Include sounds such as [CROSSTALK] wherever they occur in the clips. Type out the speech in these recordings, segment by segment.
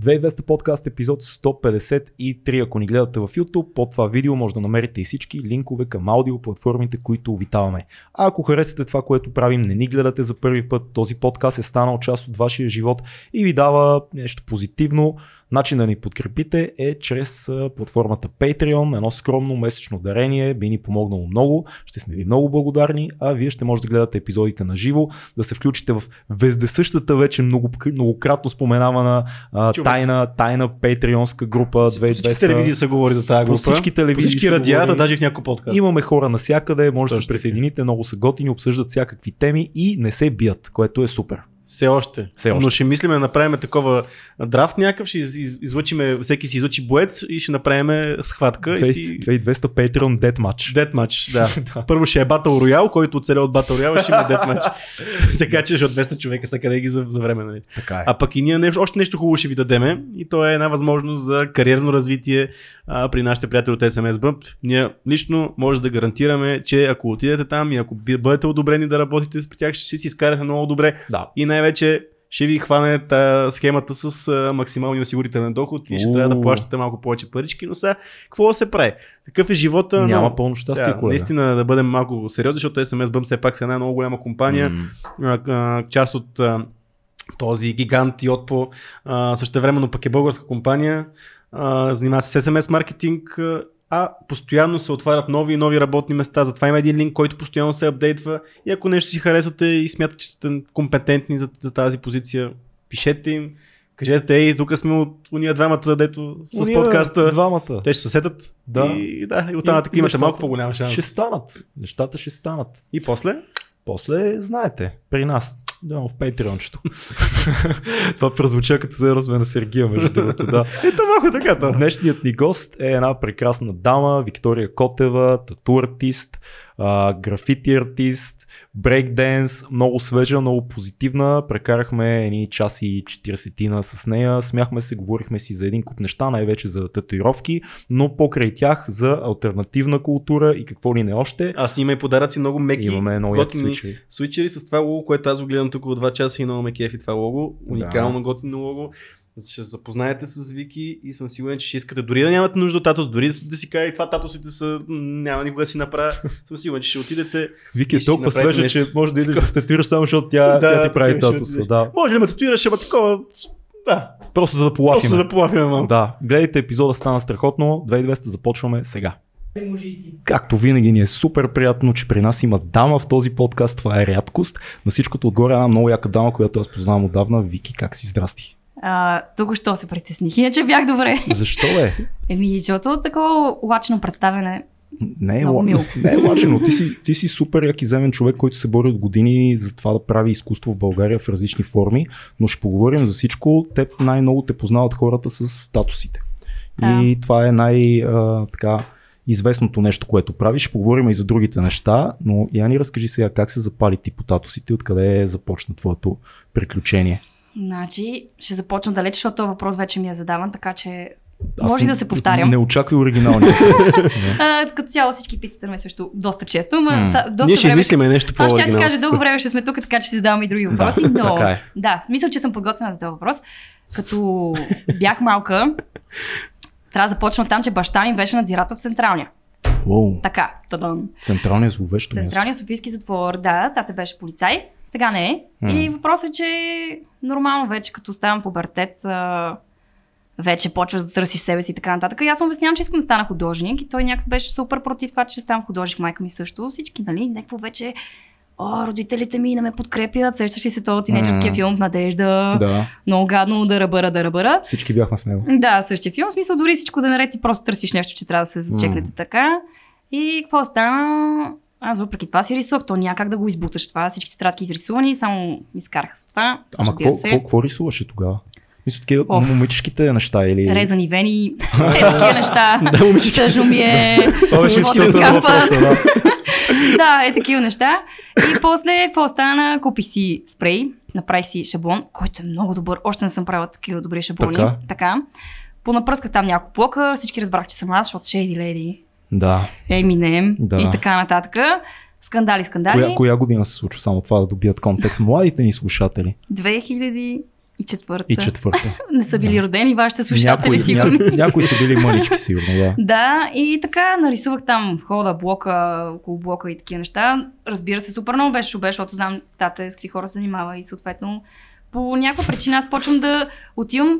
2200 подкаст епизод 153. Ако ни гледате в YouTube, под това видео може да намерите и всички линкове към аудио платформите, които обитаваме. А ако харесате това, което правим, не ни гледате за първи път, този подкаст е станал част от вашия живот и ви дава нещо позитивно, Начин да ни подкрепите е чрез а, платформата Patreon. Едно скромно месечно дарение би ни помогнало много. Ще сме ви много благодарни, а вие ще можете да гледате епизодите на живо, да се включите в вездесъщата вече много, многократно споменавана а, Чувак. тайна, тайна патреонска група По 2200. всички телевизии се говори за тази По група. всички телевизии По всички се радията, говори. даже и в някой подкаст. Имаме хора навсякъде, може да се Точно така. присъедините, много са готини, обсъждат всякакви теми и не се бият, което е супер. Все още. Все още. Но ще мислиме да направим такова драфт някакъв, ще из- из- излъчиме, всеки си излъчи боец и ще направим схватка и си... 2200 Patreon Dead Match. Dead match, [LAUGHS] да. Първо ще е Battle Royale, който оцеля от Battle Royale, [LAUGHS] ще има Dead match. така че ще от 200 човека са къде ги за, за време. Нали? Така е. А пък и ние нещо, още нещо хубаво ще ви дадеме и то е една възможност за кариерно развитие а, при нашите приятели от SMS Bump. Ние лично може да гарантираме, че ако отидете там и ако би- бъдете одобрени да работите с при тях, ще си изкарате много добре Да. и най-вече ще ви хване та схемата с а, максималния осигурителен доход и ще Уу. трябва да плащате малко повече парички, но сега какво да се прави? Такъв е живота. Няма но... пълно щастие, е. Сега, колега. Наистина да бъдем малко сериозни, защото SMS Bump все пак са една много голяма компания М. а, а, част от а, този гигант и отпо. Същевременно пък е българска компания, а, занимава се с SMS маркетинг, а, а постоянно се отварят нови и нови работни места. Затова има един линк, който постоянно се апдейтва. И ако нещо си харесате и смятате, че сте компетентни за, за тази позиция, пишете им. Кажете, ей, тук сме от уния двамата, дето с Уния, подкаста. Двамата. Те ще се сетат. Да. И, да, и оттам нататък имате нещата малко по-голям шанс. Ще станат. Нещата ще станат. И после, После, знаете, при нас. Да, в Patreon-чето. [LAUGHS] Това прозвуча като се разме на Сергия, между другото. Да. [LAUGHS] ето малко така. то. Днешният ни гост е една прекрасна дама, Виктория Котева, тату артист, а, графити артист, брейкденс, много свежа, много позитивна. Прекарахме едни час и 40 с нея, смяхме се, говорихме си за един куп неща, най-вече за татуировки, но покрай тях за альтернативна култура и какво ли не още. Аз има и подаръци много меки. Имаме много яки готини случаи. свичери с това лого, което аз го гледам тук от 2 часа и много ме кефи това лого. Уникално готино лого. Ще се запознаете с Вики и съм сигурен, че ще искате дори да нямате нужда от татус, дори да си кажете това татусите са, няма никога да си [LAUGHS] направя. съм сигурен, че ще отидете. Вики е И ще толкова направите свежа, че нещо. може да идеш да статуираш само, защото тя, Да, тя ти да, прави така ще татуса. отидеш. Да. Може да ме татуираш, ама такова. Да, Просто за да просто за полафиме. да полафиме малко. Да, гледайте епизода Стана страхотно. 2200 започваме сега. Може и ти. Както винаги ни е супер приятно, че при нас има дама в този подкаст. Това е рядкост. На всичкото отгоре една много яка дама, която аз познавам отдавна. Вики, как си? Здрасти. А, тук що се притесних, иначе бях добре. Защо е? Еми, защото такова лачно представяне. Не е, Много ла... мило. не е лачено. Ти си, ти си супер як и земен човек, който се бори от години за това да прави изкуство в България в различни форми. Но ще поговорим за всичко. Те най-много те познават хората с статусите. И това е най- а, така, известното нещо, което правиш. Ще поговорим и за другите неща, но я ни разкажи сега как се запали ти по татусите, откъде започна твоето приключение. Значи, ще започна далеч, защото този въпрос вече ми е задаван, така че Аз може и не- да се повтарям. Не очаквай оригиналния [LAUGHS] Е. въпрос. А, като цяло всички питате ме също доста често, но М. mm. доста Ние ще време... измислиме нещо Аз ще ти по-оригинално. кажа, дълго време ще сме тук, така че си задавам и други въпроси, но... така е. Да, в смисъл, че съм подготвена за този въпрос. Като бях малка, трябва да започна от там, че баща ми беше надзирател в Централния. Уоу, Така, тадан. централният зловещо място. Централния Софийски затвор, да, тате беше полицай, сега не е. М. И въпросът е, че нормално вече като ставам пубертет, а, вече почваш да търсиш себе си и така нататък. И аз му обяснявам, че искам да стана художник и той някак беше супер против това, че ще ставам художник, майка ми също. Всички, нали, някакво вече О, родителите ми не ме подкрепят, сещаш ли се този тинейджърския М. филм Надежда, Да, много гадно, да ръбъра, да ръбъра. всички бяхме с него. Да, същия филм. В смисъл, дори всичко да е наред и просто търсиш нещо, че трябва да се зачекнете mm. така. И какво стана? Аз въпреки това си рисувах. То някак да го избуташ това. Всички тетрадки изрисувани, само ми скараха с това. Ама Разбира какво, се. какво, какво рисуваше тогава? Мисля, такива Оф. момичешките неща или... [LAUGHS] Резани вени, е, такива неща. [LAUGHS] Да, момички. Тъжно ми е. Това беше живота ми истината на скапа. въпроса, да. да, е такива неща. И после, какво стана? Купи си спрей, направи си шаблон, който е много добър. Още не съм правила такива добри шаблони. Така. така. Понапръсках там няколко блока, всички разбрах, че съм аз, защото Shady Lady, Да. Eminem Да. и така нататък. Скандали, скандали. Коя, коя година се случва само това да добият контекст? Младите ни слушатели. 2011 И четвърта. И четвърта. Не са били Да. родени вашите слушатели, някои, сигурно. ня- някои са били мънички, сигурно, да. Да, и така нарисувах там хода, блока, около блока и такива неща. Разбира се, супер много беше шубе, защото знам тата с какви хора се занимава и съответно по някаква причина аз почвам да отивам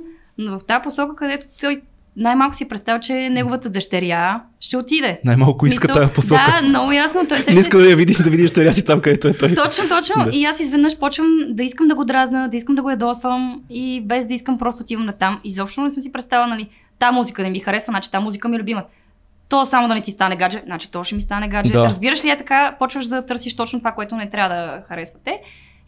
в тази посока, където той най-малко си представя, че неговата дъщеря ще отиде. Най-малко В иска смисъл- тази посока. Да, много ясно. Той се Не иска да я види, да види дъщеря си там, където е той. Точно, точно. Да. И аз изведнъж почвам да искам да го дразна, да искам да го ядосвам и без да искам просто отивам на там. Изобщо не съм си представила, нали, та музика не ми харесва, значи та музика ми е любима. То само да не ти стане гадже, значи то ще ми стане гадже. Да. Разбираш ли е така, почваш да търсиш точно това, което не трябва да харесвате.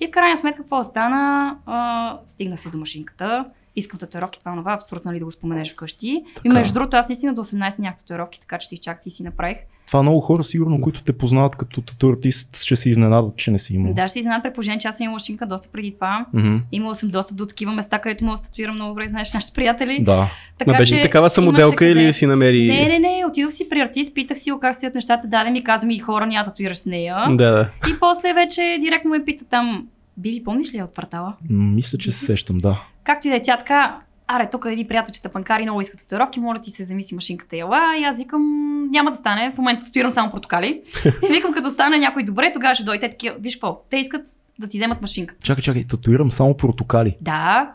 И в крайна сметка какво стана? А, стигна се до машинката. Искам татуировки, това нова, абсурдно ли да го споменеш вкъщи. И Така. между другото, аз наистина до 18 нямах татуировки, така че си изчаках и си направих. Това много хора, сигурно, които те познават като тату артист, ще се изненадат, че не си имал. Да, ще си знам при положение, че аз съм имала машинка доста преди това. Мгм. Имала съм достъп до такива места, където мога да статуирам много добре, знаеш, нашите приятели. Да. Ма беше ли че такава имаше самоделка къде. или си намери... Не, не, не, отидох си при артист, питах си го как стоят нещата, даде ми, каза ми и хора, няма да татуираш с нея. Да, да. И после вече директно ме пита там, Били, помниш ли я от квартала? М, Мисля, че се сещам, да. Както и да е тя така, аре, тук е един приятелчета панкари много иска татуировки, моля ти се замисли машинката ела. И аз викам, няма да стане, в момента татуирам [LAUGHS] само портокали. и викам, като стане някой добре, тогава ще дойде Те такива, виж какво, те искат да ти вземат машинката. Чакай, чакай, татуирам само портокали. Да.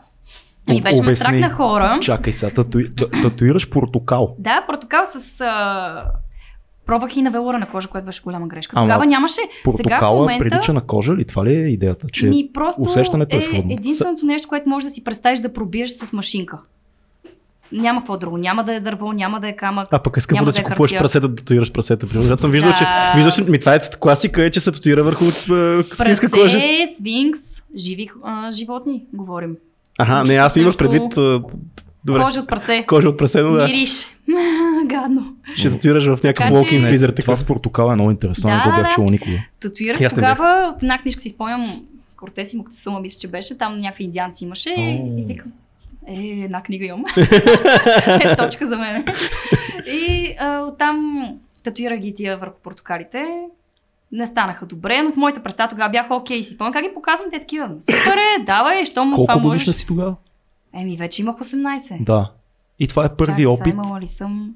И Об- беше ме страх обясни. на хора. Чакай сега, татуи... та- татуираш портокал. Да, портокал с... А... Пробвах и на велора на кожа, което беше голяма грешка. Ама Тогава нямаше. Сега в Портокала момента... прилича на кожа ли? Това ли е идеята? Че... ми просто усещането е сходно. единственото нещо, което можеш да си представиш да пробиеш с машинка. Няма какво друго. Няма да е дърво, няма да е камък. А пък е скъпо Няма да да си е купуваш хартия. прасета, да татуираш прасета. Примерно. Защото съм виждал, че... Да. Виждаш, ли- ми това е класика, е, че се татуира върху е, свинска кожа. Прасе, свинкс, живи а, животни, говорим. Аха, не, аз имах Също- предвид... а, Добре. Кожа от прасе. Кожа от прасе, но да. Мириш. [LAUGHS] Гадно. Ще татуираш в някакъв Така че- walking Не, freezer. Така. това с портокала е много интересно, не Да, го да. бях чул никога. Татуирах И аз не бях. тогава от една книжка си спомням Кортес и Моктесума, мисля, че беше. Там някакви индианци имаше. И, и викам, е, една книга [LAUGHS] имам. е, точка за мен. и а, оттам татуирах ги тия върху портокалите. Не станаха добре, но в моята представа тогава бях окей. И си спомням как ги показвам, те такива. Супер е, давай, що му това Колко можеш. годишна си тогава? Еми, вече имах 18. Да. И това е първи Чакай, сега опит. Имала ли съм?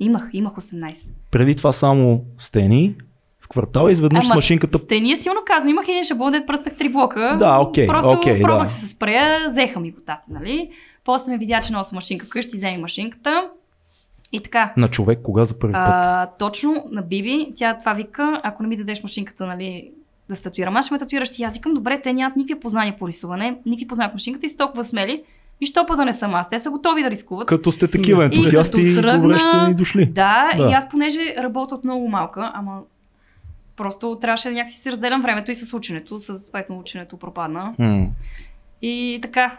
Имах, имах 18. Преди това само стени, в квартала изведнъж с Ама машинката. Те ние силно казвам, имах един шаблон, дед пръснах три блока. Да, окей, Просто окей, пробвах да. се с прея, взеха ми готата, нали? После ме видя, че нося машинка вкъщи, вземи машинката. И така. На човек, кога за първи път? А, точно на Биби, тя това вика, ако не ми дадеш машинката, нали, да статуирам, аз ще ме татуираш ти. Аз викам, добре, те нямат никакви познания по рисуване, никакви познания по машинката и са толкова смели. Нищо па да не съм аз. Те са готови да рискуват. Като сте такива И ентусиасти, като тръгна- добре ще ни дошли. Да, Да. и аз понеже работя от много малка, ама просто трябваше да някакси си разделям времето и с ученето, съответно ученето пропадна. М, И така.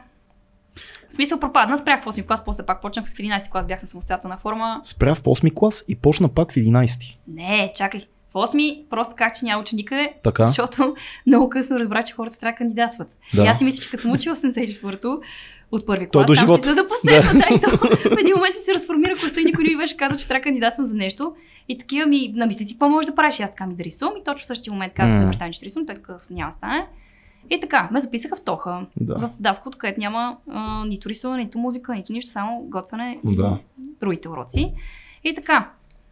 В смисъл пропадна, спрях в 8 клас, после пак почнах в 11 клас, бях на самостоятелна форма. Спря в 8 клас и почна пак в 11. Не, чакай. В 8 просто как, че няма уча никъде, Така? защото много късно разбрах, че хората трябва да кандидатстват. Да. И аз си мисля, че като съм учила в 84-то, от първи То е клас, до там живот. си за да последно, да. и то в един момент ми се разформира класа и никой не ми беше казал, че трябва да кандидатствам за нещо. И такива ми, намисли си, какво можеш да правиш? И аз така ми да рисувам и точно в същия момент казах М. на баща ми, че ще рисувам, той такъв няма да стане. И така, ме записаха в Тоха, Да. в Даското, където няма а, нито рисуване, нито музика, нито нищо, само готвене и Да. другите уроци. И така.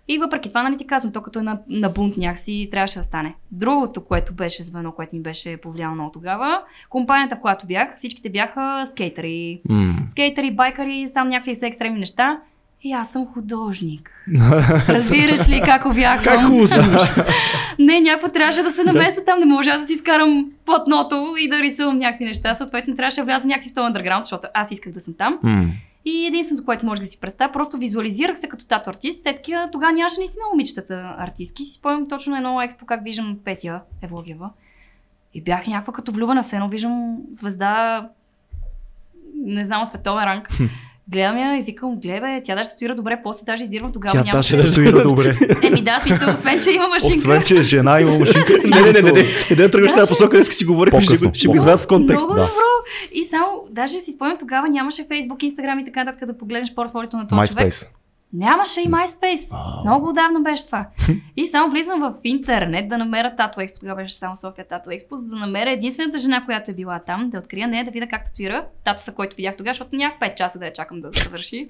И въпреки това, нали ти казвам, то като е на, на бунт някакси трябваше да стане. Другото, което беше звено, което ми беше повлияло много тогава, компанията, която бях, всичките бяха скейтери. М. [LAUGHS] Скейтери, байкари, там някакви се екстремни неща. И аз съм [LAUGHS] художник. Разбираш ли как обяхвам? Как го [LAUGHS] усещаш? Не, някакво трябваше да се намеса там, не можа да си изкарам платното и да рисувам някакви неща. Съответно, трябваше да вляза някакси в този андерграунд, защото аз исках да съм там. М. И единственото, което може да си представя, просто визуализирах се като тато артист. Те такива, тогава нямаше наистина момичетата артистки. Си спомням точно на едно експо, как виждам Петя Евлогиева. И бях някаква като влюбена, се едно виждам звезда, не знам, от световен ранг. Гледам я и викам, гледай, бе, тя даже статуира добре, после даже издирвам тогава. Тя нямаше- даже татуира добре. Еми да, смисъл, освен, че има машинка. Освен, че е жена има машинка. Не, не, не, не, не, не, да тръгваш в тази Даже- посока, днес си говорих, ще, По-късно. го- ще го извадят в контекст. Много да. добро. И само, даже си спомням, тогава нямаше Facebook, Instagram и така нататък да погледнеш портфолиото на този човек. MySpace. Нямаше и MySpace. Много отдавна [LAUGHS] беше това. И само влизам в интернет да намеря Tattoo Expo, тогава беше само София Tattoo Expo, за да намеря единствената жена, която е била там, да открия нея, да видя как татуира татуса, който видях тогава, защото нямах 5 часа да я чакам да завърши.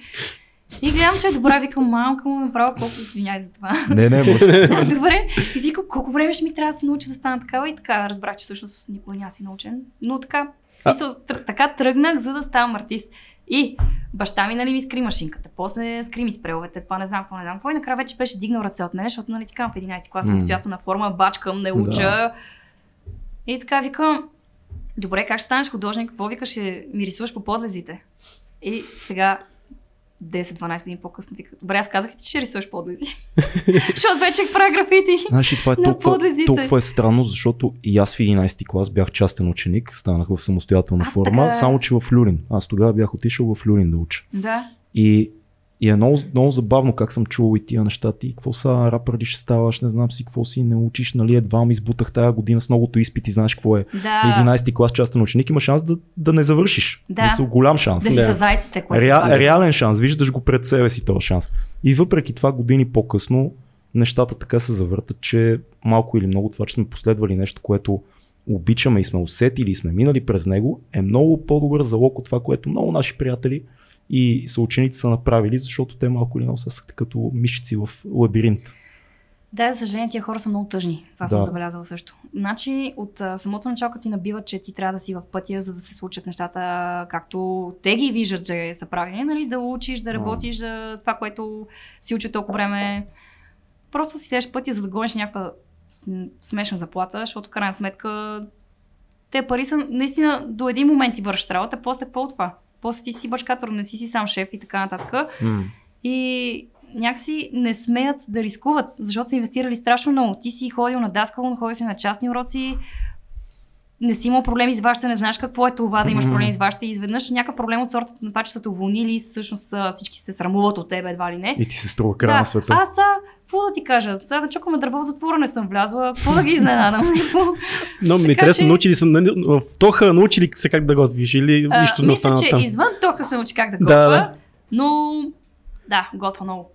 И гледам, че е добра, викам, малка му направо колко извиняй за това. Не, не, [LAUGHS] може. Добре. И викам, колко време ще ми трябва да се науча да стана такава и така. Разбрах, че всъщност никога няма си научен. Но така, в смисъл, тр- така тръгнах, за да ставам артист. И баща ми, нали, ми скри машинката, после скри ми спреловете, това не знам какво, не знам какво. И накрая вече беше дигнал ръце от мен, защото, нали, ти казвам, в 11 клас съм М. стоятелна форма, бачкам, не уча. Да. И така викам, добре, как ще станеш художник? Какво викаш, ще ми рисуваш по подлезите? И сега 10-12 години по-късно вика. Добре, аз казах ти, че ще рисуваш подлези. Защото вече правя графити. Значи това е На толкова, подлезите. толкова е странно, защото и аз в 11 клас бях частен ученик, станах в самостоятелна А, форма, така е. само че в Люлин. Аз тогава бях отишъл в Люлин да уча. Да. И, и е много, много забавно как съм чувал и тия неща. Ти какво са, рапър ли ще ставаш, не знам си какво си, не учиш, нали, едва ми избутах тая година с многото изпити, знаеш какво е. Да. 11 клас частен ученик има шанс да, да не завършиш. Да. Мисъл, голям шанс. Да си Да. със зайците, което Реал, казах. реален шанс, виждаш го пред себе си този шанс. И въпреки това години по-късно нещата така се завъртат, че малко или много това, че сме последвали нещо, което обичаме и сме усетили и сме минали през него, е много по-добър залог от това, което много наши приятели и съученици са направили, защото те малко или много са като мишици в лабиринт. Да, за съжаление, тия хора са много тъжни. Това да. съм Да. забелязала също. Значи, от а, самото начало, като ти набиват, че ти трябва да си в пътя, за да се случат нещата, както те ги виждат, че са правени, нали? Да учиш, да М. работиш, да това, което си учи толкова време. Просто си седеш пътя, за да гониш някаква см- смешна заплата, защото в крайна сметка те пари са наистина до един момент ти вършиш работа, после какво от това? После ти си бачкатор, не си си сам шеф и така нататък. И някакси не смеят да рискуват, защото са инвестирали страшно много. Ти си ходил на даскалон, ходил си на частни уроци, не си имал проблеми с вашите, не знаеш какво е това да имаш проблеми с вашите и изведнъж някакъв проблем от сорта на това, че са те уволнили, всъщност а, всички се срамуват от теб едва ли не. И ти се струва края да, на света. аз са, какво да ти кажа, сега да чукаме дърво в затвора не съм влязла, какво да ги [LAUGHS] изненадам? Но ми е Така интересно, че- научили са, нали, в Тоха научили се как да готвиш или А, нищо не мисля, остана че там. извън тока се научи как да Да, готва, да. но да, готва много.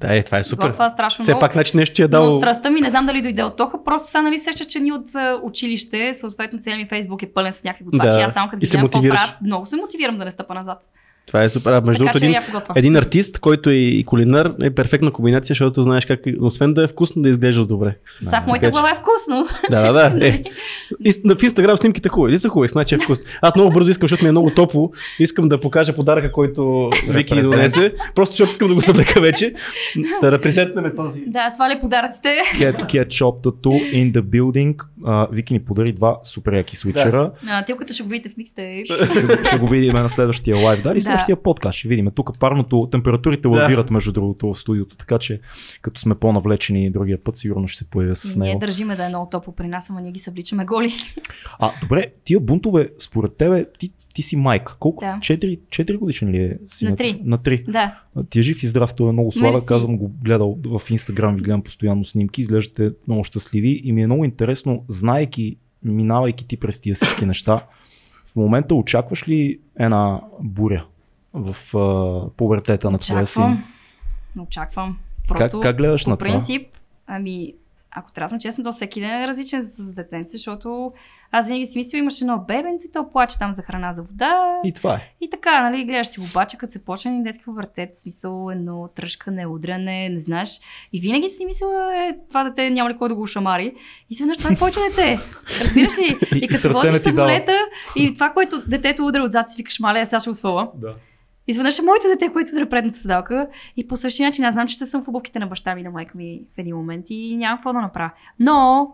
Да, е, това е супер. Готва страшно Все много. пак, значи нещо ти е Но дал. страстта ми не знам дали дойде от тоха, просто сега нали сеща, че ние от а, училище, съответно целият ми фейсбук е пълен с някакви готвачи. Да. Аз само като И ги се гледам какво мотивираш. правят, много се мотивирам да не стъпа назад. Това е супер. А, между така другото, че един, яко готва. един артист, който е и кулинар, е перфектна комбинация, защото знаеш как, освен да е вкусно, да изглежда добре. Сега в моята Така че- глава е вкусно. Да, да, [LAUGHS] да. Е, Нали? Ист- на- в Инстаграм снимките хубави ли са хубави, значи е вкусно. Аз много бързо искам, защото ми е много топло. Искам да покажа подаръка, който Вики ни донесе. Просто защото искам да го съблека вече. Да репрезентнем този. да, сваля подаръците. Cat, cat shop tattoo in the building. А, Вики ни подари два супер яки свичера. А, тилката ще го видите в микстейп. ще, го- ще го видим на следващия лайв, да, или Да. следващия подкаст. Ще видим. Тук парното, температурите лавират, между другото, в студиото, така че като сме по-навлечени другия път, сигурно ще се появя с Ние него. държиме да е много топло при нас, ама ние ги събличаме голи. А, добре, тия бунтове, според тебе, ти, ти си майка. Колко? Да. 4, 4 годишен ли е На синът? три. На 3. Да, Ти е жив и здрав, той е много слава. Мерси. Казвам го, гледал в Инстаграм, ви гледам постоянно снимки, изглеждате много щастливи и ми е много интересно, знаеки, минавайки ти през тия всички неща, в момента очакваш ли една буря в а, пубертета на твоя син? очаквам. Очаквам. Как, Просто как гледаш на по това? принцип, ами, ако трябва да сме честни, то всеки ден е различен за детенце, защото аз винаги си мисля, имаш едно бебенце, то плаче там за храна, за вода. И, И това е. и така, нали, гледаш си го, обаче, като се почне един детски повъртет, смисъл едно тръжкане, удряне, не знаеш. И винаги си мислила, е, това дете няма ли кой да го шамари. И изведнъж това е твоето дете. Разбираш ли? [LAUGHS] И- И, и като се сърце не возиш ти дава. самолета, и това, което детето удря отзад, си викаш, мале, сега ще го свала. Да. Изведнъж е моето дете, което удря предната седалка и по същия начин аз знам, че ще съм в обувките на баща ми и на майка ми в един момент и нямам какво да направя. Но,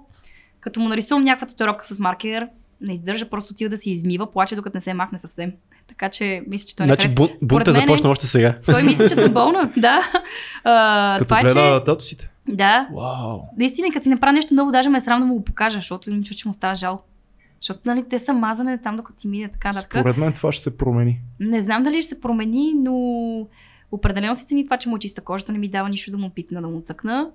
като му нарисувам някаква татуировка с маркер, не издържа, просто отива да се измива, плаче, докато не се махне съвсем. [LAUGHS] Така че мисля, че той Значи не харесва. бун, Според бунта мен е- започна още сега. [LAUGHS] Той мисли, че съм болна. [LAUGHS] Да. А, Като това е, гледа че... че... татусите. Да. Вау. Наистина, като си направя нещо ново, даже ме е срамно да му го покажа, защото им чу, че му става жал. Защото нали, те са мазане там, докато ти мине така нататък. Според мен това ще се промени. Не знам дали ще се промени, но определено се цени това, че му е чиста кожата, не ми дава нищо да му пипна, да му цъкна.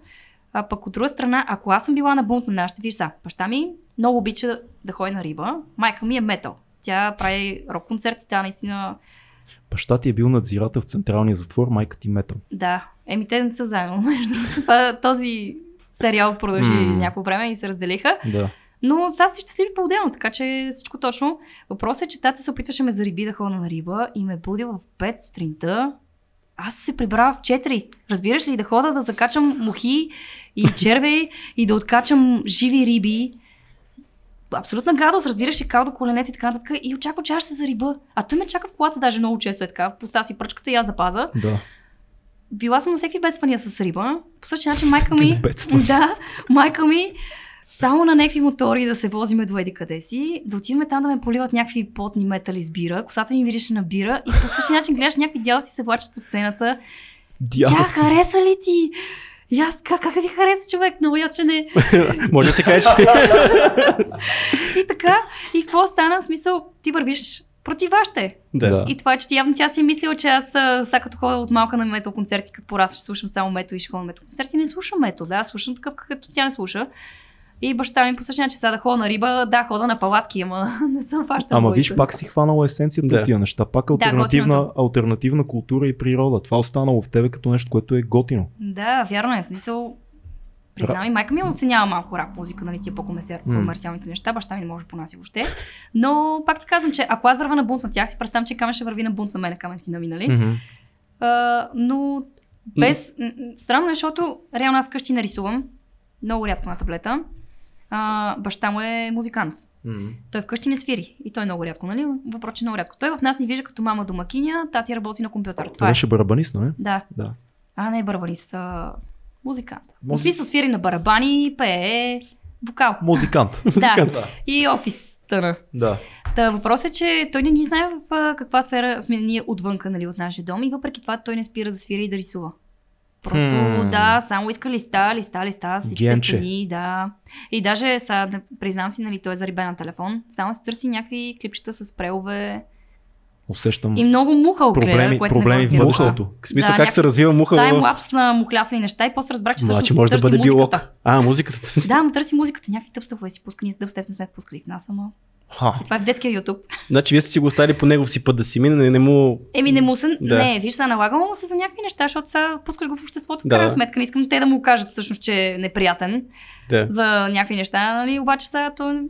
А пък от друга страна, ако аз съм била на бунт на нашите, виж са, баща ми много обича да ходи на риба, майка ми е метал. Тя прави рок концерти, тя наистина Баща ти е бил надзирател в централния затвор, майка ти е метъл. Да, еми те не са заедно, [LAUGHS] между другото. Това- Този сериал продължи М. някакво време и се разделиха. Да. Но сега са щастливи по-отделно, така че всичко точно. Въпросът е, че тата се опитваше ме зариби да ходя на риба и ме буди в 5 сутринта. Аз се прибрава в 4. Разбираш ли, да хода да закачам мухи и червей и да откачам живи риби. Абсолютна гадост, разбираш ли, кал до коленете и така нататък. И очаква, че аз ще се зариба. А той ме чака в колата даже много често е така. Поста си пръчката и аз да паза. Да. Била съм на всеки бедствания с риба. По същия начин майка Всеки ми... бедствания. [LAUGHS] Да, майка ми само на някакви мотори да се возиме до еди къде си, да отиваме там да ме поливат някакви потни метали с бира, косата ми мирише на бира и по същия начин гледаш някакви дялци се влачат по сцената. Тя Дяволци. хареса ли ти? И аз как, как да ви хареса човек? Много ячен е. Може да се каже, [LAUGHS] че И така. И какво стана? В смисъл, ти вървиш против вашите. Да. И това е, че ти явно тя си е мислила, че аз а, сега като ходя от малка на метал концерти, като порасна, ще слушам само метал и ще ходя на метал концерти. Не слушам метал, да, слушам такъв, какъвто тя не слуша. И баща ми по същия начин, сега да ходя на риба, да, хода на палатки, ама [LAUGHS] не съм фаща. Ама виж, пак си хванала есенцията да. Да. от тия неща. Пак е альтернативна, готиното. альтернативна култура и природа. Това е останало в тебе като нещо, което е готино. Да, вярно е, в смисъл. Признавам, и майка ми оценява малко рап музика, нали, тия по-комерциалните М. комерциалните неща, баща ми не може да понася въобще. Но пак ти казвам, че ако аз вървя на бунт на тях, си представям, че камен ще върви на бунт на мен, камен си, нали? Mm-hmm. А, но без... м, м, Странно е, защото реално аз къщи нарисувам. Много рядко на таблета. А, баща му е музикант. Той вкъщи не свири. И той много рядко, нали? Въпрос, че много рядко. Той в нас ни вижда като мама домакиня, тати работи на компютър. Това Това е. беше барабанист, нали? Да. Да. А, не е барабанист. А... Музикант. Музи- Музи... Смисъл свири на барабани, пее, вокал. [LAUGHS] Музикант. Да. Да. И офис. Тъна. да. Та въпросът е, че той не ни знае в а, каква сфера сме ние отвънка, нали, от нашия дом и въпреки това той не спира да свири и да рисува. Просто Хм. hmm. да, само иска листа, листа, листа, всички Генче. стени, да. И даже сега, да признам си, нали, той е зарибен на телефон, само си търси някакви клипчета с прелове Усещам и много мухал гледа, проблеми, което проблеми не в го разбирам. бъдещето. В смисъл, Да, как някак- се развива муха в... Таймлапс на мухлясани неща и после разбрах, че Значи всъщност може да търси бъде музиката. биолог. А, музиката. [LAUGHS] търси. Да, му търси музиката, някакви тъпстъпове си пуска, ние тъпстъп не сме пускали в нас, ама Ха. е, това е в детския YouTube. Значи вие сте си го оставили по негов си път да си мине, не, не му... Еми не му се, Да. да. не, виж, сега налагало му се за някакви неща, защото сега пускаш го в обществото, в Да, крайна да. сметка. Не искам те да му кажат всъщност, че е неприятен Да. за някакви неща, нали? Обаче сега то,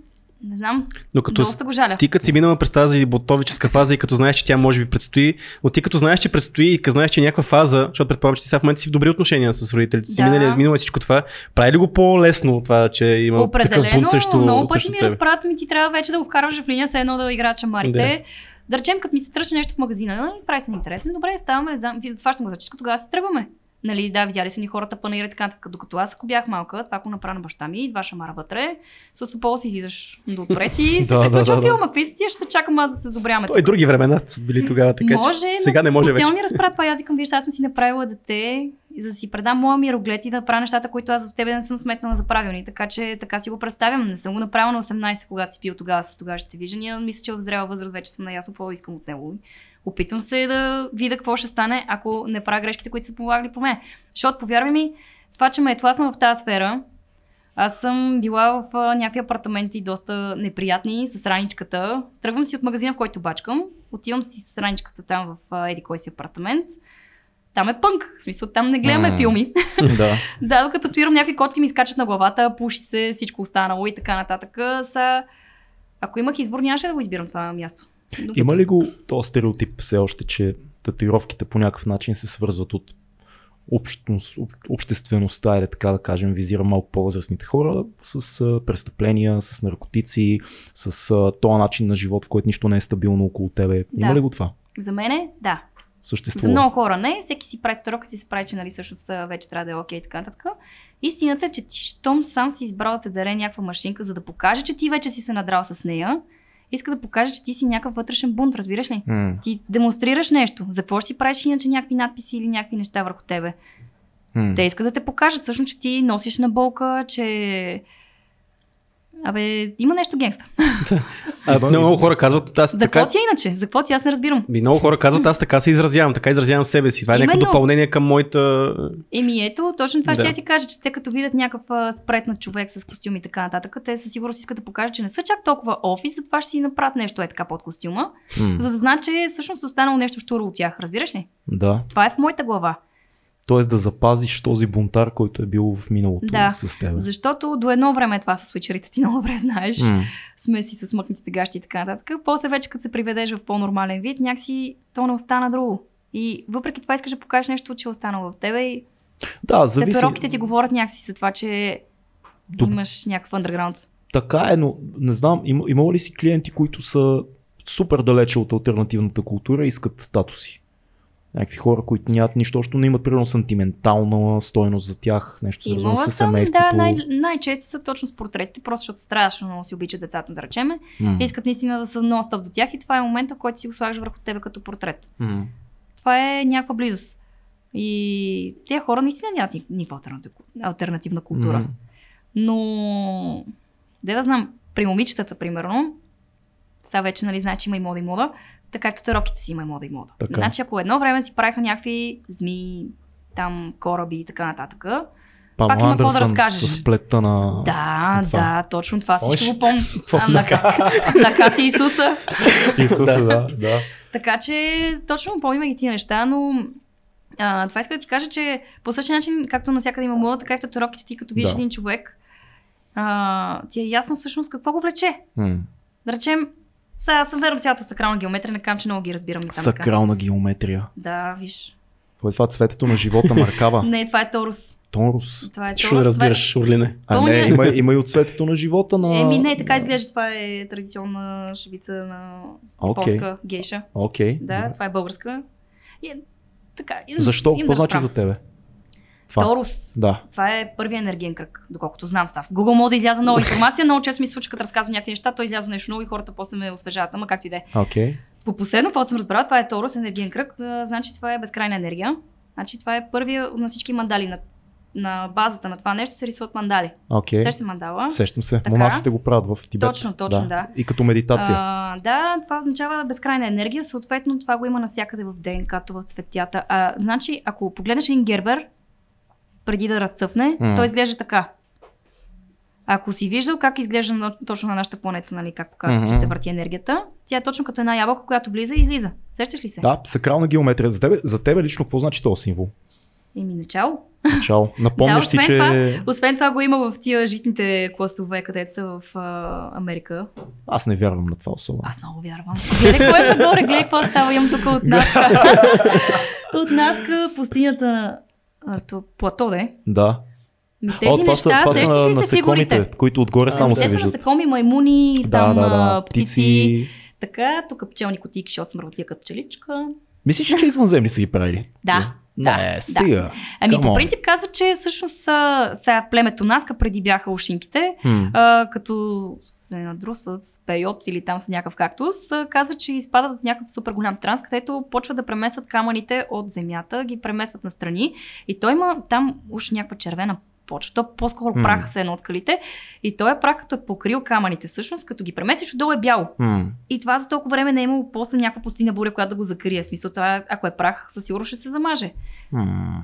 не знам, Но като с- доста го жаля. ти като си минала през тази ботовическа фаза и като знаеш, че тя може би предстои, но ти като знаеш, че предстои и като знаеш, че е някаква фаза, защото предполагам, че ти сега в момента си в добри отношения с родителите си, Да. минали, минала е всичко това, прави ли го по-лесно това, че има такъв бунт Определено, срещу, много срещу пъти ми тебе? разправят ми, ти трябва вече да го вкарваш в линия, все едно да играеш амарите. Да. речем, като ми се тръща нещо в магазина, нали, прави се интересен, добре, ставаме, взем- ви- хващам го за чашка, тогава се тръгваме. Нали, да, видяли са ни хората панаира и така, нататък. докато аз ако бях малка, това ако направя на баща ми, два шамара вътре, с опол си излизаш до отпред и се Да, да, приключва да, да. филма, какви си тия, ще чакам аз да се задобряваме. Той и други времена са били тогава, така може, че но сега не може вече. [LAUGHS] постоянно ми разправя това. и Аз викам, виж, сега аз съм си направила дете, и за да си предам моя мироглед и да правя нещата, които аз в тебе не съм сметнала за правилни. Така че така си го представям. Не съм го направила на 18, когато си пил тогава с тогавашните виждания. Мисля, че в зрела възраст вече съм наясно какво искам от него. Опитвам се да видя какво ще стане, ако не правя грешките, които са полагали по мен. Защото, повярвай ми, това, че ме е тласна в тази сфера, аз съм била в а, някакви апартаменти доста неприятни с раничката. Тръгвам си от магазина, в който бачкам. Отивам си с раничката там в а, еди кой си апартамент. Там е пънк. В смисъл, там не гледаме М. филми. [LAUGHS] да. да, докато татуирам някакви котки ми скачат на главата, пуши се, всичко останало и така нататък. Са... Ако имах избор, нямаше да го избирам това място. Но Има ли го този стереотип все още, че татуировките по някакъв начин се свързват от общност, об, обществеността, или така да кажем, визира малко по-възрастните хора с а, престъпления, с наркотици, с а, този начин на живот, в който нищо не е стабилно около тебе. Има Да. ли го това? За мене, да. Съществува. За много хора не. Всеки си прави татуировката и се прави, че нали, всъщност а, вече трябва да е окей и така нататък. Истината е, че ти, щом сам си избрал да те даде някаква машинка, за да покаже, че ти вече си се надрал с нея, иска да покаже, че ти си някакъв вътрешен бунт, разбираш ли? М, Ти демонстрираш нещо. За какво ще си правиш иначе някакви надписи или някакви неща върху тебе? м. Те искат да те покажат всъщност, че ти носиш на болка, че Абе, има нещо генгста. А, много хора казват, аз За така... какво ти е иначе? За какво ти е? аз не разбирам. Ми, много хора казват, аз така се изразявам, така изразявам себе си. Това е някакво Именно. допълнение към моята... Еми ето, точно това Да. ще я ти кажа, че те като видят някакъв а, спрет на човек с костюм и така нататък, те със сигурност искат да покажат, че не са чак толкова офис, затова ще си направят нещо е така под костюма, М, за да знаят, че всъщност е останало нещо штуро от тях. Разбираш ли? Да. Това е в моята глава. Тоест да запазиш този бунтар, който е бил в миналото Да. с теб. Защото до едно време това с свичерите ти много добре знаеш. М, смеси с мъкните гащи и така нататък. После вече като се приведеш в по-нормален вид, някакси то не остана друго. И въпреки това искаш да покажеш нещо, че е останало в тебе и Да, зависи. татуировките ти говорят някакси за това, че Доб- имаш някакъв underground. Така е, но не знам, има, имало ли си клиенти, които са супер далече от альтернативната култура и искат тато си? Някакви хора, които нямат нищо, общо, но имат примерно сантиментална стойност за тях, нещо свързано Имала с съм, семейството. да, най- най-често са точно с портретите, просто защото страшно много си обичат децата, да речеме. М, Искат наистина да са нон-стоп до тях и това е момента, в който си го слагаш върху тебе като портрет. м. Това е някаква близост. И тези хора наистина нямат ни- никаква алтернатив- алтернативна култура. М. Но, де да знам, при момичетата, примерно, сега вече, нали, знае, че има и мода и мода, така както таровките си има и мода и мода. Така. Значи, ако едно време си правиха някакви змии, там кораби и така нататък. Памела Пак има какво да Андерсън разкажеш. С плета на... да, е това. да, точно това всичко Помниш? го [LAUGHS] помня. А, на, [LAUGHS] на Кати Исуса. Исуса, да, да. Така че точно помним ги тия неща, но а, това иска да ти кажа, че по същия начин, както навсякъде има мода, така и в татуировките ти, като видиш Да. един човек, а, ти е ясно всъщност какво го влече. М. Да речем, сега аз съм верно цялата сакрална геометрия, не кам, че много ги разбирам. и там така. Сакрална геометрия. Да, виж. Какво е това цветето на живота [LAUGHS] маркава? Не, това е Торус. Торус. Това е [LAUGHS] Торус. Ще да разбираш, Орлине. А Пълния- не, Е, има, има и от цветето на живота Това на... е... Еми, не, така изглежда. Това е традиционна шевица на Окей, полска гейша. окей. Да, добре. това е българска. И, е- така, им- Защо? им Какво да значи разбрам. за тебе? Това. Торус. Да. Това е първият енергиен кръг, доколкото знам став. В Google мога да [LAUGHS] изляза нова информация, много често ми се случва, като разказвам някакви неща, то изляза нещо ново и хората после ме освежават, ама както и да е. Окей. По последно, което съм разбрала, това е Торус, енергиен кръг, а, значи това е безкрайна енергия. Значи това е първия на всички мандали. На, на базата на това нещо се рисуват мандали. Окей. Сещаш се мандала. Сещам се. Така. Монасите го правят в Тибет. Точно, точно, да. И като медитация. А, да, това означава безкрайна енергия, съответно това го има навсякъде в ДНК-то, в цветята. А, значи, ако погледнеш един гербер, преди да разцъфне, М. той изглежда така. Ако си виждал как изглежда на, точно на нашата планета, нали, как показва, че Мгм. се върти енергията, тя е точно като една ябълка, която влиза и излиза. Сещаш ли се? Да, сакрална геометрия. За тебе, за тебе лично какво значи този символ? Еми, начало. Чао. [LAUGHS] Напомняш Да, ти, освен че... Освен това го има в тия житните класове, където са в а, Америка. Аз не вярвам на това особено. Аз много вярвам. Гледай какво е нагоре, гледай какво става. Имам тук от Наска. [LAUGHS] от Наска пустинята а, то, плато, де. Да. Ми тези неща, сещаш ли се фигурите? които отгоре само се Те са виждат. насекоми, маймуни, там да, птици. Птици. Така, тук пчелни котики, защото съм работлия като пчеличка. Мислиш ли, че извънземни са ги правили? Да, да, Не, Е, стига. Ами Come по on. принцип казват, че всъщност а, сега племето Наска преди бяха ушинките, М. а, като се надрусат с пейот или там с някакъв кактус, а, казват, че изпадат в някакъв супер голям транс, където почват да премесват камъните от земята, ги премесват настрани и той има там уж някаква червена почва. То по-скоро М. прах се едно от калите и той е прах, като е покрил камъните. Всъщност, като ги премесиш, отдолу е бяло. М. И това за толкова време не е имало после някаква пустина буря, която да го закрие. В Смисъл, това, ако е прах, със сигурност ще се замаже. М.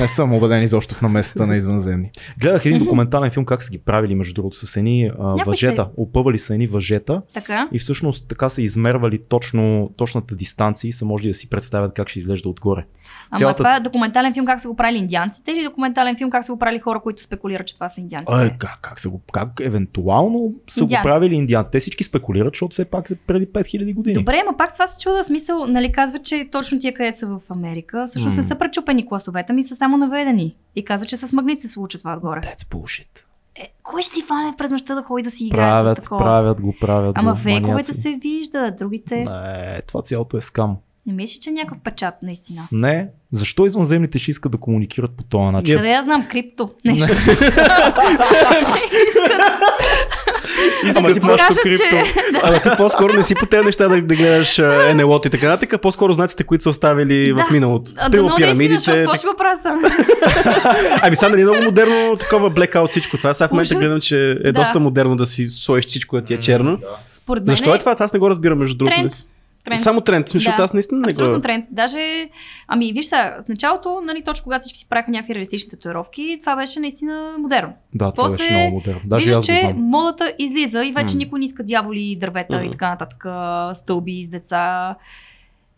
Не съм убеден изобщо в намесата на извънземни. Гледах един документален филм как са ги правили, между другото, с едни а, Някой въжета. Опъвали са едни въжета Така. и всъщност така са измервали точно, точната дистанция и са можели да си представят как ще изглежда отгоре. Ама Цялата- това е документален филм как са го правили индианците или документален филм как са го правили хора, които спекулират, че това са индианците? Ай, как, как, са го, как евентуално са го Индианци. правили индианците? Те всички спекулират, защото все пак са преди 5000 години. Добре, ма пак това се чуда. В Смисъл, нали казва, че точно тия, където са в Америка, всъщност не М. са пречупени класовете ми, са само наведени. И казва, че с магнит се случва това отгоре. That's bullshit. Е, кой ще си фане през нощта да ходи да си играе с Правят, такова? правят го, правят Ама го. фейковете маняци. се виждат, другите. Не, това цялото е скам. Не мислиш, че е някакъв печат, наистина. Не. Защо извънземните ще искат да комуникират по този Значи начин? е Ще да я знам [LAUGHS] крипто. [LAUGHS] Нещо. Ама ти, плащаш покажат, крипто. [LAUGHS] ама ти по-скоро не си по тези неща да, да гледаш а, НЛО и така нататък, а по-скоро знаците, които са оставили Да. в миналото. А, Примерно Дано наистина, защото какво ще го правя сега? Ами сега нали е много модерно такова blackout всичко това. Сега в момента Ужас. гледам, че е Да. доста модерно да си слоиш всичко, да ти е черно. [LAUGHS] Според мен Защо е това? Аз не го разбирам между другото. Нали? Тренд. тренд. Само тренд. В Смисъл, Да. аз наистина не Абсолютно го... тренд. Даже, ами виж сега, в началото, нали, точно когато всички си правиха някакви реалистични татуировки, това беше наистина модерно. Да, това После беше много модерно. Даже Виждаш, аз го че знам. модата излиза и вече М. никой не иска дяволи, дървета М. и така нататък, а, стълби с деца.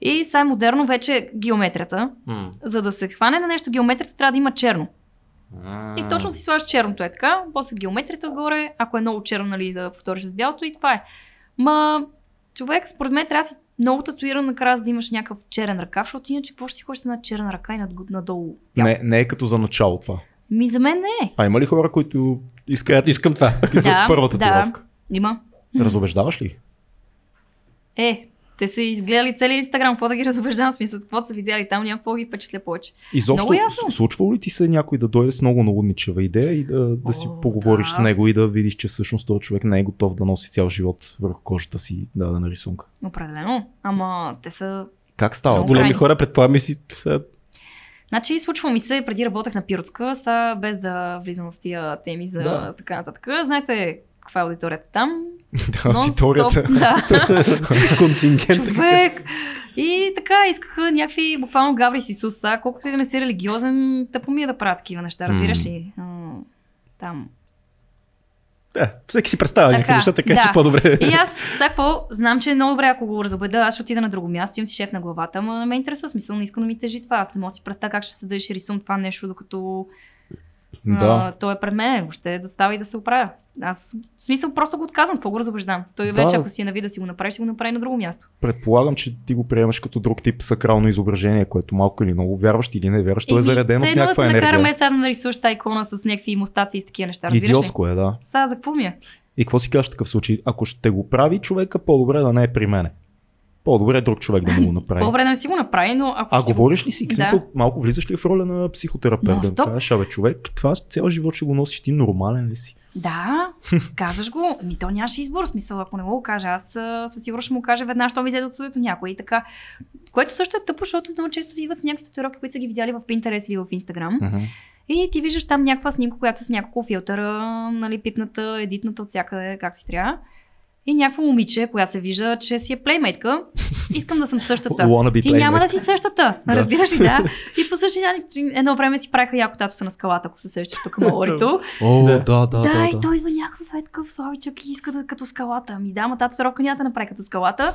И сега е модерно вече геометрията. За да се хване на нещо, геометрията трябва да има черно. И точно си слагаш черното е така, после геометрията отгоре, ако е много черно, нали, да повториш с бялото и това е. Ма, човек, според мен трябва да си много татуиран накрая, за да имаш някакъв черен ръкав, защото иначе какво ще си ходиш с една черна ръка и над- надолу? Не, не е като за начало това. Ми за мен не е. А има ли хора, които искат Където Е, искам това. [LAUGHS] за Да, първа да. татуировка? Има. Разобеждаваш ли? Е, те са изгледали целия инстаграм, какво да ги разобеждам, в смисъл, какво са видяли там, няма какво да ги впечатля повече. Изобщо Много ясно. с- случвало ли ти се някой да дойде с много налудничева идея и да, да си О, поговориш да. с него и да видиш, че всъщност този човек не е готов да носи цял живот върху кожата си да да нарисунка? Определено. Ама те са Как Са става? Много. това? големи крайни. хора, предполагам и си. а, [LAUGHS] Значи, случва ми се, преди работех на Пиротска, са без да влизам в тия теми за Да. да. така нататък. Знаете каква е аудиторията там? Да, [LAUGHS] Аудиторията. [LAUGHS] Нон-стоп, [LAUGHS] Да, Контингент. човек. И така, искаха някакви буквално гаври с Исуса. Колкото и да не си религиозен, тъпо ми е да правя такива неща, М. разбираш ли? А, Там. Да, всеки си представя някакви Така, неща, така че да. по-добре. И аз всяко знам, че е много добре, ако го разобеда, аз ще отида на друго място, имам си шеф на главата, ама не ме интересува смисъл, не искам да ми тежи това. Аз не мога да си представя как ще се дадеш рисувам това нещо, докато Да. А, той е пред мен, въобще да става и да се оправя. Аз в смисъл просто го отказвам, какво го разобеждам. Той Да. вече, ако си е нави да си го направи, ще го направи на друго място. Предполагам, че ти го приемаш като друг тип сакрално изображение, което малко или много вярваш или не вярваш, то е Еми, заредено с все едно някаква да накараме енергия. сега да нарисуваш тази икона с някакви мустаци и с такива неща. Разбираш ли? Идиотско е, да. Сега за какво ми е? И какво си кажеш в такъв случай? Ако ще го прави човека, по-добре да не е при мене. По-добре е друг човек да му [LAUGHS] го направи. По-добре да не си го направи, но ако А си го- говориш ли си? В Да. смисъл, малко влизаш ли в роля на психотерапевт? Да Нон-стоп. кажеш, абе човек, това цял живот ще го носиш, ти нормален ли си? [LAUGHS] Да, казваш го. Ми то нямаше избор. В Смисъл, ако не го кажа, аз а, със сигурност ще му кажа веднага, що ми излезе от студиото някой и така. Което също е тъпо, защото много често си идват с някакви татуировки, които са ги видяли в Pinterest или в Instagram. И ти виждаш там някаква снимка, която е с няколко филтъра, нали, пипната, едитната от всякъде, как си трябва. И някакво момиче, която се вижда, че си е плеймейтка. Искам да съм същата. Wanna be Ти няма playmate. да си същата. Да. Разбираш ли, да. И по същия начин едно време си правиха яко татуса на скалата, ако се сещаш тук Маорито. О, Да. да, да, да. Да, да, и той идва някакъв е такъв слабичък и иска да като скалата. Ми да, ма тата срока няма да направи като скалата.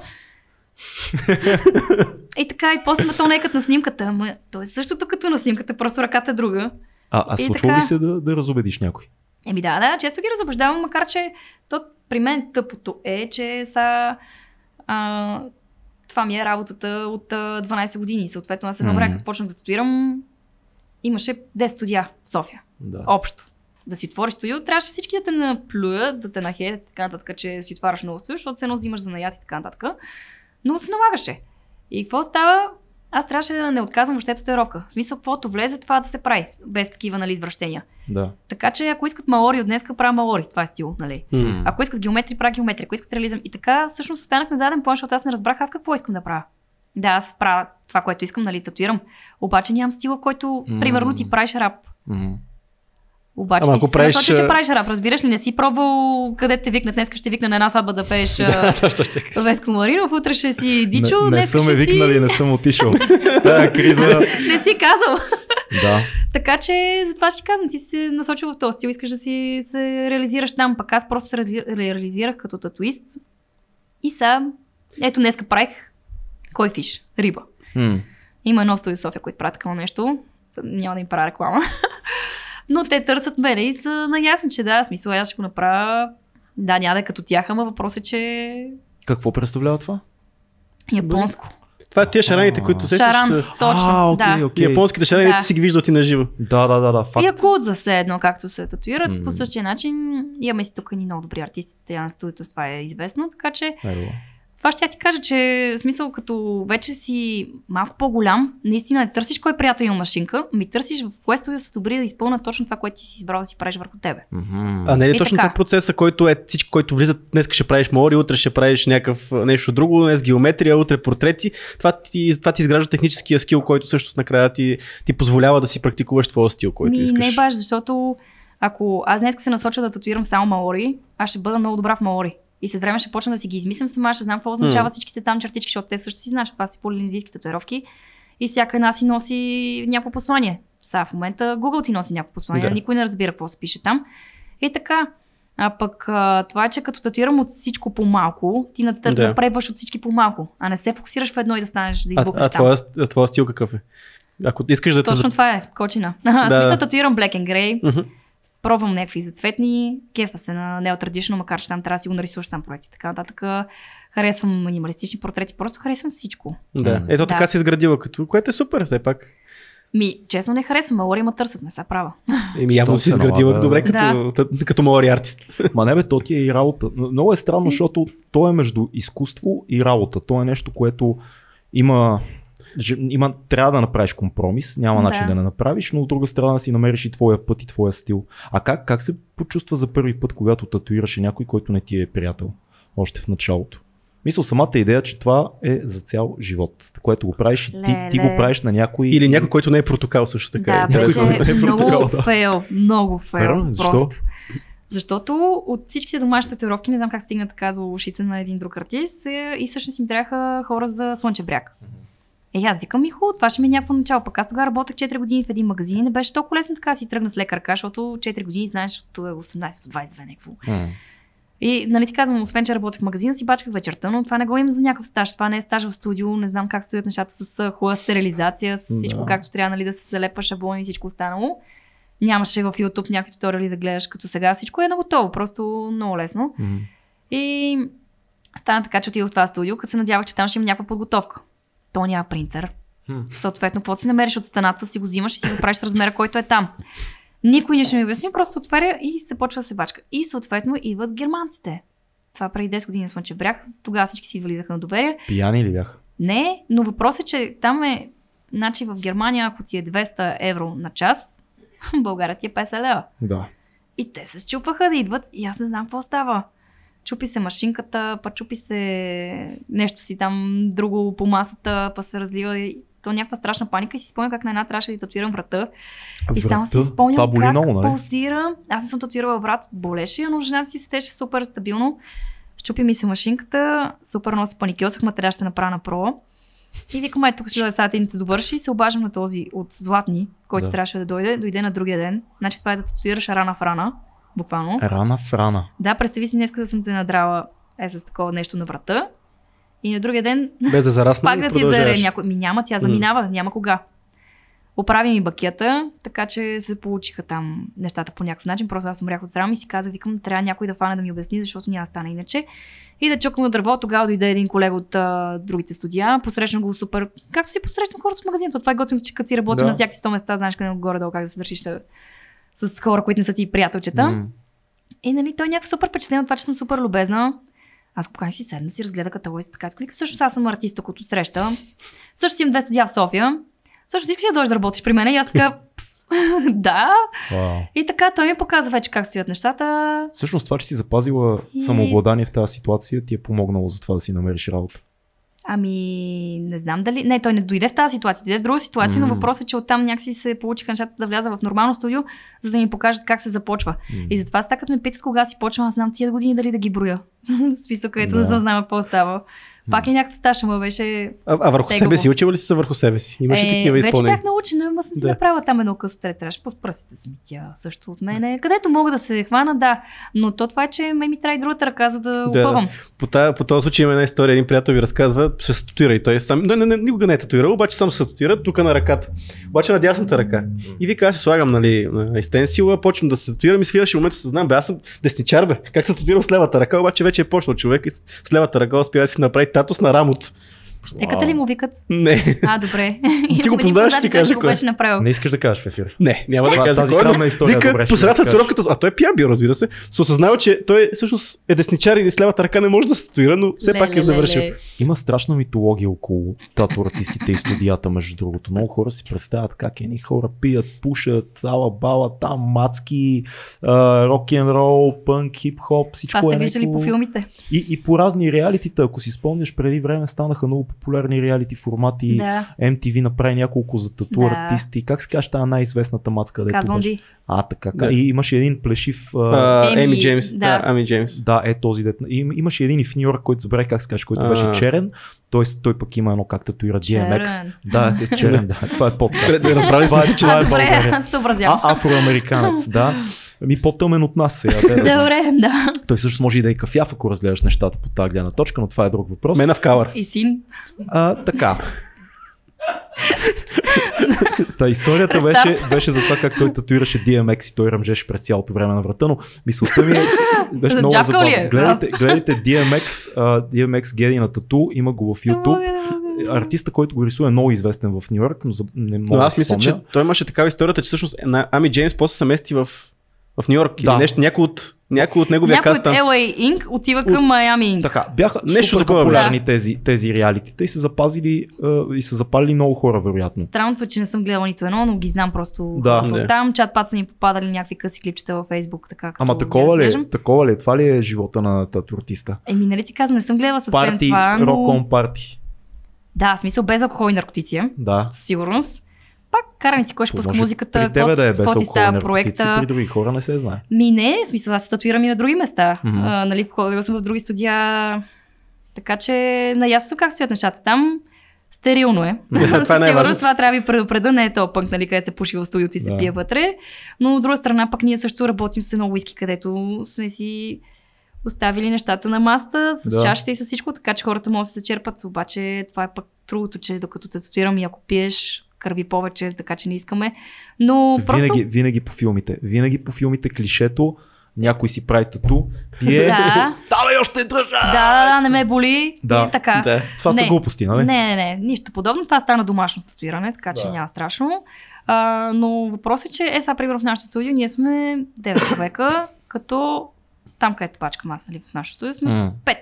и така, и после на то некът на снимката. Ама той е същото като на снимката, просто ръката е друга. А, а И случва ли така. се да, да разобедиш някой? Еми да, да, често ги разобеждавам, макар че то при мен тъпото е, че са... А, това ми е работата от а, 12 години. Съответно, аз едно Мгм. време, като почнах да татуирам, имаше 10 студия в София. Да. Общо. Да си отвориш студио, трябваше всички да те наплюят, да те нахеят и така нататък, че си отваряш много студио, защото се едно взимаш за наят и така нататък. Но се налагаше. И какво става? Аз трябваше да не отказвам въобще татуировка. В смисъл, каквото влезе, това да се прави, без такива нали, извращения. да. Така че ако искат маори от днеска, правя маори. Това е стил, нали? М. [LAUGHS] Ако искат геометри, правя геометри. Ако искат реализъм. И така всъщност останах на заден план, защото аз не разбрах аз какво искам да правя. Да, аз правя това, което искам, нали, татуирам. Обаче нямам стила, в който, М. примерно, ти правиш рап. М. Обаче Ама ти ако ако правиш, правиш... Насочи, а- че правиш рап, разбираш ли? Не си пробвал къде те викнат. Днес ще викна на една сватба да [LAUGHS] пееш а, Това ще ще кажа. Веско Маринов, утре ще си Дичо, не, не днеска съм ме ще си... викнали, не съм отишъл. Тая криза. [LAUGHS] не си казал. да. Така че затова ще ти казвам, ти си се насочил в този стил, искаш да си се реализираш там, пък аз просто се рази- реализирах като татуист. И сега, ето днеска правих кой фиш? Риба. М. Има едно студио в София, което прави такова нещо. С- Няма да им правя реклама. [LAUGHS] Но те търсят мене и са наясно, че да, в смисъл аз ще го направя. Да, няма да е като тях, ама въпросът е, че Какво представлява това? Нали? японско. Това е тия шараните, които А. сещаш. Шаран, са- точно. А, окей, да. окей. Японските шарани, Да. ти си ги виждал ти на живо. Да, да, да, да. Факт. И акудза все едно, както се татуират. М. По същия начин имаме си тук едни много добри артисти. Тя на студиото с това е известно, така че Айло. Това ще я ти кажа, че в смисъл като вече си малко по-голям, наистина не търсиш кой приятел има машинка, ми търсиш в кое студио са добри да изпълнят точно това, което ти си избрал да си правиш върху тебе. А не е ли И точно така. това процеса, който е всички, който влизат, днес ще правиш мори, утре ще правиш някакъв а, нещо друго, днес геометрия, утре портрети. Това ти, това ти изгражда техническия скил, който всъщност накрая ти, ти позволява да си практикуваш твоя стил, който ми, искаш. Не баш, защото ако аз днес се насоча да татуирам само маори, аз ще бъда много добра в маори. И след време ще почна да си ги измислям сама, ще знам какво означават всичките там чертички, защото те също си знаят, че това са полинезийски татуировки. И всяка една си носи някакво послание. Сега в момента Google ти носи някакво послание, Да. да. никой не разбира какво се пише там. И така. А пък а, това, е, че като татуирам от всичко по-малко, ти натър... Да. да. напребваш от всички по-малко, а не се фокусираш в едно и да станеш, да а, избухнеш а, там. твоя, а твоя стил какъв е? Ако искаш да Точно те... това е, кочина. [LAUGHS] Да. Да. Смисъл татуирам Black and Grey, Мгм. пробвам някакви зацветни, кефа се на неотрадишно, макар че там трябва да си го нарисуваш сам проекти. Така нататък харесвам минималистични портрети, просто харесвам всичко. Да. М. Ето така Да. си изградила, като... което е супер, все пак. Ми, честно не харесвам, Малори ма търсят, не са права. Еми, Що явно си се изградила налага, добре да. като, тът- като малори артист. Ма не бе, то ти е и работа. М- Много е странно, защото то е между изкуство и работа. То е нещо, което има, ж- има трябва да направиш компромис, няма Да. начин да не направиш, но от друга страна си намериш и твоя път и твоя стил. А как, как се почувства за първи път, когато татуираше някой, който не ти е приятел? Още в началото. Мисъл, самата идея, че това е за цял живот, което го правиш и ти, ти го Леле. правиш на някой. Или някой, който не е протокал също така. е. да, интересно. беше много да. фейл, много фейл. Верно? Защо? Просто. Защото от всичките домашни татуировки, не знам как стигна така за ушите на един друг артист, е, и всъщност им трябваха хора за Слънчев бряг. Е, аз викам и хубаво, това ще ми е някакво начало. Пък аз тогава работех 4 години в един магазин и не беше толкова лесно така да си тръгна с лека ръка, защото 4 години знаеш от е, 18 до 22 някакво. М. И, нали ти казвам, освен, че работех в магазина, си бачках вечерта, но това не го имам за някакъв стаж. Това не е стаж в студио, не знам как стоят нещата с а, хубава стерилизация, с всичко Да. да. както трябва, нали, да се залепа шаблон и всичко останало. Нямаше в YouTube някакви туториали да гледаш като сега. Всичко е на готово, просто много лесно. М. И стана така, че отидох в това студио, като се надявах, че там ще има някаква подготовка. То няма принтер. Хм. Съответно, каквото си намериш от стената, си го взимаш и си го правиш с размера, който е там. Никой не ще ми обясни, просто отваря и се почва да се бачка. И съответно идват германците. Това преди 10 години на Слънчев бряг, тогава всички си влизаха на доверие. Пияни ли бяха? Не, но въпросът е, че там е, значи в Германия, ако ти е 200 евро на час, [LAUGHS] в България ти е 50 лева. Да. И те се щупваха да идват и аз не знам какво става. Чупи се машинката, па чупи се нещо си там друго по масата, па се разлива. и То някаква страшна паника и си спомням как на една трябваше да й татуирам врата. И само си Врата? Това спомням боли как много, нали? пулсира. Аз не съм татуирала врат, болеше, я, но жена си сетеше супер стабилно. Щупи ми се машинката, супер много се паникьосах, ма трябваше да се направя на прола. И викам, ай, тук ще дойде сега да ни се довърши и се обаждам на този от Златни, който Да. трябваше да дойде, дойде на другия ден. Значи това е да татуираш рана в рана, буквално. Рана в рана. Да, представи си днес да съм те надрала е с такова нещо на врата. И на другия ден Без да зарасна пак и да ти е продължаваш. даре някой. Ми няма, тя заминава, няма кога. Оправи ми бакета, така че се получиха там нещата по някакъв начин. Просто аз умрях от срам и си казах, викам, трябва някой да фане да ми обясни, защото няма да стане иначе. И да чукам на дърво, тогава дойде един колега от а, другите студия, посрещна го супер. Както си посрещам хората в магазина, то това е готино, че като си работи Да. на всякакви 100 места, знаеш къде горе-долу как да се държиш а, с хора, които не са ти приятелчета. М. И нали, той е някакъв супер впечатлен от това, че съм супер любезна. Аз го поканих си седна, си разгледа каталога и си така. Клика, всъщност аз съм артист, тук от среща. Също имам две студия в София. Също искаш ли да дойдеш да работиш при мен? И аз така, [LAUGHS] «Пф, да. Вау. И така, той ми показва вече как стоят нещата. Всъщност това, че си запазила И- самообладание в тази ситуация, ти е помогнало за това да си намериш работа. Ами, не знам дали. Не, той не дойде в тази ситуация, дойде в друга ситуация, Мгм. но въпросът е, че оттам някакси се получиха нещата да вляза в нормално студио, за да ми покажат как се започва. И затова сега като ме питат кога си почвам, аз знам тия години дали да ги броя. [LAUGHS] Списък, където Да. не съм знала какво става. Пак е някакъв стаж, ама беше... А, а върху Тегаво. себе си, учила ли си се върху себе си? Имаш ли такива Е, вече изпълнени? бях научена, ама съм си Да. направила там едно късотре, трябваше по пръстите си ми тя също от мене. Където мога да се хвана, да. Но то това е, че ме ми трябва и другата ръка, за да, Да. опъвам. По, та, по този случай има една история, един приятел ви разказва, ще се татуира и той сам. Не, не, не, никога не е татуирал, обаче сам се татуира тук на ръката. Обаче на дясната ръка. И вика, аз се слагам, нали, на изтенсила, почвам да се татуирам и свиваше момент съзнавам, бе, аз съм десничар, бе. Как се татуирам с левата ръка, обаче вече е почнал човек и с с левата ръка успя да си направи татус на рамото. Щеката ли му викат? Не. А, [LAUGHS] добре. Ти го Един познаваш, познат ти ми каза, кажа че го кой е. беше направил. Не искаш да кажеш в ефир. Не, няма да Това- кажа. тази кой, но срамна история е добре, Вика, ще по средата разкажеш. татуировката, а той е пиян бил, разбира се, се осъзнава, че той всъщност е десничар и с лявата ръка не може да се татуира, но все Ле, пак ле, е ле, завършил. ле. Има страшна митология около тату артистите и студията, между другото. Много хора си представят как едни хора пият, пушат, ала бала, там мацки, а, рок н рол, пънк, хип-хоп, всичко Това сте е виждали някакво- по филмите. И, и по разни реалитита, ако си спомняш, преди време станаха много популярни реалити формати. Да, MTV направи няколко за тату Да. артисти. Как се казва тази най-известната мацка, където Кат беше? Бонди. А, така. Да. Да. И имаше един плешив. А... А, Еми, Еми Джеймс. да. Да, Ами Джеймс. Да, е този дет. Им, имаше един и в Нью Йорк, който забравя как се каже, който беше А. черен. Той, той пък има едно как татуира DMX. Черен. Да, е черен, да. Това е подкаст. Добре, Разбрали сме Това е, се, че това А, е добре, България. аз [LAUGHS] се образявам. А, афроамериканец, да. Ми по-тъмен от нас сега. те да знаят. Добре, [LAUGHS] да. Той всъщност може и да е кафяв, ако разгледаш нещата по тази гледна точка, но това е друг въпрос. Мена в кавър. И син. А, така. Та историята Рестарт. беше, беше за това как той татуираше DMX и той ръмжеше през цялото време на врата, но мисълта ми е, беше За много джакал ли е? забавно. Гледайте, гледайте DMX, а, DMX Геди на тату, има го в YouTube. Артиста, който го рисува е много известен в Нью Йорк, но за, не мога Но аз да си мисля, че спомня. той имаше такава историята, че всъщност на- Ами Джеймс после се мести в, в Нью Йорк. Да. Или нещо, някой от, някой от неговия Някой от каст там. LA Inc. отива към Miami Inc. Така, бяха Нещо нещо супер такова популярни тези, тези реалитита и са запазили а, и са запалили много хора, вероятно. Странното е, че не съм гледала нито едно, но ги знам просто Да. хората Да. от там. Чат пат са ни попадали някакви къси клипчета във Фейсбук, така като Ама ги такова ли, разглеждам. е? такова ли е? Това ли е живота на тату артиста? Еми, нали ти казвам, не съм гледала съвсем Парти, това, но... рок-он парти. Да, в смисъл без алкохол и наркотици, Да. със сигурност. Пак карам си, кой ще пуска Може музиката, При тебе какво- да е без какво ти алкохол става наркотици, проекта. при други хора не се знае. Ми не, в смисъл, аз се татуирам и на други места. Мгм. А, нали, ходила съм в други студия. Така че наясно съм как стоят нещата там. Стерилно е. Това е [LAUGHS] Със най-важното. сигурност това трябва да ви предупреда, не е то пънк, нали, където се пуши в студиото и се Да. пие вътре. Но от друга страна, пък ние също работим с едно уиски, където сме си оставили нещата на маста, с Да. чашите и с всичко, така че хората могат да се черпат. Обаче това е пък другото, че докато те татуирам и ако пиеш, кърви повече, така че не искаме. Но просто... Винаги, винаги по филмите. Винаги по филмите клишето, някой си прави тату, Е. пие, Да. давай още държа! Да, да, да, не ме боли. [LAUGHS] Да, и така. Да. Това са Не. глупости, нали? Не, не, не, нищо подобно. Това стана домашно статуиране, така че Да. няма страшно. А, но въпросът е, че е сега, примерно в нашото студио, ние сме 9 човека, [COUGHS] като там, където пачкам аз, нали, в нашото студио сме М. 5.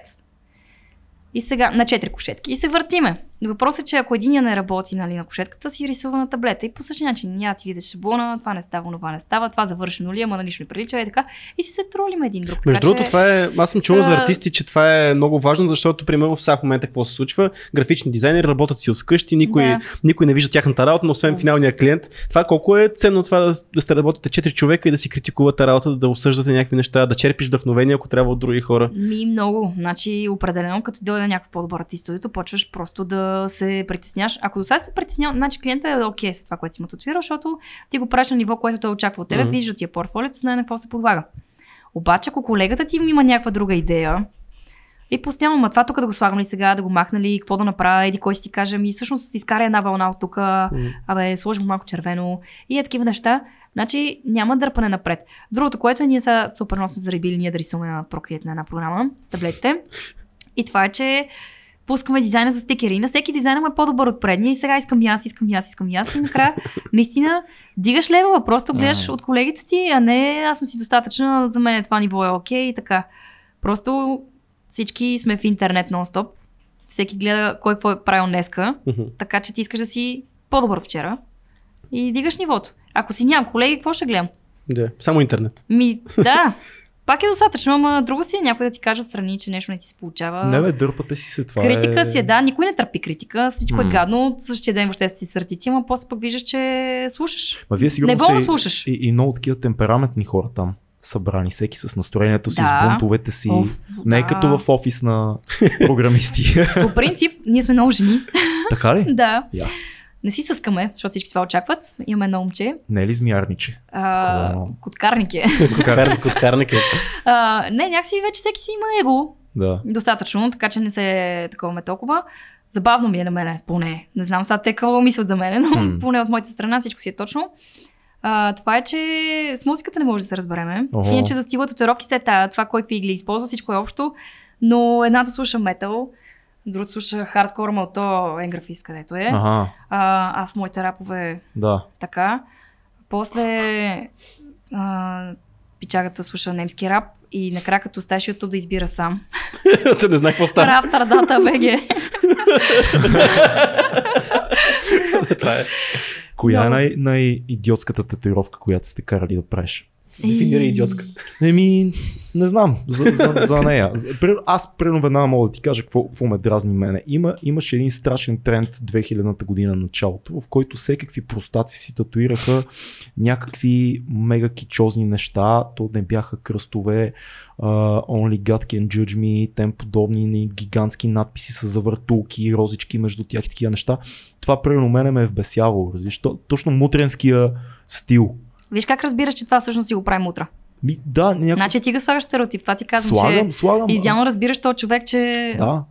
И сега на 4 кошетки. И се въртиме. Въпросът е, че ако единия не работи нали, на кошетката, си рисува на таблета. И по същия начин няма ти видиш шаблона, това не става, това не става, това завършено ли, е, ама на нищо не прилича и така. И си се тролим един друг. Между така, другото, това е. Аз съм чувал за А. артисти, че това е много важно, защото, примерно, в всяк момент какво се случва. Графични дизайнери работят си от вкъщи, никой, Да. никой не вижда тяхната работа, но освен финалния клиент. Това колко е ценно това да, да сте работите четири човека и да си критикувате работата, да обсъждате някакви неща, да черпиш вдъхновение, ако трябва от други хора. Ми много. Значи, определено, като дойде някакъв по-добър артист в студиото, почваш просто да се притесняш. Ако до сега се притеснял, значи клиента е окей с това, което си му татуирал, защото ти го правиш на ниво, което той очаква от тебе, Мгм. mm-hmm. вижда ти е портфолиото, знае на какво се подлага. Обаче, ако колегата ти има някаква друга идея, и постоянно, ма това тук да го слагам ли сега, да го махна ли, какво да направя, еди кой си ти каже, ми всъщност изкара една вълна от тук, абе, сложи му малко червено и е такива неща. Значи няма дърпане напред. Другото, което е, ние са супер много сме заребили ние да рисуваме на Procreate на една програма с таблетите. И това е, че пускаме дизайна за стикери. На всеки дизайн му е по-добър от предния и сега искам и аз, искам и аз, искам и аз. И накрая, наистина, дигаш левела, просто гледаш Мгм. от колегите ти, а не аз съм си достатъчна, за мен това ниво е окей и така. Просто всички сме в интернет нон-стоп. Всеки гледа кой какво е правил днеска. Мгм. Така че ти искаш да си по-добър вчера и дигаш нивото. Ако си нямам колеги, какво ще гледам? Да. Само интернет. Ми, да. Пак е достатъчно, ама друго си е някой да ти каже отстрани, че нещо не ти се получава. Не бе, дърпате си се това. Критика е... си е, да, никой не търпи критика, всичко е М. гадно, от същия ден въобще си сърдити, ама после пък виждаш, че слушаш. Ма вие сигурно Не болно сте и- [LAUGHS] слушаш. и, и, много такива темпераментни хора там събрани, всеки с настроението си, Да. с бунтовете си. Оф, не е да. като в офис на [LAUGHS] програмисти. По принцип, ние сме много жени, [LAUGHS] така ли? да. Я. Не си съскаме, защото всички това очакват. Имаме едно момче. Не е ли змиярниче? А, Такова. коткарник е. [LAUGHS] Коткарник, коткарник е. [LAUGHS] А, не, някакси вече всеки си има его. Да. достатъчно, така че не се таковаме толкова. Забавно ми е на мене, поне. Не знам сега те какво мислят за мене, но М. [LAUGHS] поне от моята страна всичко си е точно. А, това е, че с музиката не може да се разбереме. Ого. Иначе за стила татуировки се е тая, това кой какви игли използва, всичко е общо. Но едната слуша метал, Другото слушах хардкор мълто Енграфис, където е. Ага, А, аз моите рапове да. така. После а, пичагата слуша немски рап и накрая като оставиш YouTube да избира сам. Те не знах какво Да. става. Рап, тардата, БГ. [LAUGHS] Това е. Коя Да. е най- най-идиотската татуировка, която сте карали да правиш? Дефинирай идиотска. Еми, не знам за, за, за нея. За- при- Аз примерно веднага мога да ти кажа какво, какво ме дразни мене. Има, имаше един страшен тренд 2000-та година началото, в който всекакви простаци си татуираха някакви мега кичозни неща. То не бяха кръстове, uh, Only God Can Judge Me и тем подобни ни гигантски надписи с завъртулки, розички между тях и такива неща. Това примерно мене ме е вбесяло. Разбираш, То- точно мутренския стил. Виж как разбираш, че това всъщност си го прави мутра. Ми, да, някакво... Значи ти го слагаш стереотип. Това ти казвам, слагам, че слагам. идеално разбираш този човек, че Да.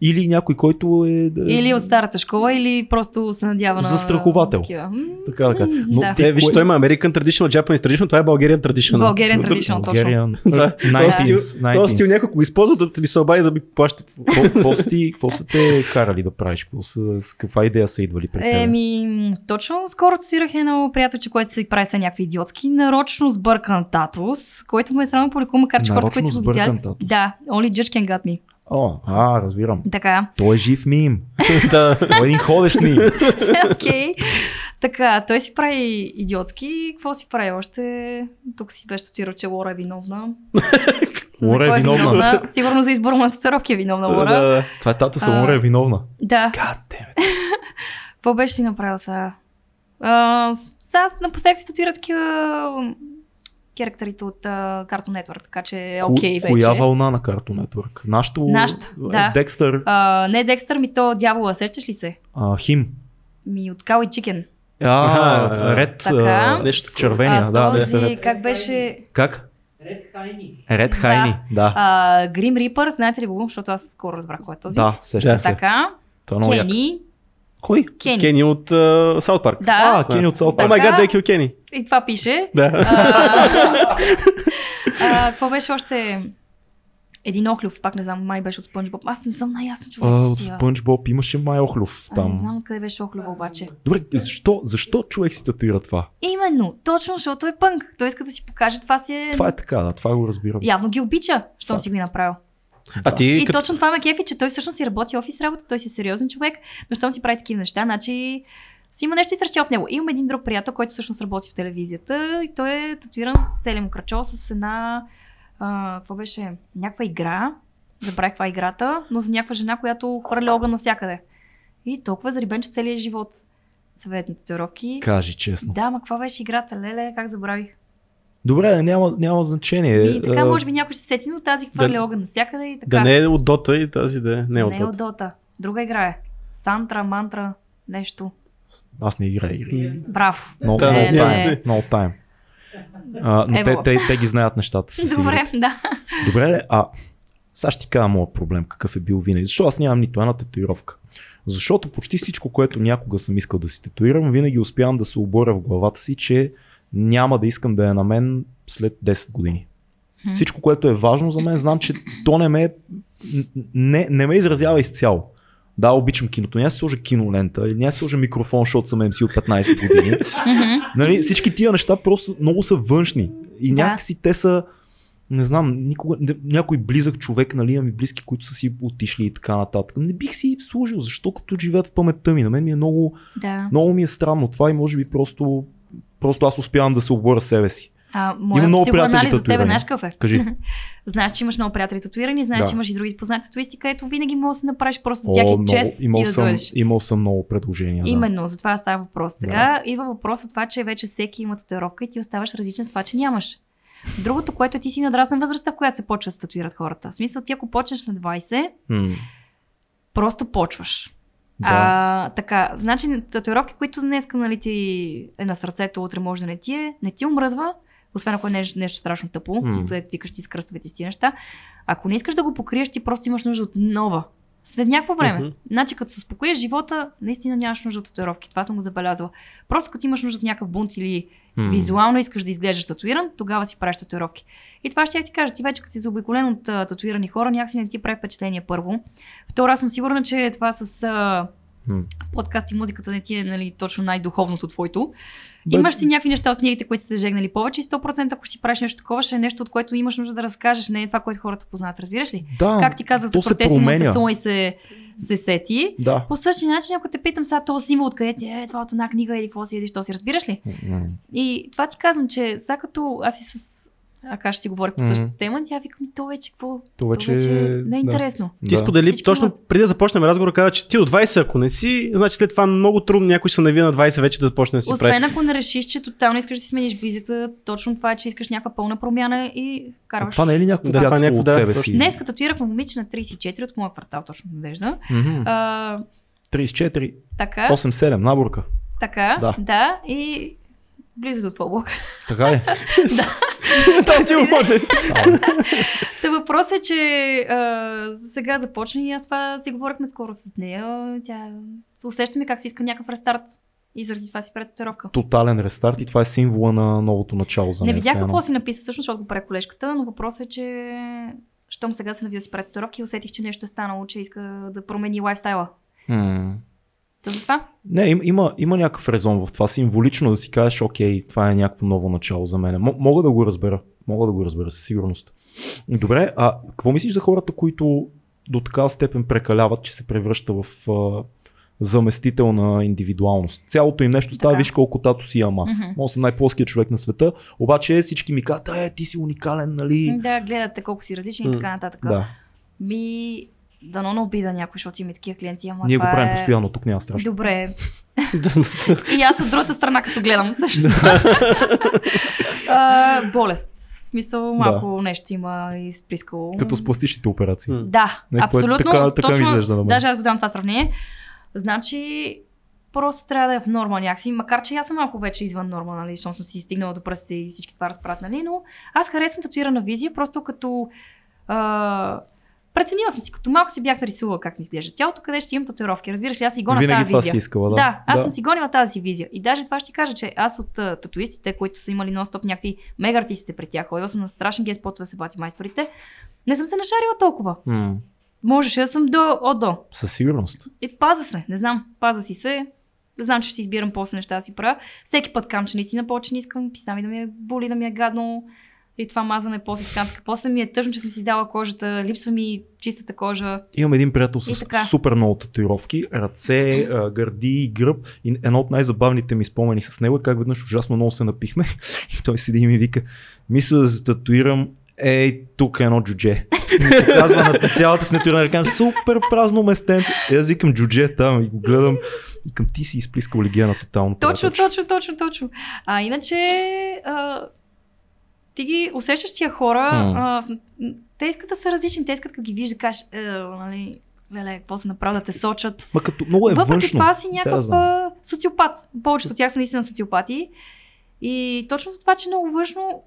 Или някой, който е... да- Е. или от старата школа, или просто се надява на... Застраховател. Такива. М, Така, така. м, Но да. Е, те- Те, Е, виж, Кое- той има American Traditional, Japanese Traditional, това е Bulgarian Traditional. Bulgarian Traditional, точно. Bulgarian, [LAUGHS] Да. uh, Този 19s, стил, този стил 19s. някой го използва да ми се обади да ми плаща. Какво- Какво са ти- какво са те карали да правиш? Какво са, с каква идея са идвали при теб? Еми, точно скоро цитирах едно приятелче, което се прави са някакви идиотски. Нарочно сбъркан татус, който му е срамно публикува, макар че хората, Нарочно които са го видяли. сбъркан татус. Да, only judge can got me. О, а, разбирам. Така, Той е жив [LAUGHS] мим. да. Той е един ходещ мим. окей. Така, той си прави идиотски. Какво си прави още? Тук си беше татуирал, че Лора е виновна. За [LAUGHS] Лора е кой виновна. Сигурно за избор на Царовки е виновна Да, Лора. да. Това е тато А. Салора е виновна. Да. God damn it. Какво беше си направил сега? А, сега напоследък се татуира такива керактерите от а, Cartoon Network, така че е Ко- окей вече. Коя вълна на Cartoon Network? е, Нашата? Нашата, да. Декстър. А, не Декстър, ми то дявола, сещаш ли се? а, Хим. Ми от Кал и Чикен. А, Аха, ред. така. а, Нещо такова. Червения, а, да. този, Декстър ред. как беше? Как? Ред Хайни. Ред Хайни, да. А, Грим Рипър, знаете ли го? Защото аз скоро разбрах кой е този. Да, сещам Да. се. Така, Това е много яко. Кени, Кой? Кени. Кени от а, Саут Парк. Да, А, Кени от Саут О Парк. май Така. гад, Дейкил Кени. и това [LAUGHS] пише. Да. А, а, какво беше още? Един охлюв, пак не знам, май беше от Спънчбоб. Аз не съм наясно човек. А, с от тия. Спънч Боб имаше май Охлюв А, не там. знам къде беше охлюва обаче. Е, Добре, защо, защо човек си татуира това? Именно, точно защото е пънк. Той иска да си покаже, това си е... Това е така, да, това го разбирам. Явно ги обича, щом Това- си го е направил. А ти И, като точно това ме кефи, че той всъщност си работи офис работа, той си е сериозен човек, но щом си прави такива неща, значи си има нещо изтрещало в него. Имам един друг приятел, който всъщност работи в телевизията и той е татуиран с целия му крачол, с една, а, какво беше, някаква игра, забравих каква е играта, но за някаква жена, която хвърля огън навсякъде. И толкова е зарибен, че целият живот съветни татуировки. Кажи честно. Да, ма каква беше играта, леле, как забравих. Добре, няма, няма значение. И така, А, може би някой ще се сети, но тази хвърля Е, да- огън навсякъде и така. да не е от Дота и тази да е. Не е от не е от Дота. Дота. Друга игра е. Сантра, мантра, нещо. Аз не играя игри. Браво. Много Да, no, не, time. не. No time. А, но те, Ево. те, те, ги знаят нещата си. [LAUGHS] Добре, да. Добре, а сега ще ти кажа моят проблем, какъв е бил винаги. Защо аз нямам нито една татуировка? Защото почти всичко, което някога съм искал да си татуирам, винаги успявам да се оборя в главата си, че няма да искам да е на мен след 10 години. Мгм. Всичко, което е важно за мен, знам, че то не ме, е- не, не ме изразява изцяло. Да, обичам киното. Няма да си сложа кинолента или няма да си сложа микрофон, защото съм MC от 15 години. Мгм. Нали, всички тия неща просто са- много са външни. И Да. някакси те са, не знам, никога, не- някой близък човек, нали, имам и близки, които са си отишли и така нататък. Не бих си служил, защо като живеят в паметта ми. На мен ми е много, да. много ми е странно това и може би просто, просто аз успявам да се оборя себе си. А, моя много психоанализ приятели за тебе, татуирани. знаеш какъв е? Кажи. [LAUGHS] Знаеш, че имаш много приятели татуирани, знаеш, Да. че имаш и други познати татуисти, където винаги можеш да си направиш просто за тях и чест и имал, да съм, дойдеш. имал съм много предложения. Да. Именно, за това става въпрос. Сега идва въпрос от това, че вече всеки има татуировка и ти оставаш различен с това, че нямаш. Другото, което е, ти си надрасна възрастта, в която се почва да се татуират хората. В смисъл, ти ако почнеш на 20, М, просто почваш. Да. А, така, значи татуировки, които днес нали ти е на сърцето, утре може да не ти е, не ти омръзва, освен ако е нещо, нещо страшно тъпо, е, М. mm. ти викаш ти с кръстовете си неща. Ако не искаш да го покриеш, ти просто имаш нужда от нова. След някакво време. Мгм. Значи, като се успокоя живота, наистина нямаш нужда от татуировки. Това съм го забелязала. Просто като имаш нужда от някакъв бунт или М. визуално искаш да изглеждаш татуиран, тогава си правиш татуировки. И това ще я ти кажа. Ти вече като си заобиколен от а, татуирани хора, някакси не ти прави впечатление първо. Второ, аз съм сигурна, че това с а, М. подкаст и музиката не ти е нали, точно най-духовното твоето. Бе- Имаш си някакви неща от книгите, които сте жегнали повече и 100% ако си правиш нещо такова, ще е нещо, от което имаш нужда да разкажеш, не е това, което хората познават, разбираш ли? Да, как ти казах, то се за протест променя. и се, се сети. да. По същия начин, ако те питам сега този символ, откъде ти е, това от една книга или какво си едиш, то си разбираш ли? М. И това ти казвам, че сега като аз и с Ака ще си говорих по Мгм. същата тема, тя вика ми, то вече какво? То То вече... вече не е интересно. Да. Ти Да. сподели, Всички точно имат. преди да започнем разговора, каза, че ти от 20, ако не си, значи след това много трудно някой ще се навие на 20 вече да започне да си прави. Освен ако не решиш, че тотално искаш да си смениш визита, точно това е, че искаш някаква пълна промяна и А карваш. това не е ли някакво Да, да, това е бягство някакво, от да, себе точно. си? Днес като туирахме момиче на 34 от моя квартал, точно надежда. Мгм. А, 34, така, 8-7, наборка. така, да. да. и близо до твоя блок. Така ли? Там ти умоте. А, [LAUGHS] Та въпросът е, че а, сега започна и аз това си говорихме скоро с нея. Тя усеща ми как си иска някакъв рестарт и заради това си прави татуировка. Тотален рестарт и това е символа на новото начало за Не нея. видях все едно. какво си написа всъщност, защото го прави колежката, но въпросът е, че щом сега се навия си прави татуировки, усетих, че нещо е станало, че иска да промени лайфстайла. М. Та затова Не, им, има, има някакъв резон в това. Символично да си кажеш, окей, това е някакво ново начало за мен. М- мога да го разбера. Мога да го разбера със сигурност. Добре, а какво мислиш за хората, които до такава степен прекаляват, че се превръща в а, заместител на индивидуалност? Цялото им нещо става, Така. виж колко тато си имам аз. Мгм. Може да съм най-плоският човек на света, обаче всички ми казват, е, ти си уникален, нали? да гледате колко си различни и М, така нататък. Да, Ми, дано не обида някой, защото има и такива клиенти, ама ние го това правим е... постоянно, тук няма страшно. [LAUGHS] Добре. и аз от другата страна, като гледам също. а, болест. В смисъл, малко нещо има изплискало. Като с пластичните операции. М. Да, Някакво е абсолютно. така- така ми точно, изглежда на мен. Даже аз го знам това сравнение. Значи, просто трябва да е в норма някакси, макар че аз съм малко вече извън норма, нали, защото съм си стигнала до пръстите и всички това разпрат, нали, но аз харесвам татуирана визия, просто като а, преценила съм си, като малко си бях нарисувала как ми изглежда тялото, къде ще имам татуировки, разбираш ли, аз си гоня Винаги тази това визия. си искала, да. Да, аз съм си гонила тази си визия. И даже това ще ти кажа, че аз от а, татуистите, които са имали нон-стоп някакви мега артистите при тях, ходила съм на страшен геспот да се бати майсторите, не съм се нашарила толкова. М, Можеше да съм до ОДО. Със сигурност. Е, паза се, не знам, паза си се. Знам, че ще си избирам после неща да си правя. Всеки път кам, че наистина повече не искам, писна ми да ми е боли, да ми е гадно. И това мазане после така, така. После ми е тъжно, че съм си дала кожата, липсва ми чистата кожа. Имам един приятел И с така. супер много татуировки, ръце, а, гърди и гръб. И едно от най-забавните ми спомени с него е как веднъж ужасно много се напихме. [LAUGHS] И той седи и ми вика, мисля да зататуирам ей, тук е едно джудже. И ми показва на цялата с натурна ръка, супер празно местенце. И аз викам джудже там и го гледам. И към ти си изплискал легена тотално. Точно, приятелче. точно, точно, точно. А иначе а, ти ги усещаш тия хора, М. а, м, те искат да са различни, те искат като ги виждаш да кажеш, е, нали, Леле, какво се направи да те сочат? Ма като много е Въпреки външно. това си Да, някакъв знам. да социопат. Повечето от тях са наистина социопати. И точно за това, че е много външно,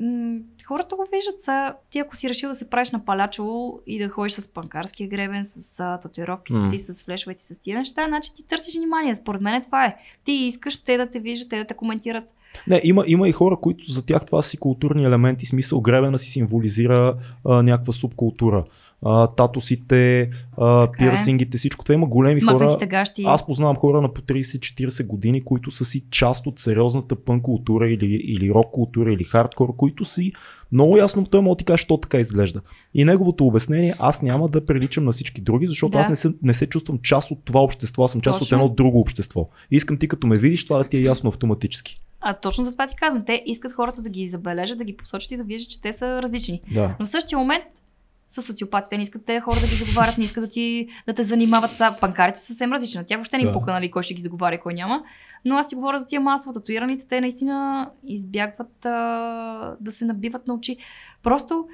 м- хората го виждат. Са, ти ако си решил да се правиш на палячо и да ходиш с панкарския гребен, с а, татуировките М. ти, с флешовете, с тия неща, значи ти търсиш внимание. Според мен това е. Ти искаш те да те виждат, те да те коментират. Не, има, има и хора, които за тях това си културни елементи, смисъл гребена си символизира а, някаква субкултура. А, татусите, а, Така е. пирсингите, всичко това има големи хора. Смъкнатите гащи. Аз познавам хора на по 30-40 години, които са си част от сериозната пън култура или, или рок култура или хардкор, които си много ясно той може да ти каже, що така изглежда. И неговото обяснение, аз няма да приличам на всички други, защото Да. аз не се, не се чувствам част от това общество, аз съм част Точно. от едно друго общество. И искам ти като ме видиш, това да ти е ясно автоматически. А точно за това ти казвам. Те искат хората да ги забележат, да ги посочат и да виждат, че те са различни. Да. Но в същия момент са социопатите. Те не искат те хора да ги заговарят, не искат да, ти, да те занимават. Са, панкарите са съвсем различни. Тя въобще не им Да. пука, нали, кой ще ги заговаря и кой няма. Но аз ти говоря за тия масово татуираните. Те наистина избягват а, да се набиват на очи. Просто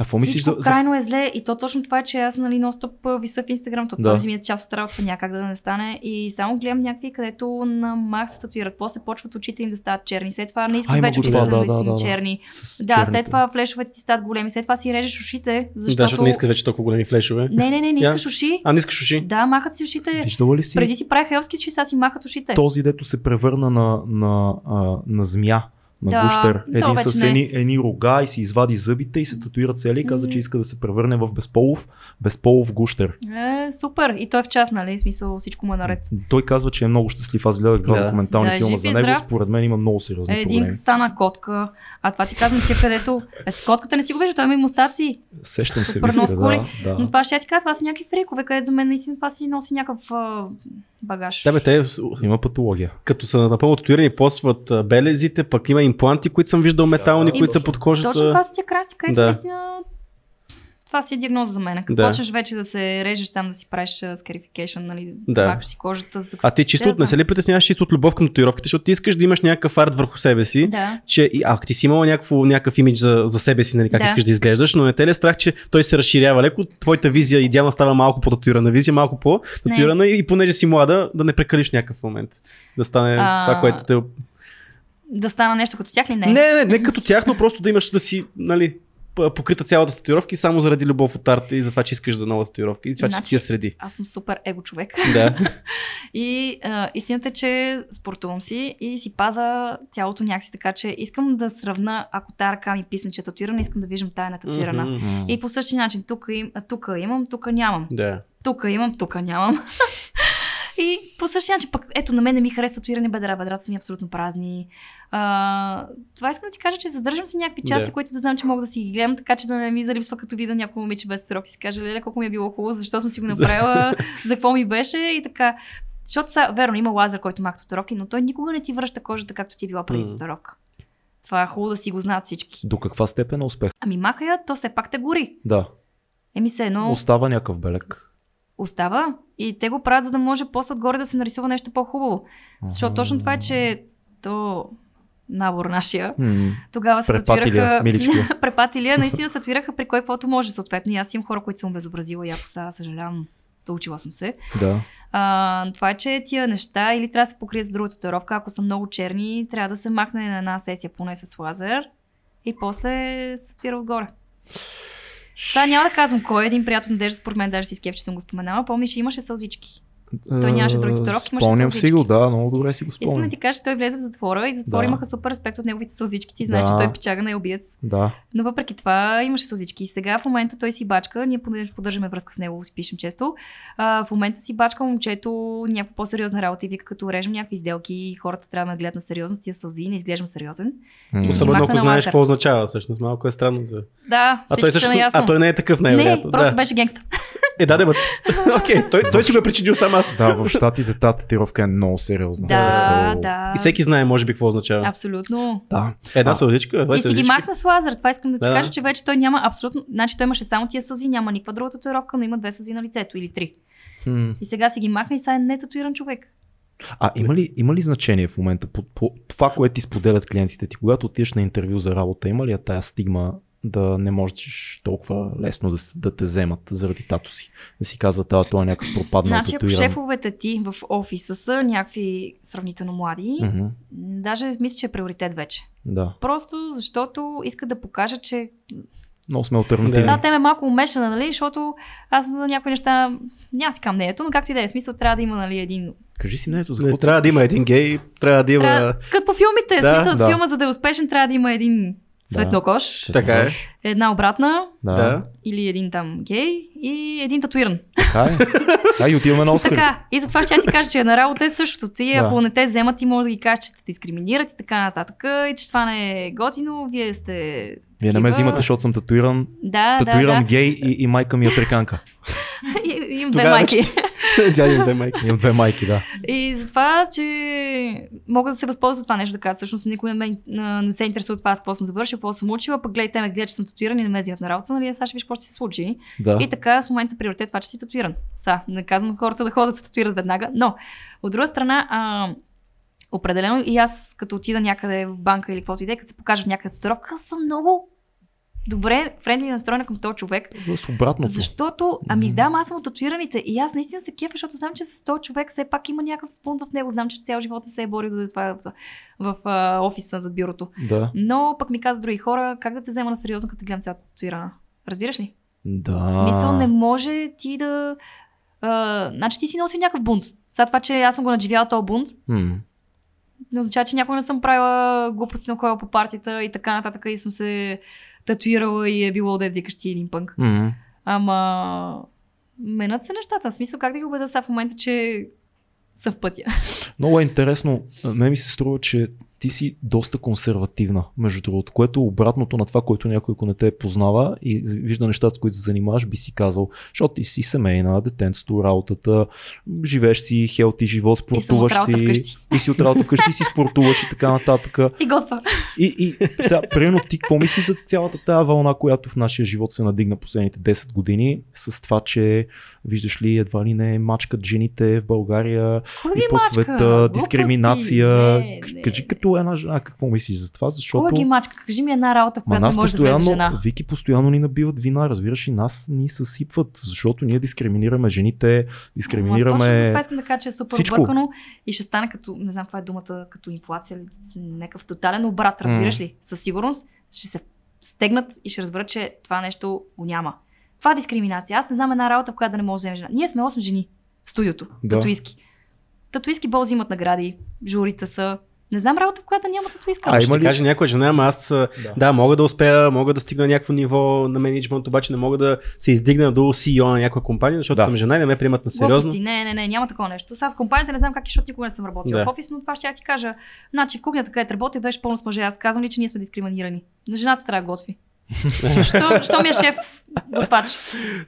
А какво мислиш Всичко за, за, за... крайно е зле и то точно това е, че аз нали нон-стоп а, виса в Инстаграм, то Да. това да. ми е част от работата, някак да не стане. И само гледам някакви, където на мах се татуират, после почват очите им да стават черни, след това не А, искам има го вече очите това, да, да, да, да, да, да, да. черни. с Да, черните? след това флешовете ти стават големи, след това си режеш ушите, Защото... защото... Да, защото не искаш вече толкова големи флешове. не, не, не, не Я. искаш уши. А, не искаш уши? Да, махат си ушите. Виждала ли си Преди си правих елски уши, сега си махат ушите. този, дето се превърна на, на, а, на змия? На Да, гущер. то Един вече с не. е. едни, едни рога и си извади зъбите и се татуира цели и каза, че М. иска да се превърне в безполов, безполов гущер. Е, супер. И той е в час, нали? В смисъл всичко му е наред. Той казва, че е много щастлив. Аз гледах два Да. документални Да, филма жив за и него. здрав. Според мен има много сериозни Е, Един проблеми. стана котка, а това ти казвам, че където... Е, с котката не си го вижда, той има и мустаци. Сещам се, Пръвно вижте, с коли. да, Но да. това ще я ти кажа, това са някакви фрикове, където за мен наистина това си носи някакъв а, багаж. Да, бе, те с- Има патология. като са напълно татуирани, посват а, белезите, пък има импланти, които съм виждал метални, Да, които са точно. под кожата. Точно това са тия красти, където Да. да. наистина това си е диагноза за мен. Като Да. почнеш вече да се режеш там, да си правиш а, скарификейшън, нали, Да. да. махаш си кожата. За... А ти чисто Да, от не се ли притесняваш чисто от любов към татуировките, защото ти искаш да имаш някакъв арт върху себе си, Да. че и- ако ти си имала някакво, някакъв имидж за, за себе си, нали, как Да. искаш да изглеждаш, но не те ли е страх, че той се разширява леко, твоята визия идеална става малко по-татуирана визия, малко по-татуирана и, и понеже си млада, да не прекалиш някакъв момент. Да стане А, това, което те... Да стана нещо като тях ли? Не. Не, не, не, не като тях, но просто да имаш да си, нали, п- покрита цялата с татуировки само заради любов от арта и за това, че искаш за нова татуировка и това, че Значи- ти я среди. Аз съм супер его човек. Да. И а, истината е, че спортувам си и си паза тялото някакси така, че искам да сравна, ако тая ръка ми писне, че е татуирана, искам да виждам тая не [LAUGHS] татуирана. Мгм. И по същия начин, тук, им, тук имам, тук нямам. Да. Тук имам, тук нямам. И по същия начин, пък ето на мен не ми харесва татуирани бедра, бедрата са ми абсолютно празни. А, това искам да ти кажа, че задържам си някакви части, Да. които да знам, че мога да си ги гледам, така че да не ми залипсва като вида някой момиче без сироп и си каже, леле, колко ми е било хубаво, защо съм си го направила, за какво ми беше и така. Защото са, верно, има лазер, който маха татуировки, но той никога не ти връща кожата, както ти е била преди М. татуировка. Това е хубаво да си го знаят всички. До каква степен е успех? Ами маха я, то все пак те гори. Да. Еми се едно Остава някакъв белек. остава и те го правят, за да може после отгоре да се нарисува нещо по-хубаво. Защото точно това е, че то набор нашия, М, тогава се Препатилия, татуираха... [LAUGHS] миличкия. Препатилия, наистина се татуираха при кой каквото може, съответно. И аз имам хора, които съм обезобразила, яко сега, съжалявам, доучила съм се. Да. А, това е, че тия неща или трябва да се покрият с друга татуировка, ако са много черни, трябва да се махне на една сесия поне с лазер и после се татуира отгоре. Сега няма да казвам кой е един приятел надежда, според мен даже си скеф, че съм го споменала. Помниш, имаше сълзички. Той нямаше други татуировки, имаше Спомням сълзички. си го, да, много добре си го Искам да спомням. ти кажа, че той е влезе в затвора и в затвора Да. имаха супер респект от неговите сълзички. Ти знаеш, Да. че той е печага на убиец. Да. Но въпреки това имаше сълзички. И сега в момента той си бачка. Ние понеже поддържаме връзка с него, си пишем често. А, в момента си бачка момчето някаква по-сериозна работа и вика, като режем някакви изделки и хората трябва да ме гледат на сериозност, тия сълзи, не изглеждам сериозен. М. Искам Особено махна ако на знаеш лазер. какво означава, всъщност. Малко е странно. За... Да, А, той всички са също... наясно. а той не е такъв, не, най-вероятно. просто да. беше генгста. Е, да, да, [LAUGHS] бе. Окей, той, той си го е причинил сам аз. Да, [LAUGHS] в щатите тази татировка е много сериозна. Да, Смисъл, да. И всеки знае, може би, какво означава. Е, Абсолютно. да. Една А. сълзичка. две И си ги сълзички. махна с лазер. Това искам да ти Да, да. кажа, че вече той няма абсолютно. Значи той имаше само тия сълзи, няма никаква друга татуировка, но има две сълзи на лицето или три. М. И сега си ги махна и сега е нетатуиран човек. А има ли, има ли значение в момента по, по, това, което ти споделят клиентите ти, когато отидеш на интервю за работа, има ли я тая стигма да не можеш толкова лесно да, с- да те вземат заради тато си? Да си казват, а той е някакъв пропаднал значи, ако татуиран. шефовете ти в офиса са някакви сравнително млади, Мгм, даже мисля, че е приоритет вече. Да, Просто защото искат да покажат, че много сме альтернативни. да, тема е малко умешана, нали? Защото аз за някои неща няма да си кам мнението, но както и да е смисъл, трябва да има нали, един. Кажи си мнението за Не, какво трябва да има един гей, трябва да Трябва... има... Като по филмите, Е, Да, смисъл да. да. филма, за да е успешен, трябва да има един цветнокош, Че Така е. можеш. една обратна Да. Да. или един там гей и един татуиран. Така е. Да, и отиваме на Оскар. Така, и затова ще я ти кажа, че на работа е същото. Ти, Да. ако не те вземат, ти може да ги кажеш, че те дискриминират и така нататък, и че това не е готино, вие сте... Вие не ме такива. взимате, защото съм татуиран, Да, татуиран да, гей и, и майка ми е африканка. да. [LAUGHS] И, и имам две Тогава майки. [LAUGHS] Тя ни даде майка. Имам две майки, да. И затова, че мога да се възползвам от това нещо, да кажа. Всъщност никой не, ме, а, не се интересува от това, аз какво съм завършила, какво съм учила, пък гледай, те ме гледат, че съм татуиран и не ме взимат на работа, нали? а Сега ще виж какво ще се случи. да. И така с момента приоритет това, че си татуиран. Са, не казвам хората да ходят да се татуират веднага, но от друга страна, а, е, определено и аз като отида някъде в банка или каквото иде, като се покажа някъде татуировка, аз съм много добре френдли настроена към този човек. С обратното. Защото, ами да, ама аз съм от татуираните и аз наистина се кефа, защото знам, че с този човек все пак има някакъв пункт в него. Знам, че цял живот не се е борил да е това в, в, а, офиса зад бюрото. Да. Но пък ми каза други хора, как да те взема на сериозно, като те гледам цялата татуирана. Разбираш ли? Да. В смисъл не може ти да... А, значи ти си носил някакъв бунт. Сега това, че аз съм го надживяла този бунт, М. не означава, че някога не съм правила глупости на коя по партията и така нататък и съм се татуирала и е било да викаш ти един пънк. М. Ама менят се нещата. В смисъл как да ги убеда сега в момента, че са в пътя. [LAUGHS] Много е интересно. Ме ми се струва, че ти си доста консервативна, между другото, което е обратното на това, което някой, ако не те е познава и вижда нещата, с които се занимаваш, би си казал, защото ти си семейна, детенцето, работата, живееш си, хелти живот, от спортуваш си. работа вкъщи. И си от работа вкъщи, и си спортуваш и така нататък. И готва. И, и сега, примерно ти, какво мислиш за цялата тази вълна, която в нашия живот се надигна последните 10 години с това, че виждаш ли, едва ли не мачкат жените в България, Кой и ги по Ами, мачка? света, Глупости. дискриминация. Не, К- не, Кажи не. като една жена, какво мислиш за това, Кой защото ги мачка? Кажи ми една работа, в Ма която не нас може да влезе постоянно, жена. Вики постоянно ни набиват вина, разбираш и нас ни съсипват, защото ние дискриминираме жените, Ама точно за това дискриминираме... искам да кажа, че е супер всичко. объркано и ще стане като, не знам каква е думата, като инфлация или някакъв тотален обрат, разбираш ли? Със сигурност ще се стегнат и ще разберат, че това нещо го няма. Това е дискриминация. Аз не знам една работа, в която да не може да вземе жена. Ние сме 8 жени в студиото, Да. да. татуистки. Татуистки бол взимат награди, журите са. Не знам работа, в която няма татуистка. А, А, има ще ли- ли... каже някоя жена, ама аз да. да, мога да успея, мога да стигна някакво ниво на менеджмент, обаче не мога да се издигна до CEO на някоя компания, защото Да. да. съм жена и не ме приемат на сериозно. Глупости. Не, не, не, няма такова нещо. Сега с компанията не знам как, е, защото никога не съм работила Да. да. в офис, но това ще я ти кажа. Значи в кухнята, където работих, беше пълно с мъже. Аз казвам ли, че ние сме дискриминирани. На жената трябва да готви. що, що ми е шеф готвач?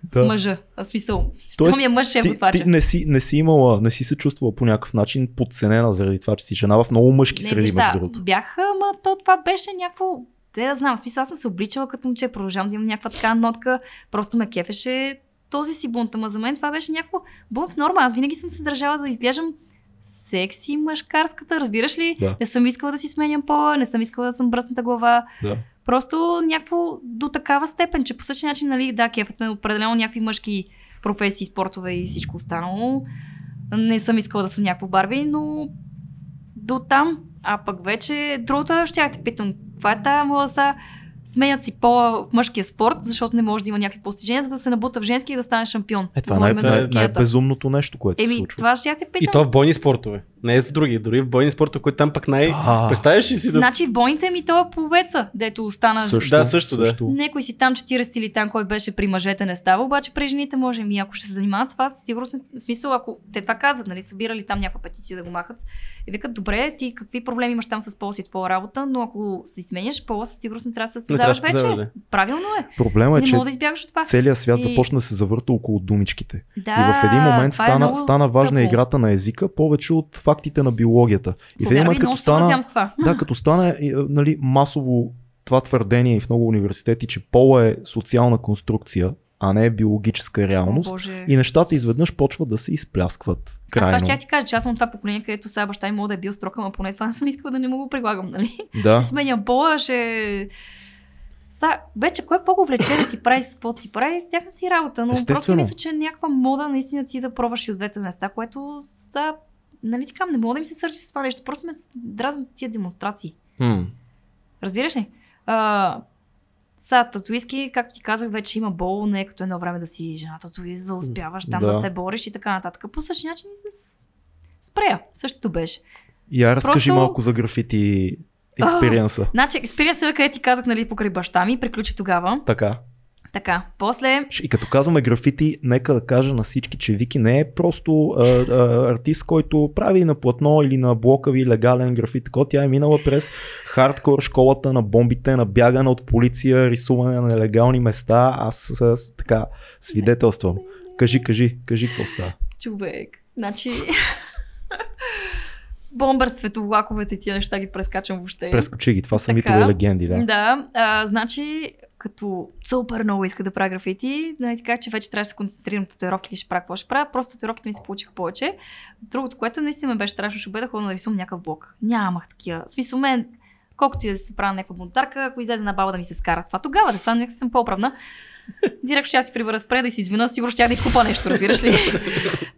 Да. Мъжа. А смисъл. Тоест, що ми е мъж шеф Ти, ти готвача? не, си, не си имала, не си се чувствала по някакъв начин подценена заради това, че си жена в много мъжки Не, среди, виж, между да, другото. Бях, ама то това беше някакво. Те да знам, в смисъл аз съм се обличала като момче, продължавам да имам някаква така нотка, просто ме кефеше този си бунт, ама за мен това беше някакво бунт в норма. Аз винаги съм се държала да изглеждам секси мъжкарската, разбираш ли? Да. Не съм искала да си сменям пола, не съм искала да съм бръсната глава. Да. Просто някакво до такава степен, че по същия начин, нали, да, кефът ме определено някакви мъжки професии, спортове и всичко останало. Не съм искала да съм някакво барби, но до там. А пък вече другото ще я те питам, каква е тази мласа? Сменят си пола в мъжкия спорт, защото не може да има някакви постижения, за да се набута в женски и да стане шампион. Е, това е най- Говорим за най- такива. най-безумното нещо, което се Еми, случва. това ще я те И питам. то в бойни спортове. Не в други, дори в бойни спортове, които там пък най... е Да. Представяш ли си да... Значи в бойните ми то е повеца, дето остана Да, също, да. Некой си там 40 или там, кой беше при мъжете, не става, обаче при жените може. И ако ще се занимават с това, със сигурност, не- в смисъл, ако те това казват, нали, събирали там някаква петиция да го махат, и викат, добре, ти какви проблеми имаш там с пол си твоя работа, но ако си сменяш пола, със сигурност не трябва да се Не трябва да състезаваш се вече. състезаваш, Правилно е. Проблема е, Ти не че мога да избягаш от това. целият свят И- започна да се завърта около думичките. Да, и в един момент това е стана, много стана важна тъпо. играта на езика повече от фактите на биологията. И в Повярвай, един момент като много се стана, съобразявам с това. да, като стана е, е, нали, масово това твърдение и в много университети, че пола е социална конструкция, а не е биологическа О, реалност. Боже. И нещата изведнъж почват да се изпляскват. Аз това Крайно. ще я ти кажа, че аз съм от това поколение, където сега баща ми мога да е бил строк, ама поне това не съм искала да не мога го прилагам, нали? Да. Ще си сменям пола, ще... Са, вече кой по-го влече да си прави с каквото си прави, тяхна си работа. Но просто Естествено. мисля, че е някаква мода наистина ти да пробваш и от двете места, което са... Нали така, не мога да им се сърчи с това нещо. Просто ме дразнат тия демонстрации. М. Разбираш ли? А, са, татуиски, както ти казах, вече има бол, не е като едно време да си жена татуист, да успяваш там да, Да. се бориш и така нататък. По същия начин и с спрея. Същото беше. И я разкажи Просто- малко за графити експириенса. Значи, експириенсът, където ти казах, нали, покрай баща ми, приключи тогава. Така. Така, после И като казваме графити, нека да кажа на всички, че Вики не е просто а, а, артист, който прави на платно или на блока ви легален графит. Тако тя е минала през хардкор школата на бомбите, на бягане от полиция, рисуване на нелегални места. Аз с, с, така свидетелствам. Кажи, кажи, кажи какво става. човек. Значи... [LAUGHS] Бомбър, световлаковете, тия неща ги прескачам въобще. Прескочи ги, това са Е. Така. митове легенди, да. Да, а, значи като супер много иска да правя графити, нали така, че вече трябваше да се концентрирам татуировки или ще правя какво ще правя, просто татуировките ми се получиха повече. Другото, което наистина ме беше страшно, ще бъде да ходя да нарисувам някакъв блок. Нямах такива. В смисъл мен, колкото и да се правя някаква бунтарка, ако излезе на баба да ми се скара това, тогава да съм, нека съм по-оправна. Директно ще я си прибера спре да си извина, сигурно ще я да и купа нещо, разбираш ли?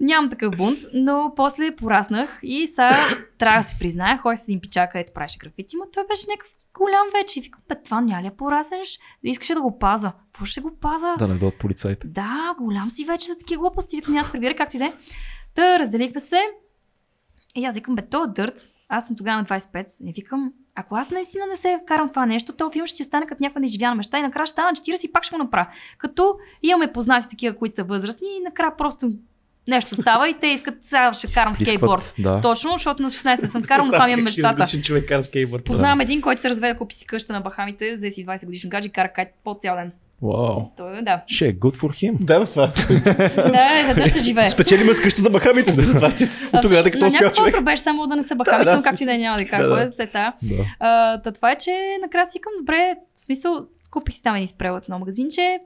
Нямам такъв бунт, но после пораснах и сега трябва да си призная, хой с един пичак, където правеше графити, но той беше някакъв голям вече. И викам, бе, това няма ли да пораснеш? Искаше да го паза. Какво ще го паза? Да не дойдат полицайите. Да, голям си вече за такива глупости. Викам, аз прибира както и да е. Та, разделихме се. И аз викам, бе, то е дърт. Аз съм тогава на 25. Не викам, ако аз наистина не се карам в това нещо, то филм ще си остане като някаква неживяна мечта и накрая ще стана на 40 и пак ще го направя. Като имаме познати такива, които са възрастни и накрая просто нещо става и те искат, сега ще карам Изплискват, скейтборд. Да. Точно, защото на 16 не съм карал, но това ми е мечтата. човек кара скейтборд. Познавам един, който се разведе, купи си къща на Бахамите, за си 20 годишно гадже и кара кайт по цял ден. Вау. Той е, да. Ще е good for him. Да, бе, това. Да, е, веднъж ще живее. Спечели ме с къща за бахамите, сме за това. От тогава, всъщност, като на успял някакъв човек. остров беше само да не се бахами, Да, да, да, както и да е, няма да кажа, Да, да, да. да. сета. Да. А, та това е, че накрая си викам, добре, в смисъл, купих си там един спрел от едно магазинче,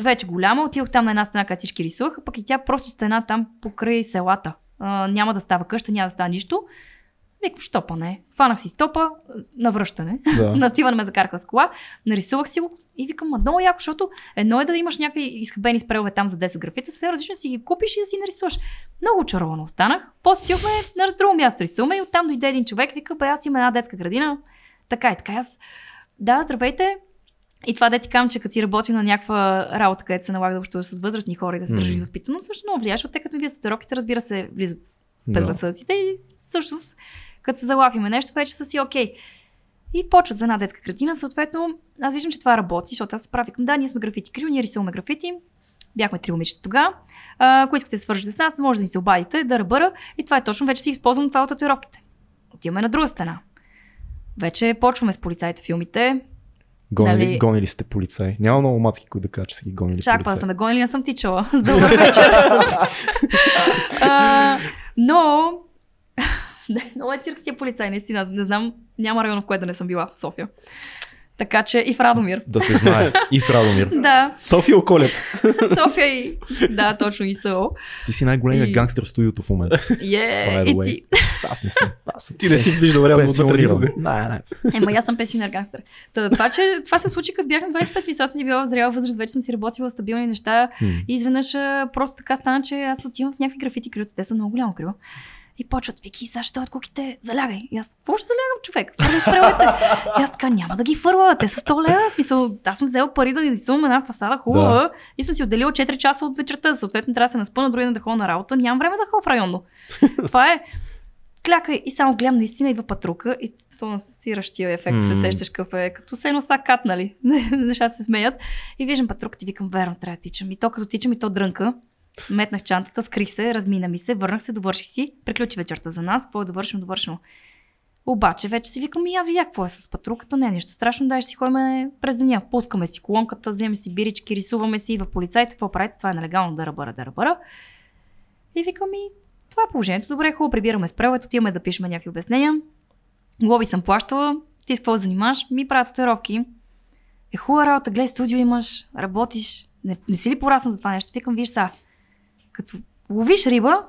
вече голяма, отидох там на една стена, където всички рисуваха, пък и тя просто стена там покрай селата. А, няма да става къща, няма да става нищо. Викам, що па не. Фанах си стопа а, на връщане. [LAUGHS] Да. Нативане ме закараха с кола, нарисувах си го и викам, ма много яко, защото едно е да имаш някакви изхабени спрелове там за 10 графита, съвсем различно си ги купиш и да си нарисуваш. Много очарована останах. После отидохме на друго място рисуваме и оттам дойде един човек, вика, бе, аз имам една детска градина. Така и така, е, аз. Да, здравейте. И това да ти кам, че като си работил на някаква работа, където се налага да общуваш с възрастни хора и да се държиш Мгм. възпитано, всъщност много влияеш, защото те като ми вие татуировките, разбира се, влизат с Да. предразсъдците и всъщност, като се залафиме нещо, вече са си окей. И почват за една детска градина. Съответно, аз виждам, че това работи, защото аз се правя към да, ние сме графити крил, ние рисуваме графити. Бяхме три момичета тогава. А, Ако искате да свържете с нас, може да ни се обадите, да ръбъра. И това е точно, вече си използвам това от татуировките. Отиваме на друга страна. Вече почваме с полицаите филмите. Гонили, Нали- гонили сте полицаи. Няма много мацки, които да кажат, че са ги гонили Чаква да полицаи. съм ме гонили, не съм тичала. [LAUGHS] Дълга вечер. А, но... [LAUGHS] Да, Много е цирк си е полицай, наистина. Не знам, няма район, в което да не съм била. София. Така че и в Радомир. Да се [LAUGHS] знае. И в Радомир. Да, [LAUGHS] София Околет. София и... Да, точно и СО. Ти си най-големия И- гангстер в студиото в момента. [LAUGHS] By Е, the и way. ти. Аз не съм. Аз съм. Е, Ти не си виждал реално отвътре пенсиониран. никога. Не, не. Ема, и аз съм пенсионер гангстер. Та, това, че, това се случи, като бях на 25 смисъл, аз съм си била в зряла възраст, вече съм си работила стабилни неща, М. И изведнъж а, просто така стана, че аз отивам в някакви графити крилца. Те са много голямо крило. И почват, Вики, сега ще дойдат куките, залягай. И аз, какво ще залягам, човек? Фърли спрелете. И аз така, няма да ги фърла, те са 100 лева. В Смисъл, аз съм взела пари да рисувам една фасада хубава Да. и съм си отделила 4 часа от вечерта. Съответно, трябва да се наспъна, други ден да ходя на работа. Нямам време да ходя в районно. Това е. Кляка и само гледам, наистина идва патрука и то на сиращия ефект М. се сещаш какъв е. Като се едно са катнали. [LAUGHS] Нещата се смеят. И виждам патруката и викам, верно, трябва да тичам. И то като тичам и то дрънка. Метнах чантата, скрих се, размина ми се, върнах се, довърших си. Приключи вечерта за нас, какво е довършено, довършено. Обаче вече си викам и аз видях какво е с патруката, не е нищо страшно, дай ще си ходим през деня. Пускаме си колонката, вземем си бирички, рисуваме си, идва полицайите, какво правите, това е нелегално, да ръбъра, да ръбъра. И викам и това е положението, добре, хубаво, прибираме спрелът, отиваме да пишем някакви обяснения. Глоби съм плащала, ти с какво се занимаваш, ми правят татуировки. Е хубава работа, гледай студио имаш, работиш, не, не си ли порасна за това нещо? Викам, виж са, като ловиш риба,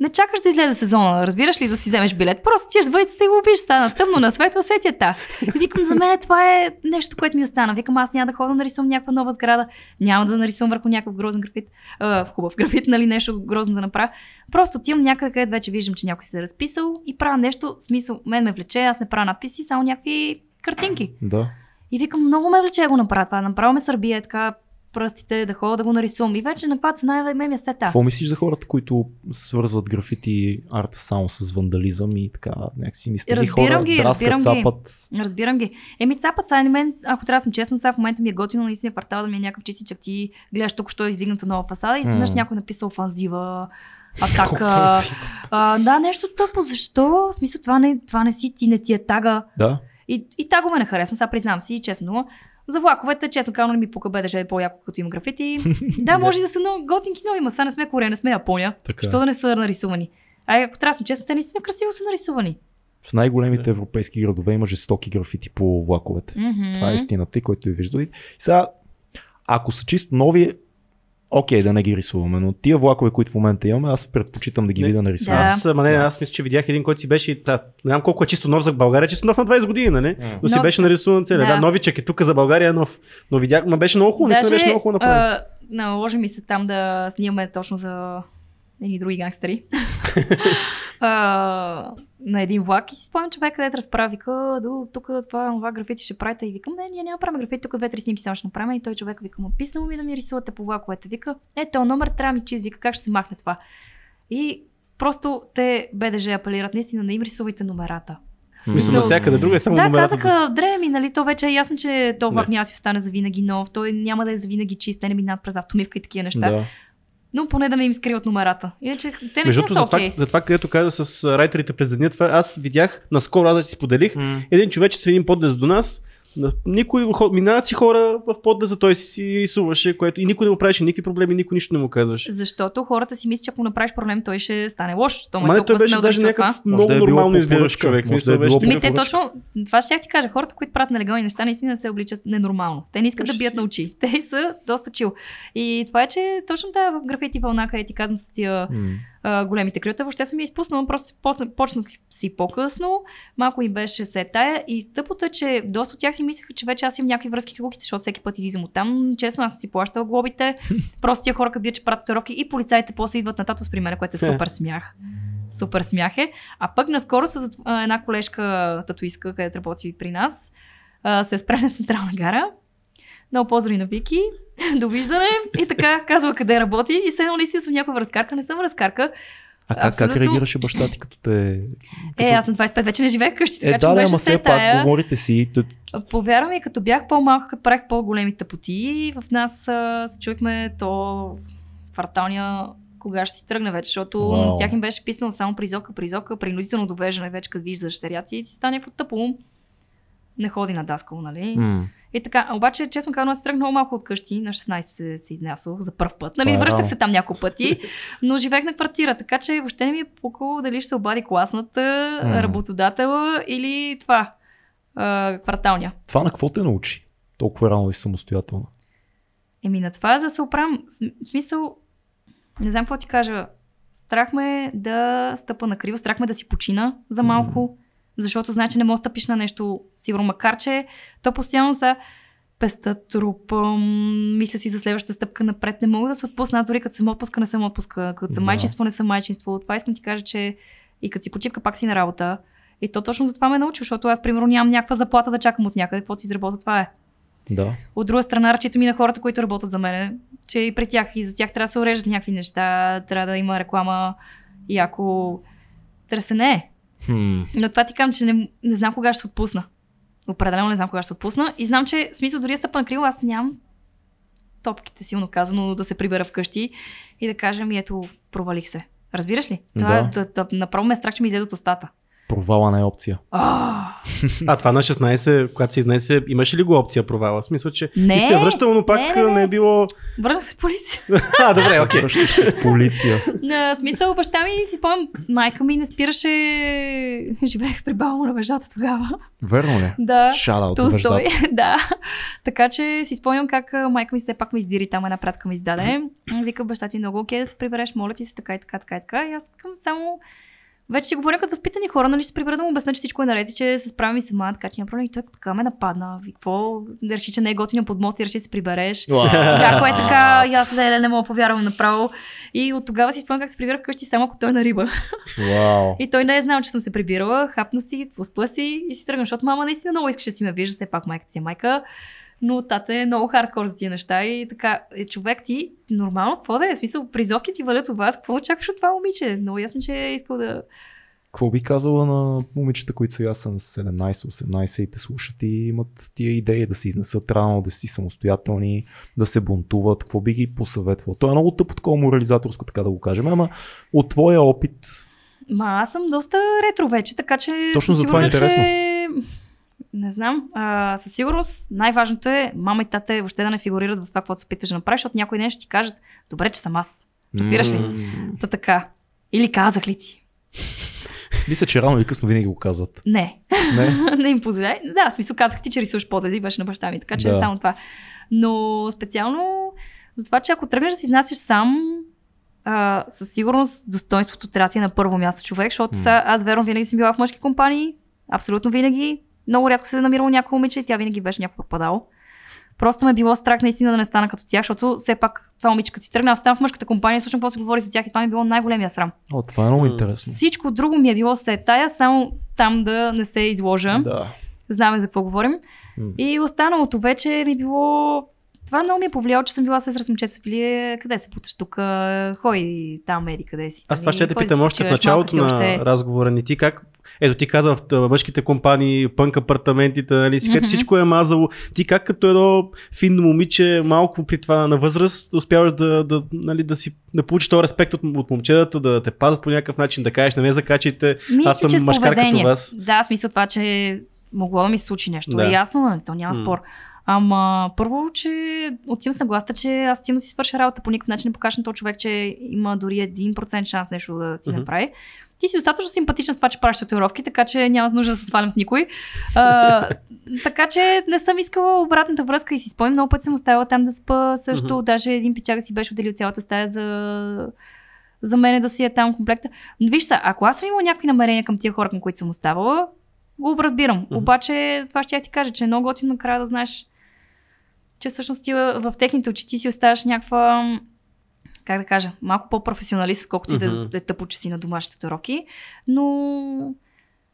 не чакаш да излезе сезона, разбираш ли, да си вземеш билет. Просто тиеш с въдицата и ловиш, стана тъмно, на светло, сетията. И викам, за мен това е нещо, което ми остана. Викам, аз няма да ходя да нарисувам някаква нова сграда, няма да нарисувам върху някакъв грозен графит, а, в хубав графит, нали, нещо грозно да направя. Просто отивам някъде, където вече виждам, че някой се е разписал и правя нещо, в смисъл, мен ме влече, аз не правя надписи, само някакви картинки. Да. И викам, много ме влече да го направя това. Направя ме сърбия, така пръстите, да ходя да го нарисувам. И вече на каква цена е ме ми е сета. Какво мислиш за хората, които свързват графити и арта само с вандализъм и така някакси мислят? Разбирам хора, ги, драскат, разбирам ги. цапат. Разбирам ги. Еми, цапът са на мен, ако трябва да съм честна, сега в момента ми е готино наистина квартала да ми е някакъв чистичък. Ти гледаш тук, що е издигната нова фасада и изведнъж М. някой е написал фанзива. Атака. а, да, нещо тъпо. Защо? В смисъл, това не, това не си ти, не ти е тага. [LAUGHS] Да. И, и тагове не харесвам, сега признам си, честно. За влаковете, честно казано, не ми пука бе да ще е по-яко, като има графити. Да, може и да са много готинки, но има. Сега не сме Корея, не сме Япония. Така. Що да не са нарисувани? Ай, ако трябва да съм честна, те наистина красиво са нарисувани. В най-големите европейски градове има жестоки графити по влаковете. Мгм. Това е истината, и който я вижда. И сега, ако са чисто нови, окей, да не ги рисуваме, но тия влакове, които в момента имаме, аз предпочитам да ги Не. видя нарисувани. Да. Аз, ама не, аз мисля, че видях един, който си беше, да, не знам колко е чисто нов за България, чисто нов на 20 години, нали? М. Но си Нов. беше нарисуван целия. Да. Да. да, новичък е тук за България е нов. Но видях, ма беше много хубаво, наистина беше много хубаво направен. а, наложи ми се там да снимаме точно за едни други гангстери. [LAUGHS] а, на един влак и си спомням човек, където разправи, вика, до тук това, това графити ще правите. И викам, не, ние няма да правим графити, тук две-три снимки само ще направим. И той човек вика, му писнало ми да ми рисувате по влаковете. Вика, е, то номер трябва ми чист, вика, как ще се махне това. И просто те БДЖ апелират, наистина не им рисувайте номерата. В смисъл, Мисъл- навсякъде друга е само Да, номерата казаха, Да да дреме, нали, то вече е ясно, че то влак Не. няма да си остане за винаги нов, той няма да е за винаги чист, те не минават през автомивка и такива неща. Да. Да. Но поне да не им скриват номерата. Иначе те не между са другото, са за, това, окей. за това, където каза с а, райтерите през деня, това аз видях, наскоро аз да си споделих, един човече с един подлез до нас, на- никой, хо- минават си хора в подлеза, той си рисуваше, което и никой не му правеше никакви проблеми, никой нищо не му казваше. Защото хората си мислят, че ако направиш проблем, той ще стане лош. То му е Ма не, той толкова беше смел да даже рисува това. някакъв Може много да е било нормално по изглеждащ поръчка, човек. може Смисъл да е беше било такъв- по- Ми, те поръчка. точно, това ще я ти кажа, хората, които правят нелегални неща, наистина се обличат ненормално. Те не искат да Точно. бият на очи. Те са доста чил. И това е, че точно тази графити вълна, къде ти казвам с тия М. а, големите крилета. Въобще съм я изпуснала, просто си посна- почнах си по-късно, малко ми беше се тая и тъпото е, че доста от тях си мислеха, че вече аз имам някакви връзки в луките, защото всеки път излизам от там. Честно, аз съм си плащала глобите, просто тия хора, като вие, че правят татуировки и полицаите после идват на татус при мен, което е Хе. супер смях. Супер смях е. А пък наскоро с а, една колежка татуистка, където работи при нас, а, се спря на Централна гара. Много поздрави на Вики, [LAUGHS] довиждане и така казва къде работи и се едно наистина съм някаква разкарка, не съм разкарка. А как, как Абсолютно. реагираше баща ти, като те... Е, като- аз на 25 вече не живея вкъщи, така Е, е, че да, да, да, беше ама се все пак, тая. говорите си. Тъ... Повярвам и като бях по-малка, като правих по-големи тъпоти, в нас а, се чуехме то кварталния кога ще си тръгне вече, защото Вау. на тях им беше писано само призовка, призовка, принудително довеждане вече, като виждаш дъщеря ти и ти стане някакво тъпо. Не ходи на даскал, нали? М. И така, а обаче, честно казано, аз тръгнах много малко от къщи. На 16 се, се изнесох за първ път. Нали, Това е връщах рано. се там няколко пъти, но живеех на квартира, така че въобще не ми е пукало дали ще се обади класната, М. работодатела или това, а, кварталния. Това на какво те научи? Толкова рано и самостоятелно. Еми на това да се оправям. См- В смисъл, не знам какво ти кажа. Страх ме е да стъпа на криво, страх ме е да си почина за малко, защото значи не мога да стъпиш на нещо сигурно, макар че то постоянно са песта трупам, мисля си за следващата стъпка напред. Не мога да се отпусна, аз дори като съм отпуска, не съм отпуска, като съм Да. майчинство, не съм майчинство. Това искам да ти кажа, че и като си почивка, пак си на работа. И то точно за това ме научи, защото аз, примерно, нямам някаква заплата да чакам от някъде, каквото си изработа, това е. Да. От друга страна, разчитам и на хората, които работят за мен, че и при тях и за тях трябва да се уреждат някакви неща, трябва да има реклама и ако търсене е. Хм. Но това ти казвам, че не, не знам кога ще се отпусна. Определено не знам кога ще се отпусна. И знам, че в смисъл дори е стъпа на крило, аз нямам топките, силно казано, да се прибера вкъщи и да кажа ми, ето, провалих се. Разбираш ли? Това Да. да. Да, да, направо ме е страх, че ми излезе от устата. Провала не е опция. О, А това на 16, когато се изнесе, имаше ли го опция провала? В смисъл, че Не, и се е връщало, но пак не, не, не, не. е било... [LAUGHS] върнах се в полиция. А, добре, окей. Връщаш се с полиция. На смисъл, баща ми си спомням, майка ми не спираше. Живеех при баба му на бежата тогава. Верно ли? Да. Шараут за Ту бащата. стой. [LAUGHS] да. Така че си спомням как а, майка ми все пак ме издири там една пратка ми издаде. Вика баща ти много окей да се прибереш, моля ти се така и така, така и така. И аз към само вече си говоря като възпитани хора, нали ще се прибера да му обясня, че всичко е наред и че се справям и сама, така че няма проблем. И той така ме нападна. Ви, какво? Реши, че не е готино под мост и реши да се прибереш. Да, кое е така, и аз леле, не мога да повярвам направо. И от тогава си спомням как се прибирах вкъщи, само ако той е на риба. Вау. И той не е знал, че съм се прибирала, хапна си, поспа си и си тръгна, защото мама наистина много искаше да си ме вижда, все пак майка си е майка. Но тата е много хардкор за тия неща и така, е, човек ти, нормално, какво да е? В смисъл, призовки ти валят от вас, какво очакваш от това момиче? Много ясно, че е искал да... Какво би казала на момичета, които сега са на 17-18 и те слушат и имат тия идеи да се изнесат рано, да си самостоятелни, да се бунтуват? Какво би ги посъветвал? То е много тъпо такова морализаторско, така да го кажем, ама от твоя опит, Ма аз съм доста ретро вече, така че... Точно съм за това е сигурна, интересно. Че... Не знам. А, със сигурност най-важното е мама и тата въобще да не фигурират в това, каквото се опитваш да направиш, защото някой ден ще ти кажат, добре, че съм аз. Разбираш ли? М. Та така. Или казах ли ти? мисля, че рано или късно винаги го казват. Не. Не? [LAUGHS] не им позволяй. е Да, в смисъл казах ти, че рисуваш подлези, беше на баща ми, така че Да. да. само това. Но специално Затова, че ако тръгнеш да се изнасяш сам, а, със сигурност достоинството трябва да ти е на първо място човек, защото М. са, аз верно винаги съм била в мъжки компании, абсолютно винаги. Много рядко се е намирало някакво момиче и тя винаги беше някакво пропадало. Просто ме е било страх наистина да не стана като тях, защото все пак това момиче като си тръгна, аз там в мъжката компания, слушам какво се говори за тях и това ми е било най-големия срам. О, това е много М. интересно. Всичко друго ми е било се тая, само там да не се изложа. Да. Знаме за какво говорим. М. И останалото вече ми било... Това много ми е повлияло, че съм била се сред момчета са били, е, къде се путаш тук, е, ходи там, еди къде си. Аз това нали, ще те ходи да питам се още в почиваш, малко началото си на още. разговора ни. Ти как? Ето ти каза в т- мъжките компании, пънк апартаментите, нали, си, където Мгм. всичко е мазало. Ти как като едно финно момиче, малко при това на възраст, успяваш да, да, нали, да, си, да получиш този респект от, от момчетата, да те пазят по някакъв начин, да кажеш, не ме закачайте. Мисля, Аз съм че с мъжкар като поведение. вас. Да, в смисъл това, че могло да ми се случи нещо. Да. Да. Е ясно, нали? то няма М. спор. Ама първо, че отивам с нагласта, че аз отивам да си свърша работа. По никакъв начин не покажа на този човек, че има дори 1% шанс нещо да ти Мгм. направи. Ти си достатъчно симпатична с това, че правиш татуировки, така че няма нужда да се свалям с никой. А, така че не съм искала обратната връзка и си спомням. Много пъти съм оставила там да спа също. Мгм. Даже един пичага си беше отделил цялата стая за, за мене да си е там комплекта. Но Виж са, ако аз съм имала някакви намерения към тия хора, към които съм оставала, го разбирам. Мгм. Обаче това ще я ти кажа, че е много готино накрая да знаеш, че всъщност ти в техните очи ти си оставаш някаква, м, как да кажа, малко по-професионалист, колкото и Мгм. да, да е тъпо, че си на домашните татуировки. Но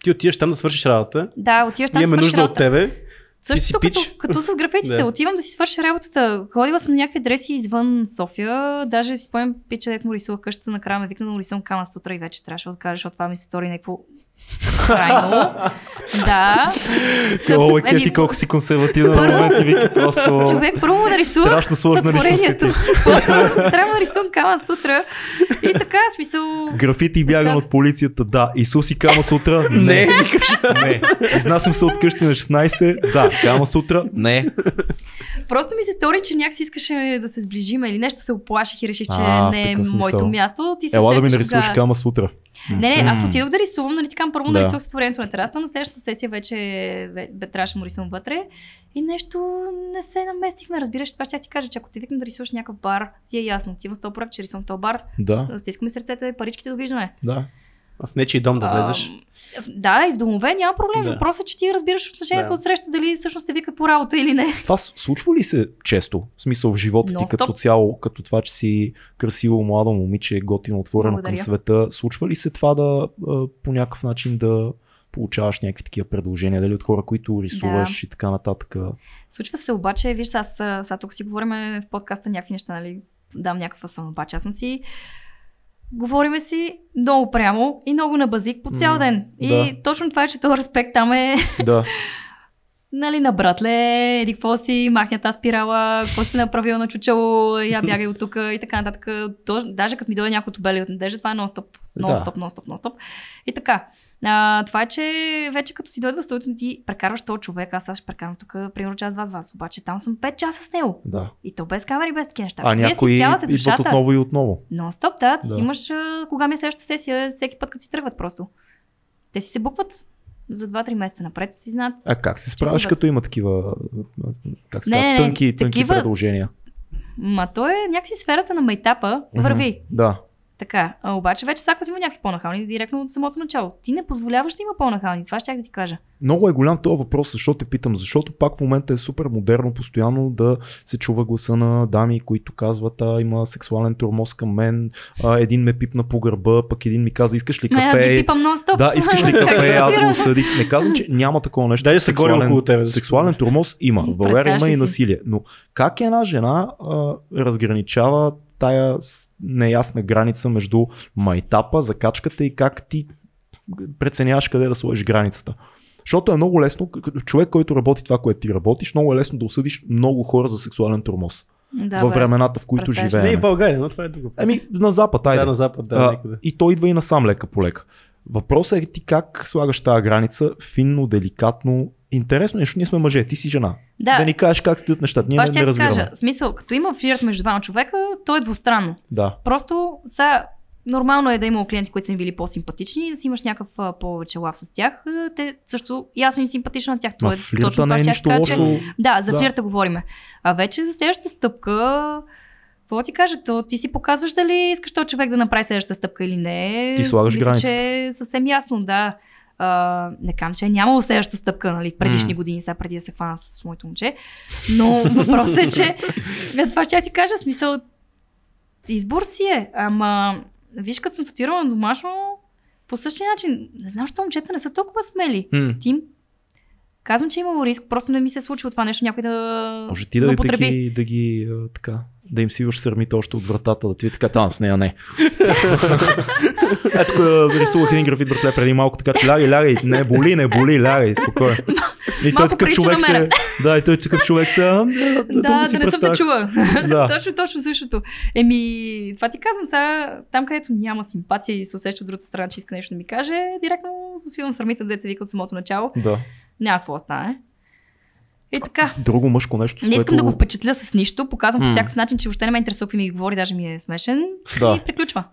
Ти отиваш там да свършиш работа. да, отиваш там Ние да имаме свършиш нужда работа. от [LAUGHS] тебе. си Същото като, пич. като с [LAUGHS] графитите. Да. Отивам да си свърша работата. Ходила съм на някакви дреси извън София. Даже си спомням пича, дето му рисувах къщата, накрая ме викна да му рисувам кама сутра и вече трябваше да откажа, защото това ми се стори някакво [LAUGHS] крайно. да. О, е Еми, кефи колко си консервативна на Ами, първо- момент и вики [LAUGHS] просто... Човек, първо да рисувам Страшно сложна личност си сътворението. [LAUGHS] ти. После трябва да рисувам кама сутра. И така, в смисъл... Графити и бягам Каза- от полицията, да. Исус и Кама Сутра, Не, не. не. Изнасям се от къщи на 16, да. Кама Сутра, Не. Просто ми се стори, че някакси искаше да се сближиме или нещо се оплаших и реших, че А, в не е такъв смисъл. моето място. Ти се ела да ми усещаш нарисуваш кога- Кама Сутра. Не, не, аз М. отидох да рисувам, нали така, първо Да. да. нарисувах сътворението на терасата, на следващата сесия вече ве- бе, трябваше да му рисувам вътре. И нещо не се наместихме, разбираш, това ще ти кажа, че ако ти викна да рисуваш някакъв бар, ти е ясно, отивам с този проект, ще рисувам този бар, Да, стискаме сърцете, паричките, довиждаме. да. В нечи дом да влезеш. А, в- да, и в домове няма проблем. Да. Да. Въпросът е, че ти разбираш отношението Да. да. от среща, дали всъщност те викат по работа или не. Това с- случва ли се често? В смисъл в живота ти Нон-стоп. като цяло, като това, че си красиво, младо момиче, готино, отворено към Благодаря. света. Случва ли се това да а, по някакъв начин да получаваш някакви такива предложения, дали от хора, които рисуваш и така нататък? Случва се обаче, виж, аз а, сега тук си говорим в подкаста някакви неща, нали? Дам някаква фасон, обаче аз съм си. Говориме си много прямо и много на базик по М, цял ден. И да. точно това е, че този респект там е, Да, нали, на братле, еди какво си, махня тази спирала, какво си направил на чучело, я бягай от тук и така нататък. Тож, даже като ми дойде някой от бели от надежда, това е нон-стоп, Да. нон-стоп, нон-стоп, нон-стоп. И така. А, това е, че вече като си дойде в студиото, ти прекарваш този човек, аз сега ще прекарам тук, примерно час с вас, вас, обаче там съм 5 часа с него. [LAUGHS] да. И то без камери, без такива неща. А Вие някои си изпявате идват душата. отново и отново. Нон-стоп, да, ти Да. си имаш, а, кога ми е следващата сесия, всеки път, като си тръгват просто. Те си се букват за 2-3 месеца напред, си знаят. А как се Честно справяш, да. като има такива а, как се Не, казва, не, не, тънки, тънки такива- предложения? Ма то е някакси сферата на майтапа, Мгм. върви. Да. Така, а, обаче вече сега има някакви по-нахални, директно от самото начало. Ти не позволяваш да има по-нахални, това ще да ти кажа. Много е голям този въпрос, защо те питам. Защото пак в момента е супер модерно постоянно да се чува гласа на дами, които казват, а има сексуален тормоз към мен, а, един ме пипна по гърба, пък един ми каза, искаш ли Не, аз ги кафе? пипам нон-стоп. Да, искаш [LAUGHS] ли Как кафе? Аз го разбирам? осъдих. Не казвам, че няма такова нещо. Даже се горя Сексуален- около тебе. Сексуален тормоз има. В България Представяш има ли и си? насилие. Но как една жена а, разграничава тая с- неясна граница между майтапа, закачката и как ти преценяваш къде да сложиш границата? Защото е много лесно, к- като човек, който работи това, което ти работиш, много е лесно да осъдиш много хора за сексуален тормоз Да, да, във бе. времената, в които Представяш си. Не и в живеем. България, но това е друго. Ами, на запад, айде. да, на запад, да, А, някъде. и то идва и насам лека по лека. Въпросът е ти как слагаш тази граница, финно, деликатно. Интересно е, защото ние сме мъже, ти си жена. Да, да ни кажеш как стоят нещата. Ние това не, ще не ти разбираме. кажа. Смисъл, като има флирт между двама човека, то е двустранно. Да. Просто са, нормално е да има клиенти, които са ми били по-симпатични и да си имаш някакъв а, повече лав с тях. А, Те също, и аз съм им симпатична на тях. Ма Това е точно флирта това, не е щях да нищо кажа, че- лошо. Да, за Да. флирта говориме. А вече за следващата стъпка Какво ти кажа? То ти си показваш дали искаш този човек да направи следващата стъпка или не. Ти слагаш Мисля, границата. че е съвсем ясно, да. А, не кам, че е нямало следващата стъпка, нали, в предишни М. години, сега преди да се хвана с моето момче. Но въпросът е, [LAUGHS] че е, това ще ти кажа, в смисъл, избор си е. Ама, виж, като съм статуирала на домашно, по същия начин, не знам, защо момчета не са толкова смели. М. Ти им Казвам, че е имало риск, просто не ми се е случило това нещо, някой да Може се ти да, да, злоупотреби. ги, да ги а, така, да им свиваш сърмите още от вратата, да ти е така, там с нея [LAUGHS] не. Ето тук а, рисувах един графит, братле, преди малко, така че лягай, лягай, не боли, не боли, лягай, спокойно. И Малко такъв прилича на се, мен. да, и той такъв човек се, а, да, Да, да не съм те чула. [LAUGHS] Да. Точно, точно същото. Еми, това ти казвам сега, там където няма симпатия и се усеща от другата страна, че иска нещо да ми каже, директно свивам сърмите, деца вика от самото начало. Да. Няма какво да стане. И така. Друго мъжко нещо, с Не искам което... да го впечатля с нищо, показвам по М. всякакъв начин, че въобще не ме интересува какво ми говори, даже ми е смешен. Да. И приключва.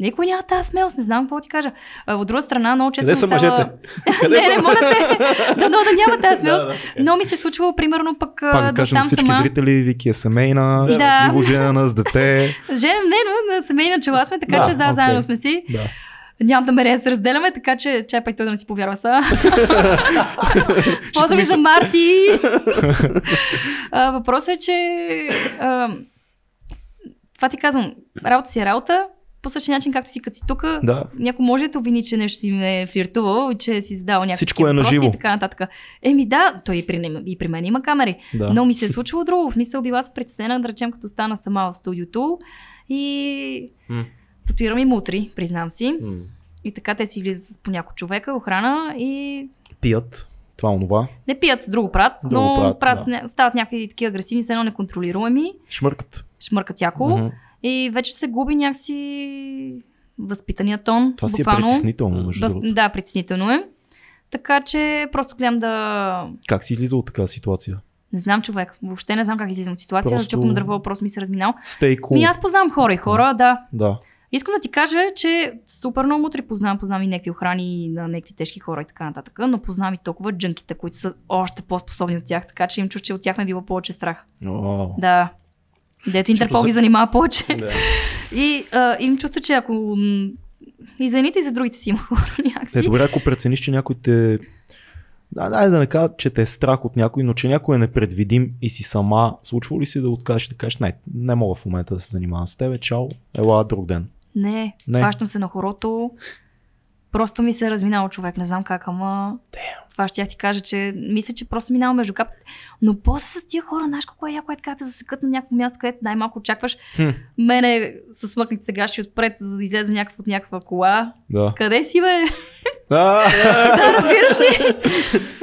Никой няма тази смелост, не знам какво ти кажа. А, От друга страна, много често. Къде ми са става- мъжете? [LAUGHS] Къде Не, не, са? моля те. Да, но да няма тази смелост. Да, Но ми се е случвало, примерно, пък а, Пак да да кажем оставам на всички сама. зрители, Вики е семейна, Да. щастливо жена с [LAUGHS] дете. Жена, не, но на семейна чела сме, така Да, че да, окей. заедно сме си. Да. Нямам намерение да се разделяме, така че чапай той да не си [LAUGHS] повярва са. Поздрави за Марти! [LAUGHS] А, Въпросът е, че... а, Това ти казвам, работа си е работа, по същия начин, както си като си тук, Да. някой може да те обвини, че нещо си ме е флиртувал и че си задал някакви Всичко такива е въпроси наживо. и така нататък. Еми да, той и при, нем- и при мен има камери. Да. Но ми се е случило друго. В смисъл била се притеснена, да речем, като стана сама в студиото и М. татуирам и мутри, признам си. М. И така те си влизат с по няколко човека, охрана и Пият. Това е онова. не пият друго прат, Друго но правят, правят, да. не- стават някакви такива агресивни, се едно неконтролируеми, Шмъркат. шмъркат яко Мгм. и вече се губи някакси възпитания тон. Това си е буквално. притеснително, между Въз- другото. Да, притеснително е. Така че просто гледам да Как си излиза от такава ситуация? Не знам човек. Въобще не знам как излизам от ситуация. Просто- Просто... Зачукам на дърво, просто ми се разминал. Stay cool. Ми аз познавам хора и хора, да. Да. Искам да ти кажа, че супер много мутри познавам. Познавам и някакви охрани на някакви тежки хора и така нататък. Но познавам и толкова джънките, които са още по-способни от тях. Така че им чуш, че от тях ме е било повече страх. О, Да. Дето Интерпол за- ги занимава повече. да. И а, им чувства, че ако... м, И за едните и за другите си има хора някакси. Е, добре, ако прецениш, че някой те... Да, да, да не кажа, че те е страх от някой, но че някой е непредвидим и си сама. Случва ли си да откажеш да кажеш, не, не мога в момента да се занимавам с тебе, чао, ела друг ден. Не, Не. не, хващам се на хорото. Просто ми се е разминал човек, не знам как, ама... Това ще я ти кажа, че мисля, че просто минава между кап. Но после с тия хора, знаеш колко е яко е така да те засекат на някакво място, където най-малко очакваш. Хм. Мене с смъкнат сега ще отпред, за да излезе някакъв от някаква кола. Да. Къде си, бе? [LAUGHS] да, разбираш ли?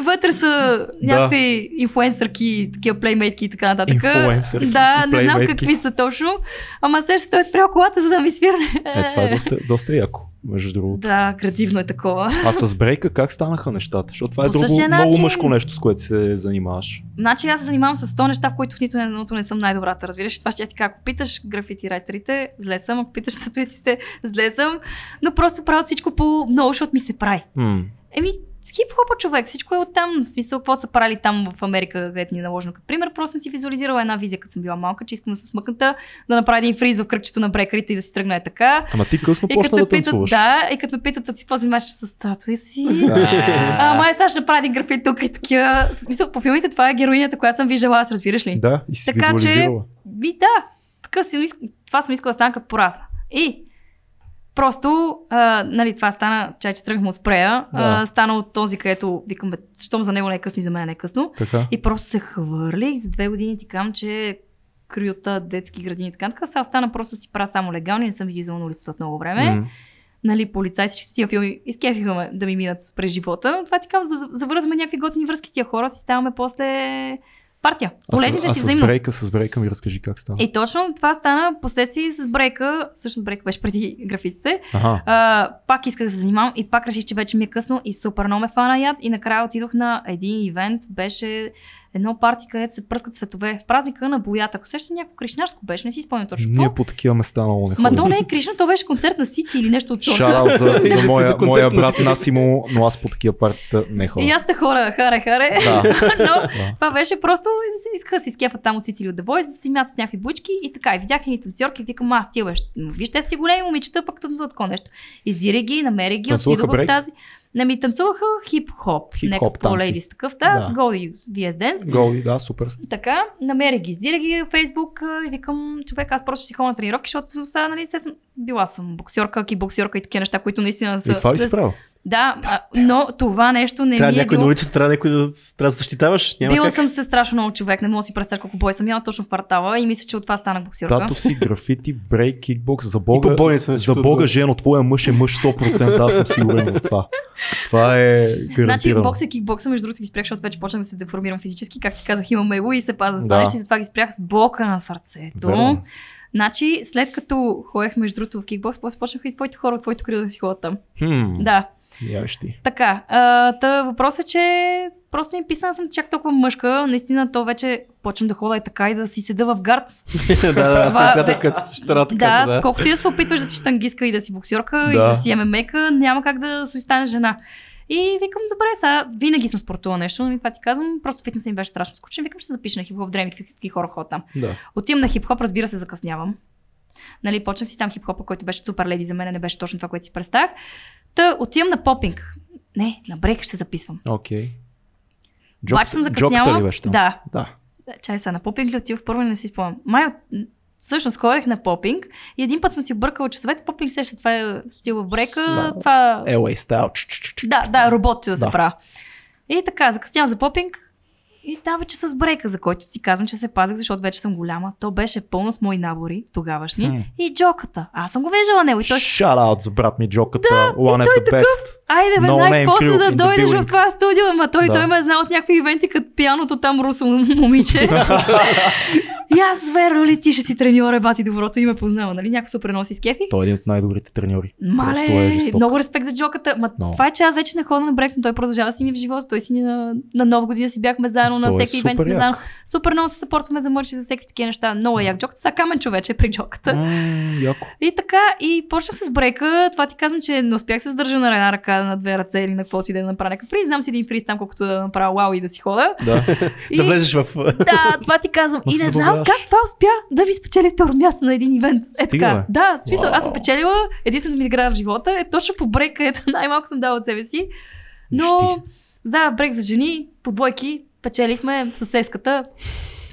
Вътре са някакви инфуенсърки, такива плеймейтки и така нататък. Инфлуенсърки Да, и не знам плеймейтки. какви са точно. Ама сега ще той е спрял колата, за да ми свирне. Е, това е доста, доста яко, между другото. Да, градивно е такова. А с брейка как станаха нещата? Защото това е По друго същия много начин. мъжко нещо, с което се занимаваш. Значи аз се занимавам с 100 неща, в които в нито едното не съм най-добрата. Разбираш, ли? това ще я ти кажа. Ако питаш графити райтерите, зле съм. Ако питаш статуетите, зле съм. Но просто правя всичко по много, защото ми се прави. М, Еми, с хип-хопа човек, всичко е оттам. В смисъл, какво са правили там в Америка, където ни е наложено. Като пример, просто съм си визуализирала една визия, като съм била малка, че искам да съм смъкната, да направя един фриз в кръгчето на брекарите и да се тръгна е така. Ама ти късно И като почна ме да питат, танцуваш. да, и като ме питат, а ти какво занимаваш с статуи си? А, Ама [LAUGHS] е, сега ще направи един графит тук и такива. В Смисъл, по филмите това е героинята, която съм виждала, аз разбираш ли? Да, и си Така че- визуализирала. Би, да. Така съм иск... Това съм искала да стана като порасна. И просто, а, нали, това стана, чай, че тръгнахме от спрея, Да. а, стана от този, където викам, бе, щом за него не е късно и за мен не е късно. Така. И просто се хвърли и за две години ти кам, че крюта, детски градини и така, така сега остана просто да си правя само легални, не съм излизала на улицата от много време М. нали, полицай, всички тия филми изкефиха ме да ми минат през живота. Но това ти казвам, за- завързваме някакви готини връзки с тия хора, си ставаме после партия. А с, Полезните а си с взаимно. брейка, с брейка ми разкажи как стана. И точно това стана последствие с брейка, всъщност брейка беше преди [LAUGHS] графиците. Ага. А, пак исках да се занимавам и пак реших, че вече ми е късно и супер много ме фана яд и накрая отидох на един ивент, беше едно парти, където се пръскат цветове. Празника на боята. Ако сеща някакво кришнарско беше, не си спомням точно. какво. Ние по такива места много не Ма ходим. [LAUGHS] то не е Кришна, то беше концерт на Сити или нещо от сорта. Шараут за, за, моя, За концерт моя на брат всички. Насимо, но аз по такива партита не И ходя. аз сте хора, харе, харе. Да. [LAUGHS] Но да. това беше просто, искаха да си скефа там от City или от The Voice, да си мятат някакви бучки и така. И видях едни танцорки, викам, аз ти беше. Виж, те си големи момичета, пък танцуват такова нещо. Издири ги, намери ги, Танцуваха отидох в брейк? тази. Не ми танцуваха хип-хоп, Хип-хоп някакъв танци. по-лейдис такъв, да, Да. Go VS Dance. Голи, да, супер. Така, намери ги, издири ги в Фейсбук а, и викам, човек, аз просто ще си ходя на тренировки, защото остава, нали, се съм, била съм боксерка, кикбоксерка и такива неща, които наистина са... И това ли да, си правил? да, а, но това нещо не Трябва ми е някой на било улицата, трябва някой да, трябва да защитаваш. Няма Била как. съм се страшно много човек, не мога да си представя колко бой съм яла точно в квартала и мисля, че от това станах боксерка. Тато си графити, брейк, кикбокс, за И по бога. болница. на За всичко бога, отгоре. жено, твоя мъж е мъж 100%, аз съм сигурен в това. Това е Значи гарантирано. бокса и кикбокса, между другото ги спрях, защото вече почнах да се деформирам физически, както ти казах, имам его и се пазя за това Да. нещо и затова ги спрях с блока на сърцето. Верно. Значи, след като ходех между другото в кикбокс, после почнаха и твоите хора от твоето крило да си ходят там. Хм, Да, я виж ти. така. А, та въпросът е, че просто ми е писана съм чак толкова мъжка. Наистина, то вече почвам да ходя и така и да си седа в гард. да, да, аз Това- съм приятел, като сестра така да, казва, с колкото и да се опитваш да си штангистка и да си боксерка и Да. да си ММК, няма как да си станеш жена. И викам, добре, сега винаги съм спортувала нещо, но и това ти казвам, просто фитнес ми беше страшно скучен. Викам, ще се запиша на хип-хоп, дреми, какви, какви хора ходят там. Да. Отивам на хип-хоп, разбира се, закъснявам. Нали, почнах си там хип-хопа, който беше супер леди за мен, не беше точно това, което си представях. Та отивам на попинг. Не, на брейк ще се записвам. Окей. Обаче съм джоката ли закъсняла. беше там? Да, да. Чай сега, на попинг ли отивах първо, не си спомням. Май от... Всъщност ходех на попинг и един път съм си объркала часовете. Попинг сеща, това е стил в брека. С- да. Това... LA стайл. Ч- ч- ч- ч- Да, да, робот да, да Да. се правя. И така, закъснявам за попинг. И там вече с брейка, за който си казвам, че се пазих, защото вече съм голяма. То беше пълно с мои набори, тогавашни. Хм. И джоката. Аз съм го виждала него. И той Shout out за брат ми Джоката, one той е at the такъв. best. Айде, бе, No най name после crew да in the дойдеш building. в това студио, ама той, Да. той ме е знал от някакви ивенти, като пияното там русо момиче. и аз, верно ли ти ще си треньор, е бати доброто име познава, нали? Някой се преноси с кефи. Той е един от най-добрите треньори. Мале, Просто е жесток. много респект за джоката. Ма, Много. Това е, че аз вече не ходя на брек, но той продължава си ми в живота. Той си ни на, на нова година си бяхме заедно, на Той е всеки ивент супер сме як. заедно. Супер много се съпортваме за мърчи, за всеки такива неща. Много е як джоката. Сега камен човече е при джоката. М, Яко. И така, и почнах с брейка. Това ти казвам, че не успях се задържа на една ръка, на две ръце или на каквото и да направя някакъв приз. Знам си един фриз там, колкото да направя вау и да си хода. Да. [LAUGHS] И, Да влезеш в... да, това ти казвам. Ма и се не знам забавляваш. как това успя да ви спечели второ място на един ивент. Е Стига, така. бе. Да, в смисъл, аз съм Вау. печелила единствената ми игра в живота. Е точно по брейк, където [LAUGHS] най-малко съм дала от себе си. Но, Виж да, брейк за жени, по двойки, печелихме съседската.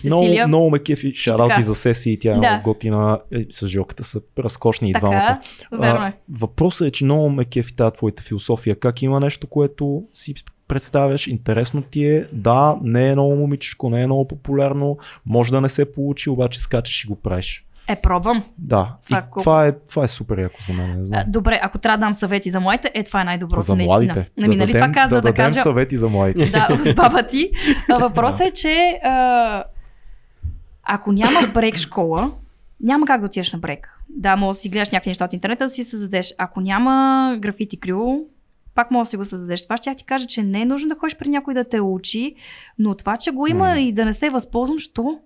Много, Сесилия. много ме кефи. Shout out така. и за сесии. Тя е Да. много готина. Е, С Жоката са разкошни и двамата. Така, верно А, е. Въпросът е, че много ме кефи тази твоята философия. Как има нещо, което си представяш, интересно ти е, да, не е много момичешко, не е много популярно, може да не се получи, обаче скачаш и го правиш. Е, пробвам. Да, и Това е cool. това, е, това е супер яко за мен, не А, знам. добре, ако трябва да дам съвети за младите, е това е най-доброто за наистина. младите. Ами, нали това каза да, да дадем кажа? съвети за [LAUGHS] младите. Да, баба ти. А, Въпросът е, че а, ако няма брек школа, няма как да отидеш на брек. Да, може да си гледаш някакви неща от интернета, да си създадеш. Ако няма графити крило, пак може да си го създадеш. Това ще ти кажа, че не е нужно да ходиш при някой да те учи, но това, че го има М. и да не се възползвам, що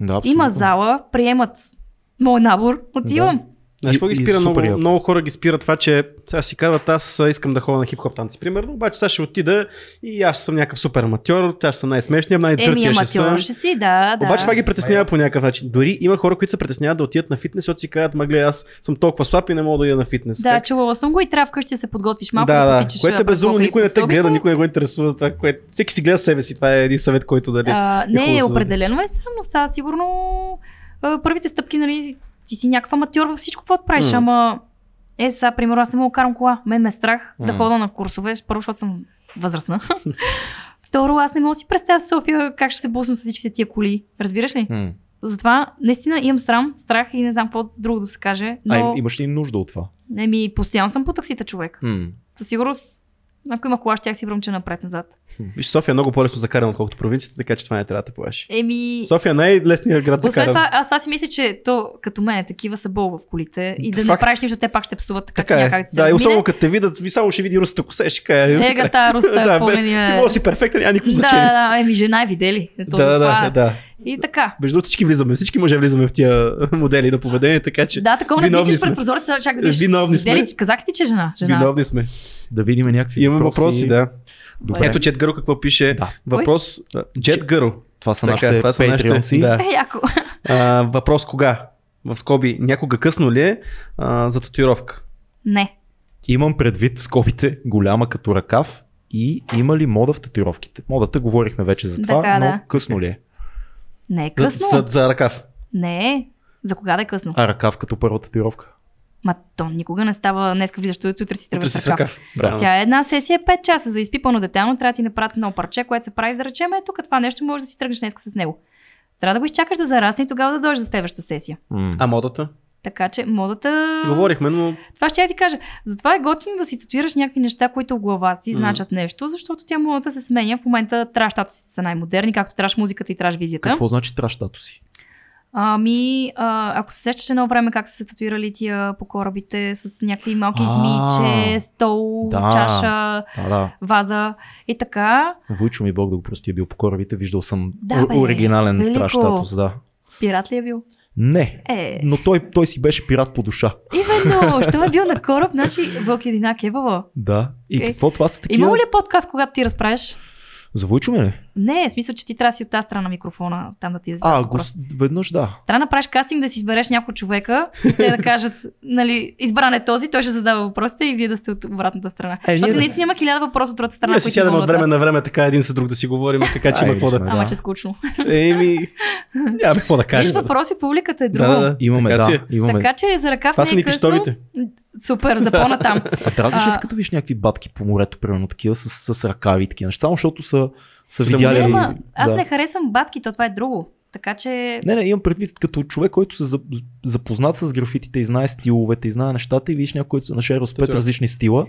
Да, абсолютно. има зала, приемат мой набор, отивам. Знаеш, какво И- ги и спира супер много, яко. много хора ги спира това, че сега си казват, аз а, искам да ходя на хип-хоп танци, примерно, обаче сега ще отида и аз ще съм някакъв супер аматьор, тя ще съм най-смешния, Еми, Е, най-дъртия ще съм. аматьор ще си, да, да. Обаче това ги притеснява по някакъв начин. Дори има хора, които се притесняват да отидат на фитнес, защото си казват, ма гледай, аз съм толкова слаб и не мога да идя на фитнес. Да, Как? чувала съм го и трябва вкъщи да се подготвиш малко. да, да. потичаш, което е а, през безумно, блока и никой не те през гледа, стълбите. никой не го интересува това, което... Всеки си гледа себе си, това е един съвет, който дали. А, не, хубаво е, се определено е срамно. Сега сигурно а, първите стъпки, нали, ти си някакъв аматьор във всичко, какво правиш, М. ама е, сега, примерно, аз не мога да карам кола. Мен ме е страх да М. хода на курсове, първо, защото съм възрастна. [LAUGHS] Второ, аз не мога да си представя в София как ще се бусна с всичките тия коли. Разбираш ли? М. Затова наистина имам срам, страх и не знам какво друго да се каже. А, им- Но, имаш ли нужда от това? еми, постоянно съм по таксита човек. М. Със сигурност Ако има кола, щях си бръмча е напред-назад. Виж, София е много по-лесно закарана, отколкото провинцията, така че това не трябва да те плаши. Еми, София е най-лесният град за освен каране. това, аз това си мисля, че то, като мен, такива са бол в колите и да не Факт. правиш нищо, те пак ще псуват, така, Така че е. някак да се Да, и особено размине. като те видят, ви само ще види русата коса, ще кае. Ега, та руста [LAUGHS] да, е бе, ти по-мене. може да си перфектен, няма никакво Да, значение. да, да, еми жена е видели. Ето, да, това да, е. да. И така. Между другото, всички влизаме, всички мъже влизаме в тия [LAUGHS] модели на поведение, така че Да, такова не виновни бичиш сме. пред прозореца, чак да видиш. виновни Видя сме. ли, че- Казах ти, че е жена. жена. Виновни сме. Да видим някакви Имаме въпроси, да. Добре. Ето Jet Girl какво пише. Да. Въпрос. а, Jet Girl. Това са Така, е, нашите това са нашите- патреонци. да. Е, яко. А, въпрос кога? В скоби, някога късно ли е а, за татуировка? Не. Имам предвид скобите, голяма като ръкав и има ли мода в татуировките? Модата говорихме вече за това, Така, но да. късно ли е? Не е За, късно. за, за ръкав. Не е. За кога да е късно? А ръкав като първа татуировка? Ма то никога не става днес влизаш туди, утре си Утре тръгваш си с с ръкав. ръкав. Да. Тя е една сесия 5 часа за изпипано детайлно, трябва да ти направят едно парче, което се прави да речем, ето тук това нещо може да си тръгнеш днес с него. Трябва да го изчакаш да зарасне и тогава да дойдеш за следващата сесия. М. А модата? Така че модата... Говорихме, но Това ще я ти кажа. Затова е готино да си татуираш някакви неща, които в главата ти М. значат нещо, защото тя модата се сменя. В момента траш статусите са най-модерни, както траш музиката и траш визията. Какво значи траш статуси? Ами, а, ако се сещаш едно време как са се татуирали тия по корабите с някакви малки А, змийче, стол, да. чаша, А, да. ваза и така. Вуйчо ми Бог да го прости е бил по корабите. Виждал съм Да, о- бе, оригинален велико. траш статус, да. Пират ли е бил? Не, Е, но той, той си беше пират по душа. именно, щом е бил на кораб, значи Бог единак е баба. Да. И Е, какво това са такива? Имало ли е подкаст, когато ти разправиш? За Вуйчо ми е ли? Не, в смисъл, че ти трябва да си от тази страна на микрофона, там да ти е А, го... веднъж да. Трябва да направиш кастинг да си избереш няколко човека и те да кажат, нали, избран е този, той ще задава въпросите и вие да сте от обратната страна. Е, ние Защото да- наистина има хиляда въпроса от другата страна, ние които си сядаме идваме от време вас. на време така един с друг да си говорим, така че има Айде какво сме, да... да. Ама че е скучно. Еми, нямаме какво да Виж, кажем. въпроси от публиката е друго. Да, да, да. Имаме, Така да. си е. Имаме. Така че за ръкав Това са не ни е късно. пистолите. Супер, [LAUGHS] за по-натам. А дразниш ли се А- като виж някакви батки по морето, примерно такива, с, с ръкави и такива неща, само защото са, са Да, видяли. Не, ама, аз да. не харесвам батки, то това е друго. Така че не, не, имам предвид като човек, който се за- запознат с графитите и знае стиловете и знае нещата и видиш някой, който се нашерил с пет Татуировка. различни стила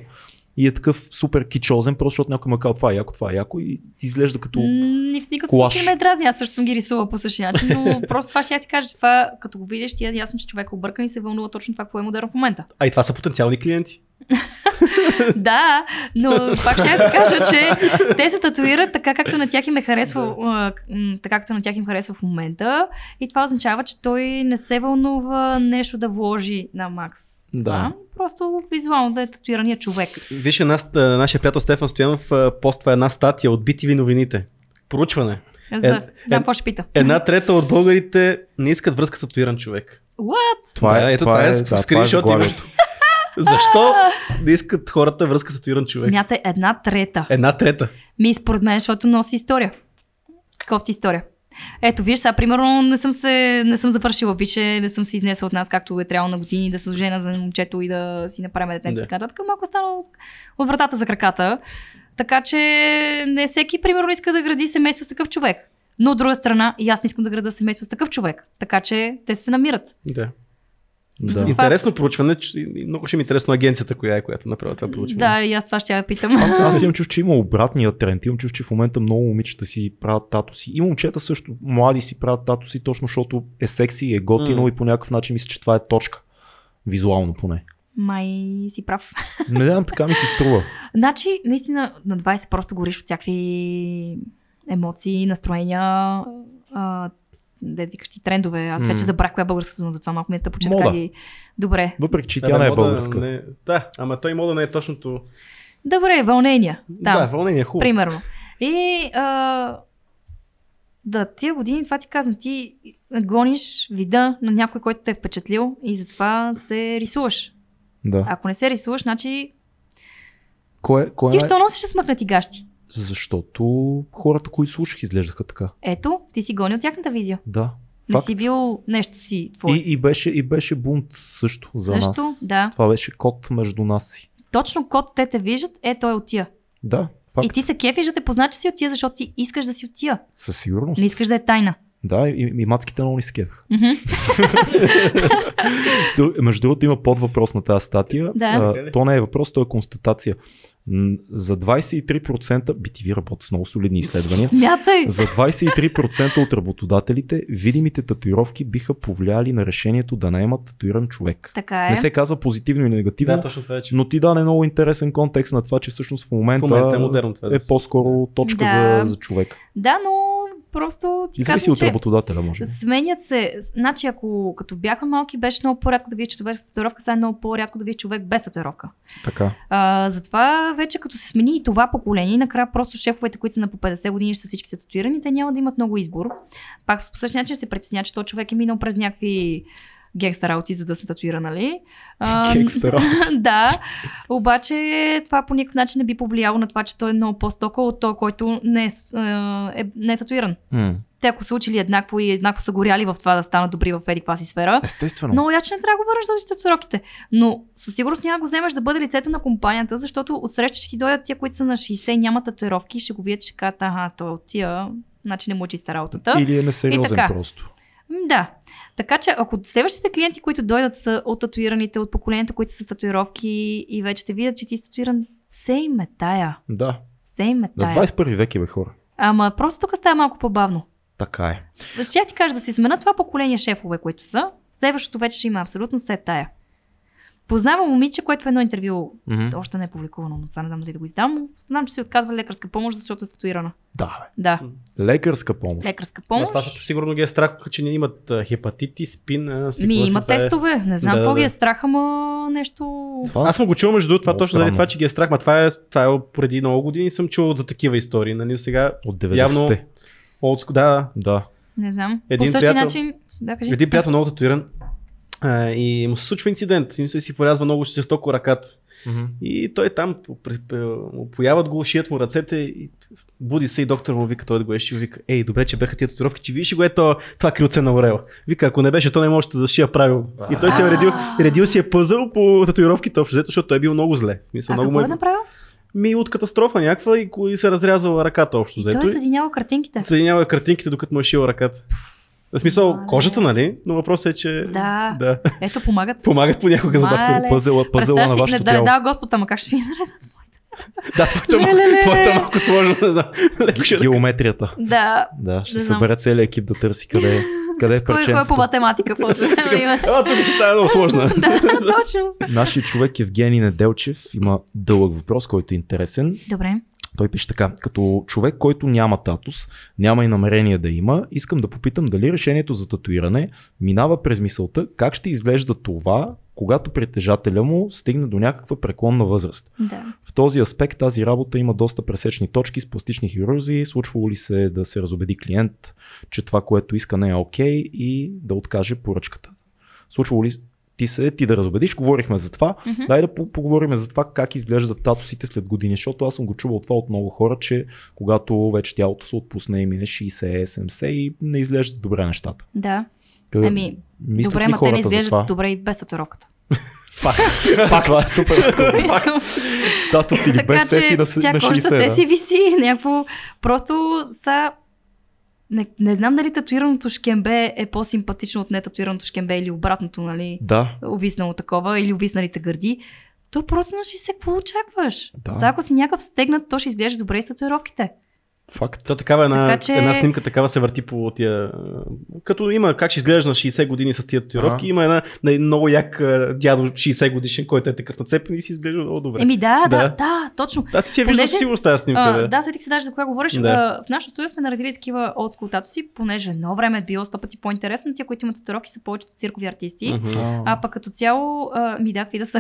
и е такъв супер кичозен, просто защото някой му е казал това е яко, това е яко и изглежда като... м, и в никакъв колаж. случай не ме е дразни. Аз също съм ги рисувала по същия начин, [LAUGHS] но просто това ще я ти кажа, че това, като го видиш, ти е ясно, че човек е объркан и се вълнува точно това, какво е модерно [LAUGHS] в момента. А и това са потенциални клиенти. Да, но пак ще я ти кажа, че те се татуират така, както на тях им е харесва, а, к- м, така както на тях им харесва в момента. И това означава, че той не се вълнува нещо да вложи на Макс. Да. Това, просто визуално да е татуирания човек. Виж, една, ст- а, нашия приятел Стефан Стоянов а, поства една статия от BTV новините. Проучване. За, Е, знам е- какво ще пита. Една трета от българите не искат връзка с татуиран човек. What? Това да, е, ето това е, това е скриншот и заглавието. нещо. [LAUGHS] Защо не искат хората връзка с татуиран човек? Смятай една трета. Една трета. Ми, според мен, защото носи история. Кофти история. Ето, виж, сега, примерно, не съм, се, не съм завършила више, не съм се изнесла от нас, както е трябвало на години, да се жена за момчето и да си направим детенце и Да. така нататък. Малко е станало от, от вратата за краката. Така че не всеки, примерно, иска да гради семейство с такъв човек. Но от друга страна, и аз не искам да града семейство с такъв човек. Така че те се намират. Да. Да. За- Интересно проучване. че- и Много ще ми е интересно агенцията, коя е, която направи това проучване. Да, и аз това ще я питам. Аз, аз имам чувство, че има обратния тренд. Имам чувство, че в момента много момичета си правят татуси. И момчета също, млади си правят татуси, точно защото е секси, е готино М. и по някакъв начин мисля, че това е точка. Визуално поне. Май си прав. Не знам, така ми се струва. Значи, наистина, на 20 просто гориш от всякакви емоции, настроения, а, де да викаш ти трендове. Аз М. вече забрах коя е българската дума, затова малко ми е тъпо, че Мода. така ги... Добре. Въпреки, че Да, тя бе, не е мода българска. Не... Да, ама той мода не е точното. Добре, вълнения. Там, Да, вълнение е хубаво. примерно. И а, да, тия години, това ти казвам, ти гониш вида на някой, който те е впечатлил и затова се рисуваш. Да. Ако не се рисуваш, значи Кое, кое ти най- що носиш смъкнати гащи? Защото хората, които слушах, изглеждаха така. Ето, ти си гони от тяхната визия. Да. Не Факт. си бил нещо си твое. И, и, беше, и беше бунт също за Също, нас. да. Това беше код между нас си. точно код те те виждат, е той отия. Да, факт. И ти се кефиш да те познаеш, че си отия, защото ти искаш да си отия. Със сигурност. Не искаш да е тайна. Да, и, и мацките много ни се кефаха. Мгм. Друг- Между другото има подвъпрос на тази статия. Да. А, то не е въпрос, то е констатация. М, За 23% BTV работи с много солидни изследвания. [LAUGHS] Смятай! За 23% от работодателите видимите татуировки биха повлияли на решението да наемат татуиран човек. Така е. Не се казва позитивно и негативно, Да, точно това е, че но ти даде много интересен контекст на това, че всъщност в в момента, момента е модерно това. да е се- по-скоро точка Да. за, за човек. Да, но просто ти Зависи казвам, от че работодателя, може би. сменят се. Значи, ако като бяхме малки, беше много по-рядко да видиш човек с татуировка, сега е много по-рядко да видиш човек без татуировка. Така. А, затова вече като се смени и това поколение, и накрая просто шефовете, които са на по 50 години, ще са всички татуирани, те няма да имат много избор. Пак по същия начин ще се притесня, че то човек е минал през някакви гекста работи, за да се татуира, нали? [LAUGHS] А, Гекста [LAUGHS] да, обаче това по никакъв начин не би повлияло на това, че той е много по-стока от той, който не е, с- е, е, не е татуиран. М, Те ако са учили еднакво и еднакво са горяли в това да станат добри в еди си сфера, Естествено. много яче не трябва да го върнеш за татуировките. Но със сигурност няма да го вземеш да бъде лицето на компанията, защото отсреща ще ти дойдат тия, които са на 60 и нямат татуировки и ще го видят, ще кажат, аха, то от тия, значи не му е чиста работата. И... Или е несериозен така. просто. Да. Така че ако следващите клиенти, които дойдат са от татуираните, от поколението, които са с татуировки и вече те видят, че ти си татуиран, се им е тая. Да. Се им е На тая. 21 век е, бе, хора. Ама просто тук става малко по-бавно. Така е. Ще ти кажа да си смена това поколение шефове, които са. Следващото вече ще има абсолютно след тая. Познавам момиче, което в едно интервю, Мгм. още не е публикувано, но сега не знам дали да го издам, но знам, че се отказва лекарска помощ, защото е статуирана. Да, Да, бе. Лекарска помощ. лекарска Ама помощ. Това също сигурно ги е страх, че не имат а, хепатити, спин. а, си Ми какво има си, това е- тестове, не знам Да, какво да, ги е да. страх, ама нещо... Това Аз съм го чул между другото, това Много точно заради странно. това, че ги е страх, ма това е, това е преди много години съм чувал за такива истории, нали сега от 90-те. явно олдско, да, Да. Не знам. Един По същия приятел- начин... Да, кажи. един приятел много татуиран а, и му се случва инцидент, в смисъл си порязва много жестоко ръката и той там при- при- му появат го, шият му ръцете и буди се и доктор му вика, той да го е шил, вика, ей, добре, че бяха тия татуировки, че виж ли го е то, това крилце на орела. Вика, ако не беше, то не можете да шия правилно. И той се е редил, редил си е пъзъл по татуировките общо, взето, защото той е бил много зле. В Смисъл, А много какво му е е... направил? Ми от катастрофа някаква и, ко- и се е разрязала ръката общо взето. Той е и съединява картинките. Съединява картинките, докато му е шила ръката. В смисъл, Мале. кожата, нали? Но въпросът е, че... Да. [LAUGHS] да. Ето, помагат. Помагат понякога за доктор. Мале. Пъзела, пъзела Представяш на си- вашето да, тяло. да, Господ, ама как ще ми Да, това е, Леле. мал- това е малко сложно, не [LAUGHS] знам. Леко ще- Геометрията. Да. Да, ще Не знам. събере целият екип да търси [LAUGHS] къде е, къде е Кой, кой е по парченцето. математика? [LAUGHS] после? Има- А, тук че тая е [LAUGHS] много сложна. [LAUGHS] да, точно. Нашия човек Евгений Неделчев има дълъг въпрос, който е интересен. Добре. Той пише така. Като човек, който няма татус, няма и намерение да има, искам да попитам дали решението за татуиране минава през мисълта как ще изглежда това, когато притежателя му стигне до някаква преклонна възраст. Да. В този аспект тази работа има доста пресечни точки с пластични хирурзи. Случвало ли се е да се разобеди клиент, че това, което иска не е окей и да откаже поръчката? Случвало ли ти се е ти да разобедиш? Говорихме за това. Мгм. Дай да по- поговорим за това как изглеждат татусите след години, защото аз съм го чувал това от много хора, че когато вече тялото се отпусне и мине 60-70 и не изглеждат добре нещата. Да. Къ- Ами, мислят добре, ли ма те не хората за това? изглеждат добре и [LAUGHS] без татуировката. Факт, [LAUGHS] това е [LAUGHS] супер. Статус или така без сеси че да се тя на кожата 60. се да. си виси. Някакво... Просто са... Не, не знам дали татуираното шкембе е по-симпатично от нетатуираното шкембе или обратното, нали? Да, Увиснало такова или увисналите гърди. То просто на 60 какво очакваш? Да. Сега ако си някакъв стегнат, то ще изглежда добре и с татуировките. факт. То такава една, Така че- така, една снимка такава се върти по тия... а, Като има как ще изглежда на 60 години с тия татуировки, Ага. има една, на един много як а, дядо 60 годишен, който е такъв нацепен и си изглежда много добре. Еми да, да, Да. да, точно. Да, ти си я Понеже- виждаш сигурно с тази снимка, А, бе. да, сетих се даже за коя говориш. Да. Да. В нашото студио сме наредили такива олдскул татуси, понеже едно време е било сто пъти по-интересно. Тия, които имат татуировки, са повечето циркови артисти. Мгм. А пък като цяло, а, ми да, какви [LAUGHS] да са.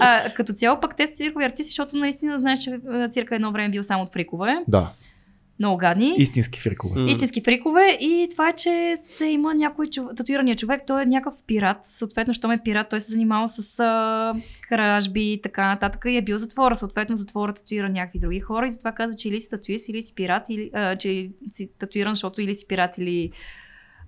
а, като цяло пък те са циркови артисти, защото наистина знаеш, че а, цирка едно време е бил само от фрикове. Да, Много гадни. истински фрикове. М. Истински фрикове и това е, че се има някой чов... татуирания човек, той е някакъв пират, съответно, щом е пират, той се занимава с а, кражби и така нататък и е бил в затвора, съответно затвора татуира някакви други хора и затова каза, че или си татуист, или си пират, или, а, че си татуиран, защото или си пират, или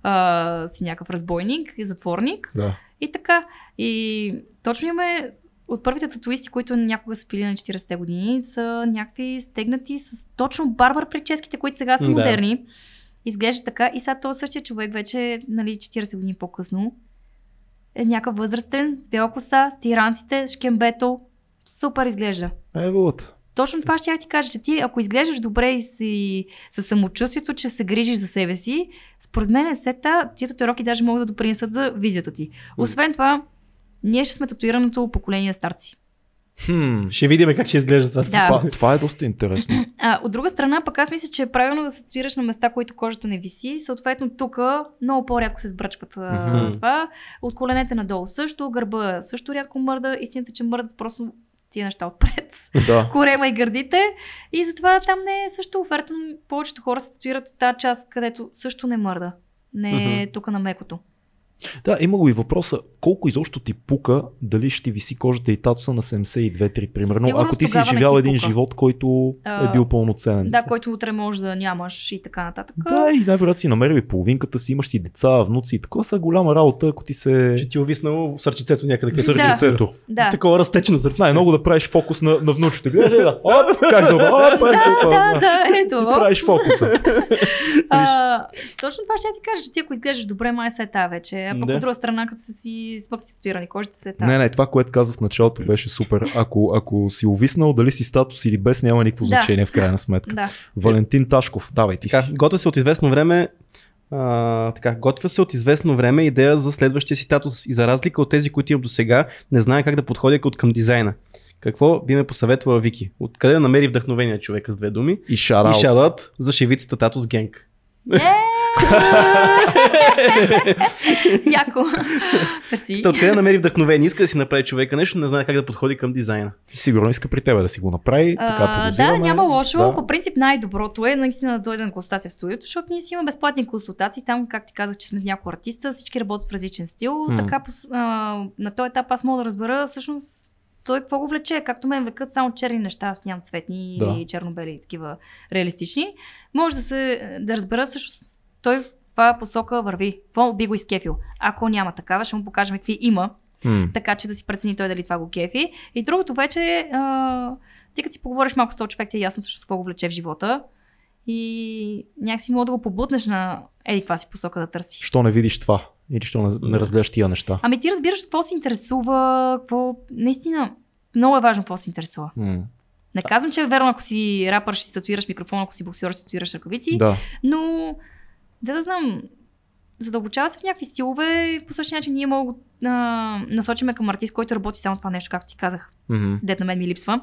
а, си някакъв разбойник, и затворник Да. и така. И точно имаме от първите татуисти, които някога са били на 40-те години, са някакви стегнати с точно барбар прическите, които сега са М, да. модерни. Изглежда така и сега този същия човек вече, нали, 40 години по-късно, е някакъв възрастен, с бяла коса, с тиранците, шкембето, супер изглежда. Е, вот. Точно това ще я ти кажа, че ти, ако изглеждаш добре и си със самочувствието, че се грижиш за себе си, според мен е сета, тия татуировки даже могат да допринесат за визията ти. Освен това, ние ще сме татуираното поколение старци. Хм, Ще видим как ще изглежда това. Да. това, това е доста интересно. А, от друга страна, пък аз мисля, че е правилно да се татуираш на места, които кожата не виси. Съответно, тук много по-рядко се сбръчкват Мгм. mm-hmm. това. От коленете надолу също, гърба също рядко мърда. Истината, е, че мърдат просто тия неща отпред. [LAUGHS] да. Корема и гърдите. И затова там не е също оферта. но Повечето хора се татуират от тази част, където също не мърда. Не е Мгм. mm-hmm. тук на мекото. да, има го и въпроса, колко изобщо ти пука, дали ще ти виси кожата и татуса на 72-3, примерно, сигурност ако ти си тогава не изживял ти един пука. живот, който е А, бил пълноценен. Да, който утре може да нямаш и така нататък. Да, и най-вероятно си намерил и половинката си, имаш си деца, внуци и такова са голяма работа, ако ти се Ще ти е увиснало сърчицето някъде. където- сърчицето. да. Такова разтечено сърчице. Най-много да правиш фокус на, Е, на внучите. Гледай, да. Оп, как се оп, оп, как се оп, да, да, е И ето. правиш фокуса. А, точно това ще я ти кажа, че ти ако изглеждаш добре, май се е та вече. А пък Да. от друга страна, като са си смъкти татуирани кожите, се е та. Не, не, това, което каза в началото беше супер. Ако, ако си увиснал, дали си статус или без, няма никакво Да. значение в крайна сметка. Да. Валентин Ташков, давай ти си. Така, готвя се от известно време. А, така, готвя се от известно време идея за следващия си статус и за разлика от тези, които имам до сега, не знае как да подходя от към дизайна. Какво би ме посъветвала Вики? Откъде да намери вдъхновение човека с две думи? И Раут. шараут. И шадат за шевицата Татус [LAUGHS] Генг. [LAUGHS] Яко. Перси. Та, Откъде да намери вдъхновение? Иска да си направи човека нещо, не знае как да подходи към дизайна. Сигурно иска при тебе да си го направи. Така А, да, подозираме. няма лошо. Да. По принцип най-доброто е наистина да дойде на консултация в студиото, защото ние си имаме безплатни консултации. Там, как ти казах, че сме няколко артиста, всички работят в различен стил. М. Така пос- а, на този етап аз мога да разбера всъщност той какво го влече. Както мен влекат само черни неща, аз нямам цветни Да. или черно-бели и такива реалистични. Може да се да разбера всъщност той в каква посока върви. Какво би го изкефил? Ако няма такава, ще му покажем какви има М, така че да си прецени той дали това го кефи. И другото вече е, а, ти като си поговориш малко с този човек, ти е ясно също с какво го влече в живота. И някакси мога да го побутнеш на еди каква си посока да търсиш. Що не видиш това? Или що не, не разгледаш тия неща? Ами ти разбираш какво се интересува, какво... Наистина, много е важно какво се интересува. М, Не казвам, че е верно, ако си рапър, ще си татуираш микрофон, ако си боксираш, ще си татуираш ръкавици, Да. но да да знам, задълбочават се в някакви стилове и по същия начин ние мога да го, а, насочиме към артист, който работи само това нещо, както ти казах. Мгм. дет на мен ми липсва.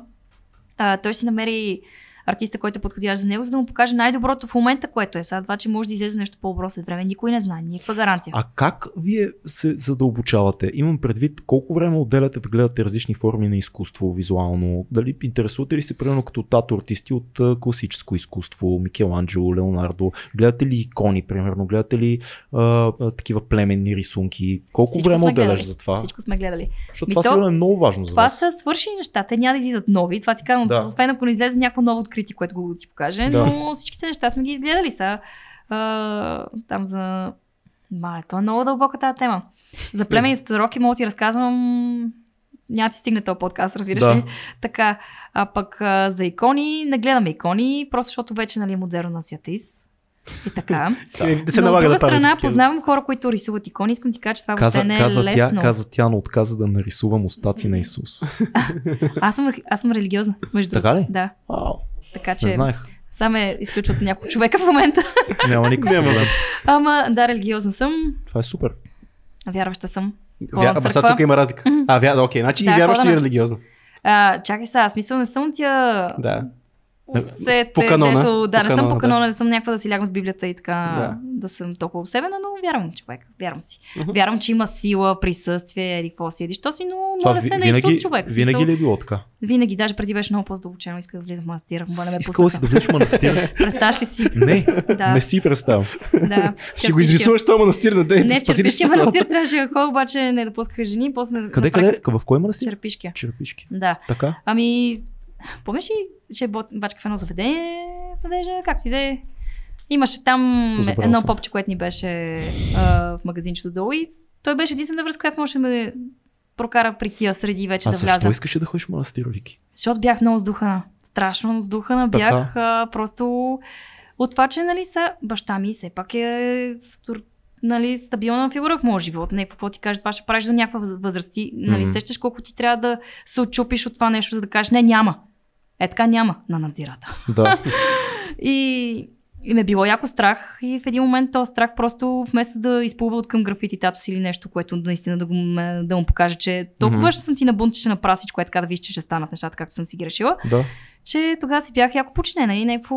А, той си намери артиста, който е подходящ за него, за да му покаже най-доброто в момента, което е. Сега това, че може да излезе нещо по-добро след време, никой не знае, никаква гаранция. А как вие се задълбочавате? Имам предвид колко време отделяте да гледате различни форми на изкуство визуално? Дали интересувате ли се, примерно като тато артисти от а, класическо изкуство, Микеланджело, Леонардо? Гледате ли икони, примерно? Гледате ли а, а, такива племенни рисунки? Колко Всичко време сме отделяш гледали. за това? Всичко сме гледали. Защото Ми това то- сигурно е много важно за Това вас. са свършени неща, те няма да излизат нови. Това ти казвам, Да. да. освен ако не излезе някакво ново откритие, което Google ти покаже, Да. да. но всичките неща сме ги изгледали са. А, там за... Мале, то е много дълбока тази тема. Е. За племените татуировки мога да ти разказвам... Няма да ти стигне този подкаст, разбираш Да. ли? Така, а пък а, за икони, не гледаме икони, просто защото вече нали, е модерно на сиатис. И [LAUGHS] така. Да. Не, не се Но от налага друга да правите страна, такива. познавам хора, които рисуват икони. Искам ти кажа, че това Каза, въобще не е каза, лесно. тя, каза тя, но отказа да нарисувам устаци на Исус. Аз, съм, аз съм религиозна, между Така другото. ли? Да, Вау, така че не знаех. сам ме изключват няколко човека в момента. Няма никакъв Няма. проблем. Ама да, религиозна съм, Това е супер. вярваща съм. Вя... Ходя на Ама сега църква. тук има разлика. Мгм. А, вярно, окей. Значи Да, и вярваща хода и на- религиозна. А, чакай сега, смисъл не съм тия Да. овцете, По канона. Дето, да, По не канона, съм по да. канона, не съм някаква да си лягам с Библията и така Да. да, да съм толкова обсебена, но вярвам човек, вярвам си. Мгм. Вярвам, че има сила, присъствие, еди какво си, еди що си, но Това моля ви- се на винаги, Исус човек. Смисъл, винаги ли е било така? винаги, даже преди беше много по-задълбочено, исках да влизам в манастир, моля ме Искала си пуснаха. да влезеш в манастир. [LAUGHS] Представяш [LAUGHS] ли си? Не, Да, не си представям. да. Ще го Черпичкия- изрисуваш този манастир на Е, ден. Не, спаси ли си черпишкия се? манастир трябваше да ходя, обаче не допускаха жени, после Къде, направих къде? В кой манастир? Черпишкия. Черпишки. Да. Така? Ами, помниш ли, че бот- бачках в едно заведение, надежда, както и да е. Имаше там Позабрал едно съм. попче, което ни беше а, в магазинчето долу и той беше единствената връзка, която можеше да ме прокара при тия среди вече А да защо вляза. искаше да ходиш в манастир, [LAUGHS] Вики? Защото бях много сдухана. Страшно сдухана Така. бях. А, просто от това, че нали са баща ми все пак е с тур- нали, стабилна фигура в моя живот. Не, какво ти каже, това ще правиш до някаква въз- възраст. Ти, нали, Мгм. сещаш колко ти трябва да се отчупиш от това нещо, за да кажеш, не, няма. Е така няма на надзирата. Да. И, и ме било яко страх и в един момент този страх просто вместо да изплува от към графититато си или нещо, което наистина да, го, ме- да му покаже, че толкова Мгм. mm-hmm. ще съм ти на бунт, че ще направя всичко е така да видиш, че ще станат нещата, както съм си ги решила, да. че тогава си бях яко починена и някакво...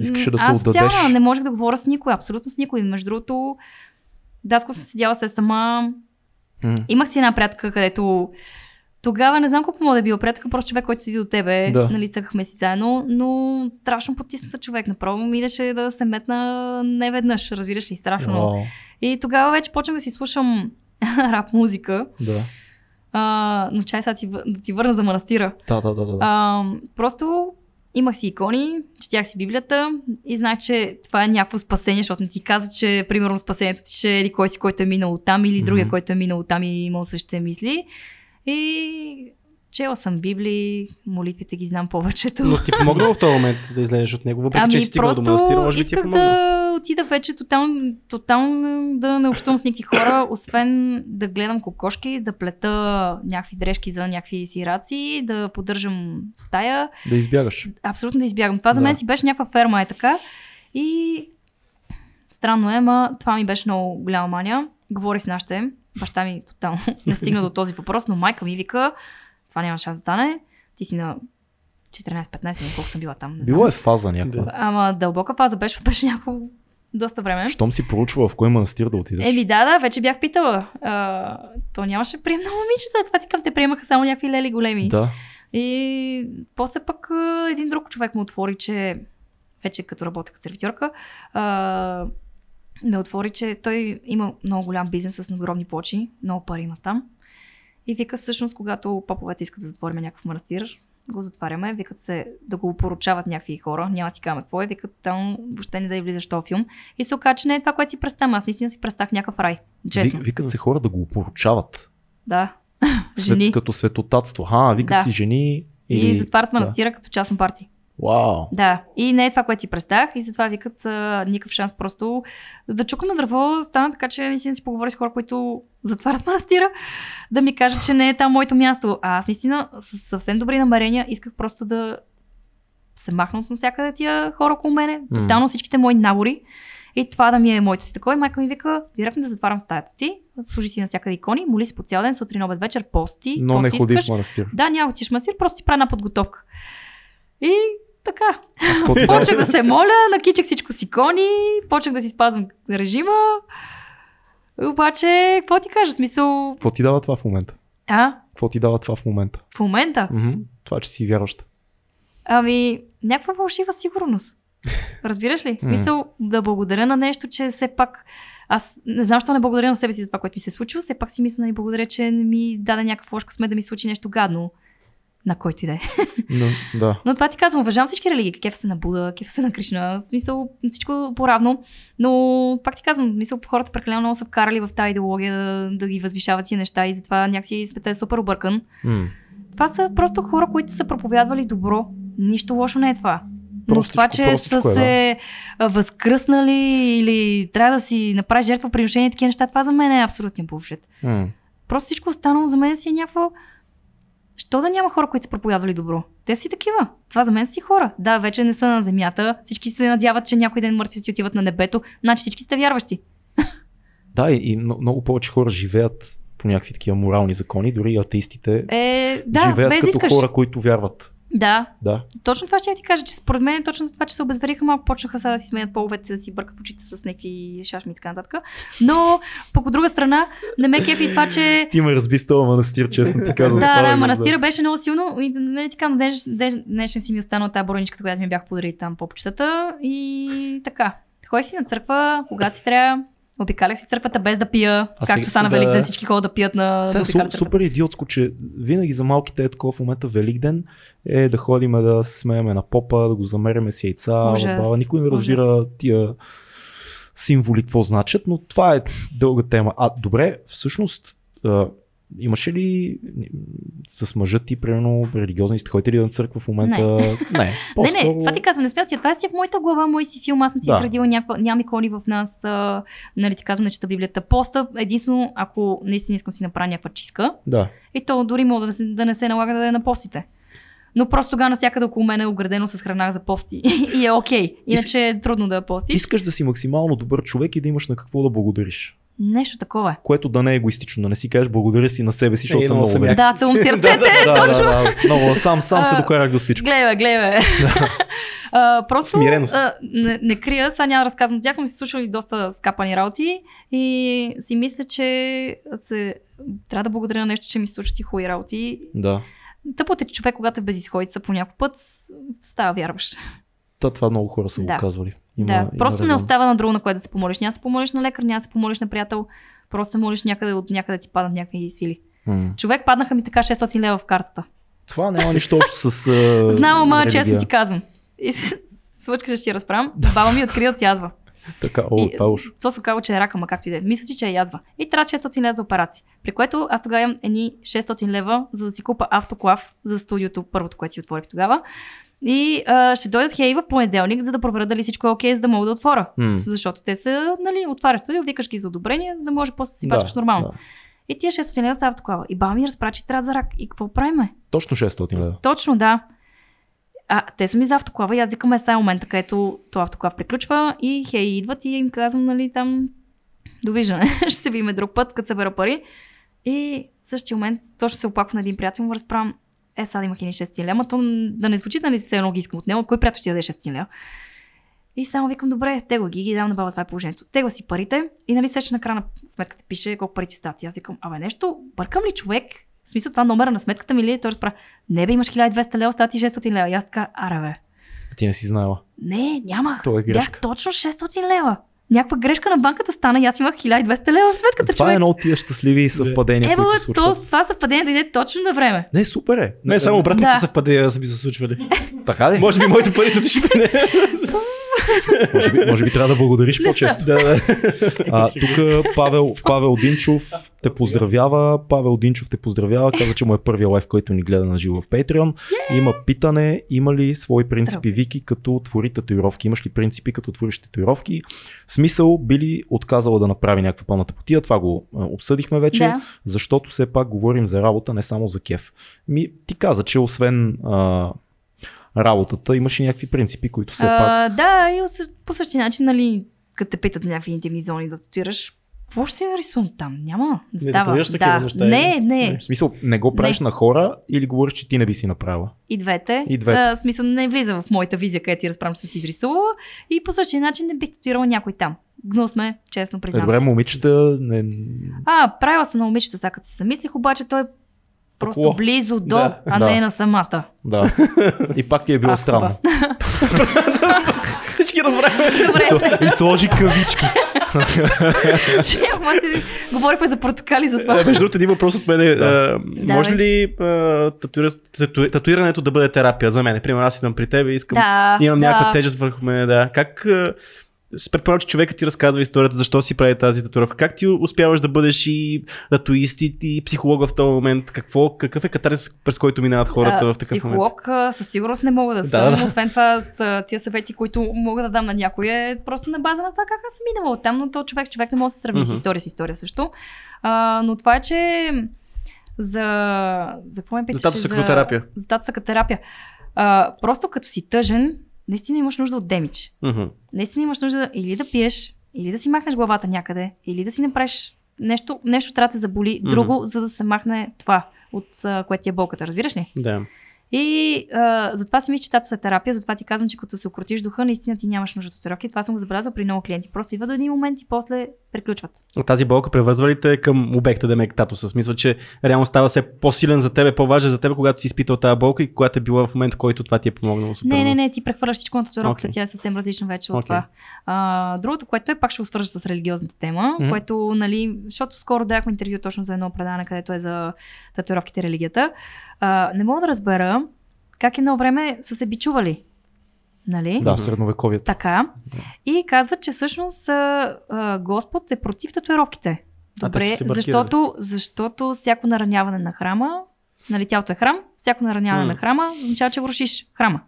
Искаше да се Аз отдадеш. цяла не можех да говоря с никой, абсолютно с никой. Между другото, Даско съм седяла се сама, М. Имах си една приятка, където тогава не знам колко мога да е била приятка, просто човек, който седи до тебе, Да. да. нали, цъкахме си заедно, но страшно потисната човек. Направо ми идеше да се метна не веднъж, разбираш ли, страшно. много. О, И тогава вече почнах да си слушам [LAUGHS] рап музика, Да. а, но чай сега ти, въ- да ти върна за манастира. Да, да, да, да. да. А, просто имах си икони, четях си Библията и знаех, че това е някакво спасение, защото не ти каза, че примерно спасението ти ще е еди кой си, който е минал там или другия, Мгм. който е минал там и имал същите мисли. И чела съм Библии, молитвите ги знам повечето. Ами Но ти помогна в този момент да излезеш от него, въпреки че си стигнал до просто манастира, може би ти е исках помогна. да отида вече тотално, тотално да не общувам с никакви хора, освен да гледам кокошки, да плета някакви дрежки за някакви сираци, да поддържам стая Да избягаш. абсолютно да избягам. Това за Да. мен си беше някаква ферма е така. И странно е, ма това ми беше много голяма мания. Говорих с нашите. Баща ми тотално [LAUGHS] не стигна до този въпрос, но майка ми вика, това няма шанс да стане. Ти си на 14-15, не знам колко съм била там. Не знам. Било е фаза някаква. Да. Ама дълбока фаза беше, беше някакво доста време. Щом си поручва в кой манастир да отидеш. Еми да, да, вече бях питала. А, то нямаше прием на момичета, това ти към те приемаха само някакви лели големи. да. И после пък а, един друг човек му отвори, че вече като работех като сервитьорка, а, ме отвори, че той има много голям бизнес с надгробни плочи, много пари има там. И вика всъщност, когато поповете искат да затворим някакъв манастир, го затваряме, викат се да го поручават някакви хора, няма ти каме какво е, викат там въобще не да и влизаш в този филм. И се оказа, че не е това, което си представям. Аз наистина си представях някакъв рай. Честно. Ви, викат се хора да го поручават. Да. Свет, [LAUGHS] Жени. като светотатство. А, викат Да. си жени. Или... И затварят манастира като частно парти. Вау. Да, и не е това, което си представях и затова викат а, никакъв шанс просто да чукам на дърво, стана така, че наистина си поговори с хора, които затварят манастира, да ми кажат, че не е там моето място. А аз наистина с съвсем добри намерения исках просто да се махна от навсякъде тия хора около мене, М. тотално всичките мои набори. И това да ми е моето си такова. И майка ми вика, директно да затварям стаята ти, служи си навсякъде икони, моли се по цял ден, сутрин, обед, вечер, пости, Но каквото не ходи искаш. в [LAUGHS] манастир. Да, няма да отиш в манастир, просто ти правя една подготовка. И така, Какво ти Почнах да се моля, накичах всичко си кони, почнах да си спазвам режима. Обаче, какво ти кажа? В Смисъл, Какво ти дава това в момента? а, Какво ти дава това в момента? в момента? Мгм. Това, че си [LAUGHS] вярваща. Ами, някаква фалшива сигурност. Разбираш ли? В Смисъл, да благодаря на нещо, че все пак аз не знам, защо не благодаря на себе си за това, което ми се е случило. Все пак си мисля и благодаря, че не ми даде някаква лошка сме да ми се случи нещо гадно. На който и да е. Но, да. Но това ти казвам, уважавам всички религии. Кеф се на Буда, кеф се на Кришна, в смисъл всичко е по-равно. Но пак ти казвам, в смисъл хората прекалено много са вкарали в тази идеология да, да ги възвишават тия неща и затова някакси света е супер объркан. М. Това са просто хора, които са проповядвали добро. Нищо лошо не е това. Но Простичко, това, че са простичко е, да. се а, възкръснали или трябва да си направи жертвоприношение, такива неща, това за мен е абсолютния булшит. М. Просто всичко останало за мен си е някакво... Що да няма хора, които са проповядвали добро? Те си такива. Това за мен са си хора. Да, вече не са на земята. Всички се надяват, че някой ден мъртвите си отиват на небето. Значи всички сте вярващи. Да, и, и мно- много повече хора живеят по някакви такива морални закони, дори и атеистите Е, да, живеят без като искаш. хора, които вярват. Да, Да. точно това ще я ти кажа, че според мен е точно за това, че се обезвериха малко, почнаха сега да си сменят половете, да си бъркат в очите с някакви шашми и така нататък. Но пък от друга страна, не ме кефи и това, че Ти ме разби с този манастир, честно [LAUGHS] ти казвам. Да, това да, е манастира беше много силно. И не така, но днеш, днеш, днешен си ми остана от тази броничката, която ми бях подарили там по почетата. И така. Ходих си на църква, когато си трябва. Обикалях си църквата без да пия. А А както сега- са на да. Великден всички ходят да пият на Сега, да су, обикалят църквата. супер идиотско, че винаги за малките е такова в момента Великден е да ходим да се смееме на попа, да го замеряме с яйца. Ужас, баба. Никой не разбира тия символи какво значат, но това е дълга тема. А добре, всъщност а, Имаше ли м, с мъжа ти, примерно, религиозни сте ходите ли на църква в момента? Не, не. [LAUGHS] Не, не, това ти казвам, не спя ти. Това си е в моята глава, мой си филм. Аз съм си Да. изградила някаква, няма коли в нас. А, нали ти казвам, не чета Библията. Поста, единствено, ако наистина искам да си направя някаква чистка, Да. и то дори мога да, се- да не се налага да е на постите. Но просто тогава навсякъде около мен е оградено с храна за пости. [LAUGHS] и е окей. Иначе е трудно да постиш. Искаш да си максимално добър човек и да имаш на какво да благодариш. Нещо такова е. Което да не е егоистично, да не си кажеш благодаря си на себе си, защото Е, съм много много съм велик. Да, [LAUGHS] целом [LAUGHS] да, сърцето. е да, да, да, да, много, сам, сам се А, докарах до всичко. Гледай, гледай. [LAUGHS] А, просто Смиреност. а, не, не крия, сега няма да разказвам тях, но ми се случвали доста скапани работи и си мисля, че се... трябва да благодаря на нещо, че ми се случват и хубави работи. Да. Тъпот е, че човек, когато е без изходица по някой път, става вярваш. Та, това много хора са го Да. казвали. Има, да, има просто не резон. остава на друго, на което да се помолиш. Няма да се помолиш на лекар, няма да се помолиш на приятел, просто се молиш някъде от някъде ти паднат някакви сили. М. Човек паднаха ми така 600 лева в картата. Това няма нищо общо с. Uh, Знам, ама честно ти казвам. И с- с случка ще ти я разправям. Баба ми открила от язва. Така, о, И- това е лошо. То се оказва, че е рака, ма както и да е. Мисля си, че е язва. И трябва 600 лева за операция. При което аз тогава имам едни 600 лева, за да си купа автоклав за студиото, първото, което си отворих тогава. И а, ще дойдат хей в понеделник, за да проверя дали всичко е окей, за да мога да отворя. М. Защото те са, нали, отваря студио, викаш ги за одобрение, за да може после да си пачкаш нормално. Да. И тия 600 лева са автоклава. И баба ми разпра, че трябва за рак. И какво правиме? Точно 600 лева. Точно, да. А, те са ми за автоклава и аз викаме сега е момента, където това автоклав приключва и хей идват и им казвам, нали, там довиждане. [LAUGHS] Ще се видим друг път, като събера пари. И в същия момент точно се опаквам на един приятел и му разправям, е, сега имах едни 6 лева, ама то да не звучи, нали, се едно ги искам от него, кой приятел ще ти даде 6 лева? И само викам, добре, тегла ги, ги дам на баба, това е положението. Тегла си парите и нали сеща на края на сметката пише колко пари ти стат. И аз викам, абе нещо, бъркам ли човек? В смисъл това номера на сметката ми ли? е? Той разправя, не бе, имаш 1200 лева, стат ти 600 лева. И аз така, аре бе. Ти не си знаела. Не, нямах. То е Бях грешка. точно 600 лева. Някаква грешка на банката стана и аз имах 1200 лева в Това сметката, е човек. едно от тия щастливи съвпадения, Е, бе, които се то, случват. това съвпадение дойде точно на време. Не, супер е. Не, само обратните Да. съвпадения са ми се случвали. Така ли? Може би моите пари са отишли при нея. може, би, може би трябва да благодариш Не по-често. [LAUGHS] Да, да. А, тук [LAUGHS] Павел, Павел Динчов те поздравява. Павел Динчов те поздравява. Каза, че му е първия лайф, който ни гледа на живо в Patreon. Има питане. Има ли свои принципи, Здравей. Вики, като твори татуировки? Имаш ли принципи, като твориш татуировки? Смисъл, би ли отказала да направи някаква пълна тъпотия? Това го а, обсъдихме вече. Да. защото все пак говорим за работа, не само за кеф. Ми, ти каза, че освен а, работата имаше някакви принципи, които все пак... А, да, и осъ- по същия начин, нали, като те питат някакви интимни зони да татуираш, какво ще си рисувам там? Няма. Не да става. татуираш такива неща, Не, или? не. В смисъл, не го правиш не. на хора или говориш, че ти не би си направила? И двете. И двете. А, в смисъл не влиза в моята визия, където ти разправям, че съм си изрисувала. И по същия начин не бих татуирала някой там. Гнус сме, честно Е, признавам. добре, си. момичета... Не... А, правила съм на момичета, сега като се замислих, обаче той е просто Окло. близо до, Да. а Да. не [LAUGHS] на самата. Да. И пак ти е било Аз това. [LAUGHS] странно. Всички разбрахме. Добре, И сложи кавички. ама си- говорихме за протокали за А, това. Между другото, един въпрос от мен е, а, може ли а, татуира- тату- татуирането да бъде терапия за мен? Примерно аз идвам при теб и искам Да, имам да. някаква тежест върху мен, да. Как а, с- предполагам, че човека ти разказва историята, защо си прави тази татуировка. Как ти успяваш да бъдеш и татуист и, и психолог в този момент? Какво, какъв е катарзис, през който минават хората А, в такъв момент? психолог, а, със сигурност не мога да съм. да. Освен това, т- тия съвети, които мога да дам на някой, е просто на база на това как аз съм минала оттам, но то човек, с човек не може да се сравни Мгм. с история с история също. А, но това е, че за... За какво ме питаш? татусъката терапия. За татусъка терапия. А, просто като си тъжен, наистина имаш нужда от демидж Мгм. наистина имаш нужда или да пиеш, или да си махнеш главата някъде, или да си направиш нещо, нещо трябва да те заболи Мгм. друго, за да се махне това, от а, което ти е болката, разбираш ли? Да. И а, затова си мисля, че татуса е терапия, затова ти казвам, че като се окротиш духа, наистина ти нямаш нужда от татуировки. Това съм го забелязала при много клиенти. Просто идва до един момент и после приключват. От тази болка превързва ли те към обекта Демек Татуса? Смисъл, че реално става все по-силен за тебе, по-важен за тебе, когато си изпитал тази болка и когато е била в момент, в който това ти е помогнало супер. Не, не, много. не, ти прехвърляш всичко на татуировката, Окей. тя е съвсем различна вече Окей. от това. А, другото, което е, пак ще го свържа с религиозната тема, Мгм. mm-hmm. което, нали, защото скоро дадахме интервю точно за едно предаване, където е за татуировките и религията. А, не мога да разбера как едно време са се бичували. Нали? Да, средновековието. Така. И казват, че всъщност а, а, Господ е против татуировките. А, те Добре, са се маркирали. защото, защото всяко нараняване на храма, нали тялото е храм, всяко нараняване М. на храма означава, че рушиш храма.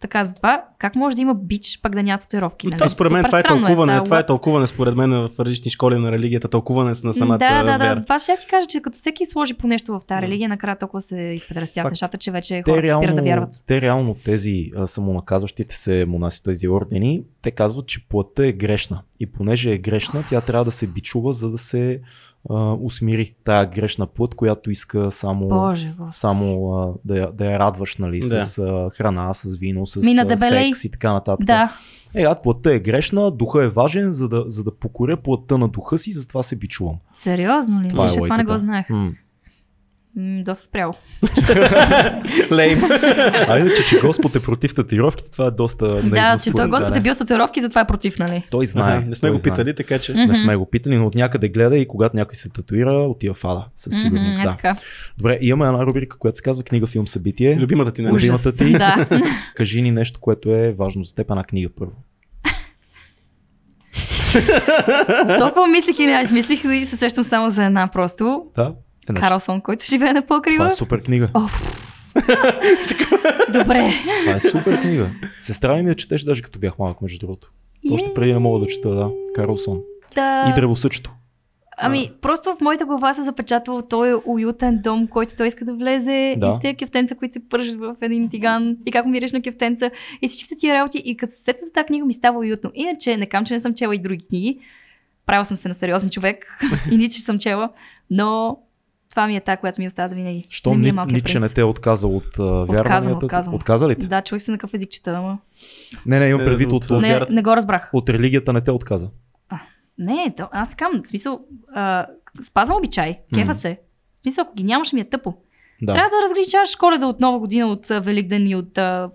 Така, затова как може да има бич, пък да няма татуировки? Но Нали? То, според мен Супер това е странно тълкуване. става това е лап. тълкуване, според мен, в различни школи на религията. Тълкуване на самата да, да, да, вяра. затова ще я ти кажа, че като всеки сложи по нещо в тази М. религия, накрая толкова се изпредрастят Факт. нещата, че вече те хората реално, спират да вярват. те реално тези а, самонаказващите се монаси, тези ордени, те казват, че плътта е грешна. И понеже е грешна, тя трябва да се бичува, за да се а, усмири тая грешна плът, която иска само, Боже, Господи. само а, да, я, да я радваш, нали, Да. с а, храна, с вино, с Мина а, дебелей. секс и така нататък. Да, Е, а плътта е грешна, духа е важен, за да, за да покоря плътта на духа си, затова се бичувам. сериозно ли? Това е Това, това не логиката. го знаех. М. М, доста спряло. Лейм. А иначе, че Господ е против татуировките, това е доста Да, че той недвусмислено. Господ е Да, бил с татуировки, затова е против, нали? Той знае. Ага, не сме той го знае. питали, така че. Не сме го питали, но от някъде гледа и когато някой се татуира, отива в ада. Със сигурност, Мгм, Е да. така. Добре, имаме една рубрика, която се казва книга, филм, събитие. Любимата ти, нали? Ужас. Ужас. любимата ти. Да. [LAUGHS] Кажи ни нещо, което е важно за теб, една книга първо. Толкова мислих и не аз мислих и се сещам само за една просто. Да? Е, нещо. Карлсон, който живее на Това покрива. е супер книга. О, фу. Добре. Това е супер книга. Сестра ми я четеше даже като бях малък, между другото. Е. Още преди не мога да чета, да. Карлсон. Да. И древосъчето. Ами, просто в моята глава се запечатал той уютен дом, в който той иска да влезе. Да. И те кефтенца, които се пържат в един тиган. И как мириш на кефтенца. И всичките тия работи. И като се сета за тази книга ми става уютно. Иначе, не кам, че не съм чела и други книги. Правила съм се на [LAUGHS] сериозен човек. и ниче съм чела. Но това ми е та, която ми остава за винаги. Що Не ми е ни, малкият ниче не принц. те е отказал от а, вярванията? отказвам. Отказа ли те? Да, чух се на какъв език чета, ама. Не, не, имам Е, предвид от- от, от- от, Не, вярата. не го разбрах. от религията не те отказа. Не, то, аз така, в смисъл, а, спазвам обичай, кефа Мгм. се. В смисъл, ако ги нямаш, ми е тъпо. Да. Трябва да различаваш коледа от Нова година, от а, Великден и от... А...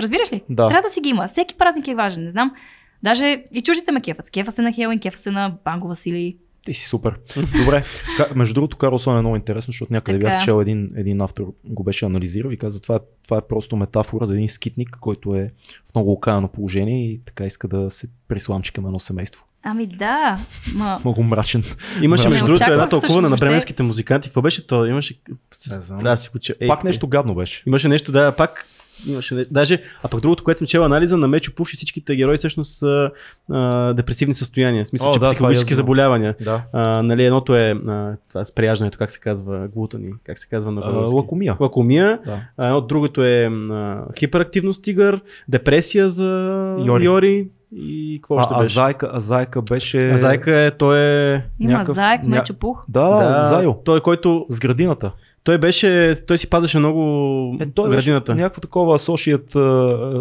Разбираш ли? Да. Трябва да си ги има. Всеки празник е важен, не знам. Даже и чужите ме кефат. Кефа се на Хелен, кефа се на Банго Василий. Ти си супер. Добре. Ка- Между другото, Карлсон е много интересно, защото някъде Така бях е. чел един, един автор, го беше анализирал и каза, това е, това е просто метафора за един скитник, който е в много окаяно положение и така иска да се присламчи към едно семейство. Ами да, ма... Много мрачен. Имаше Не между другото очаквах една тълкуване всъщност на въобще. бременските музиканти. Какво беше то? Имаше. Не знам. Трябва да си го че- Ей, Пак е. нещо гадно беше. Имаше нещо, да, пак. Имаше нещо. Даже, а пък другото, което съм чел анализа на Мечо Пуш и всичките герои всъщност са а, депресивни състояния. В смисъл, О, че да, това психологически я знам. заболявания. Да. А, нали, едното е а, това спряждането, как се казва, глутани, как се казва на А, български. лакомия. Лакомия. Да. А, едно от другото е а, хиперактивност тигър, депресия за Йори. Йори, Йори и какво още А, а, беше? зайка, а зайка беше... А Зайка е, той е... има някакъв- заек, ня- мечо пух. Да, да, Зайо. Той, който... С градината. Той беше... Той си пазеше много Е, той беше градината. някакво такова асошият...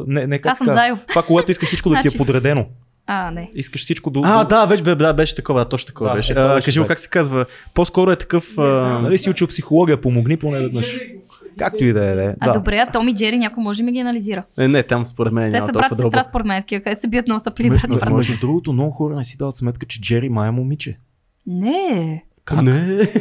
Не, не, как Аз съм се казва? Зайо. Това, когато искаш всичко да ти е Значи- подредено. А, не. Искаш всичко да... А, да, беше, бе, да, беше такова, да, точно такова Да, беше. е, това а, беше кажи го Зайка. как се казва. По-скоро е такъв... А... Нали си учил психология, помогни поне веднъж. Както и да е, да. е. А Да. Е, добре, а Том и Джери някой може да ми ги анализира. Не, е, не, там според мен Те няма са брат толкова и дълбоко. сестра според мен, такива, където се бият носа при брат и Между, брат. Възможно. между другото, много хора не си дават сметка, че Джери май е момиче. Не. Как? Не. [LAUGHS]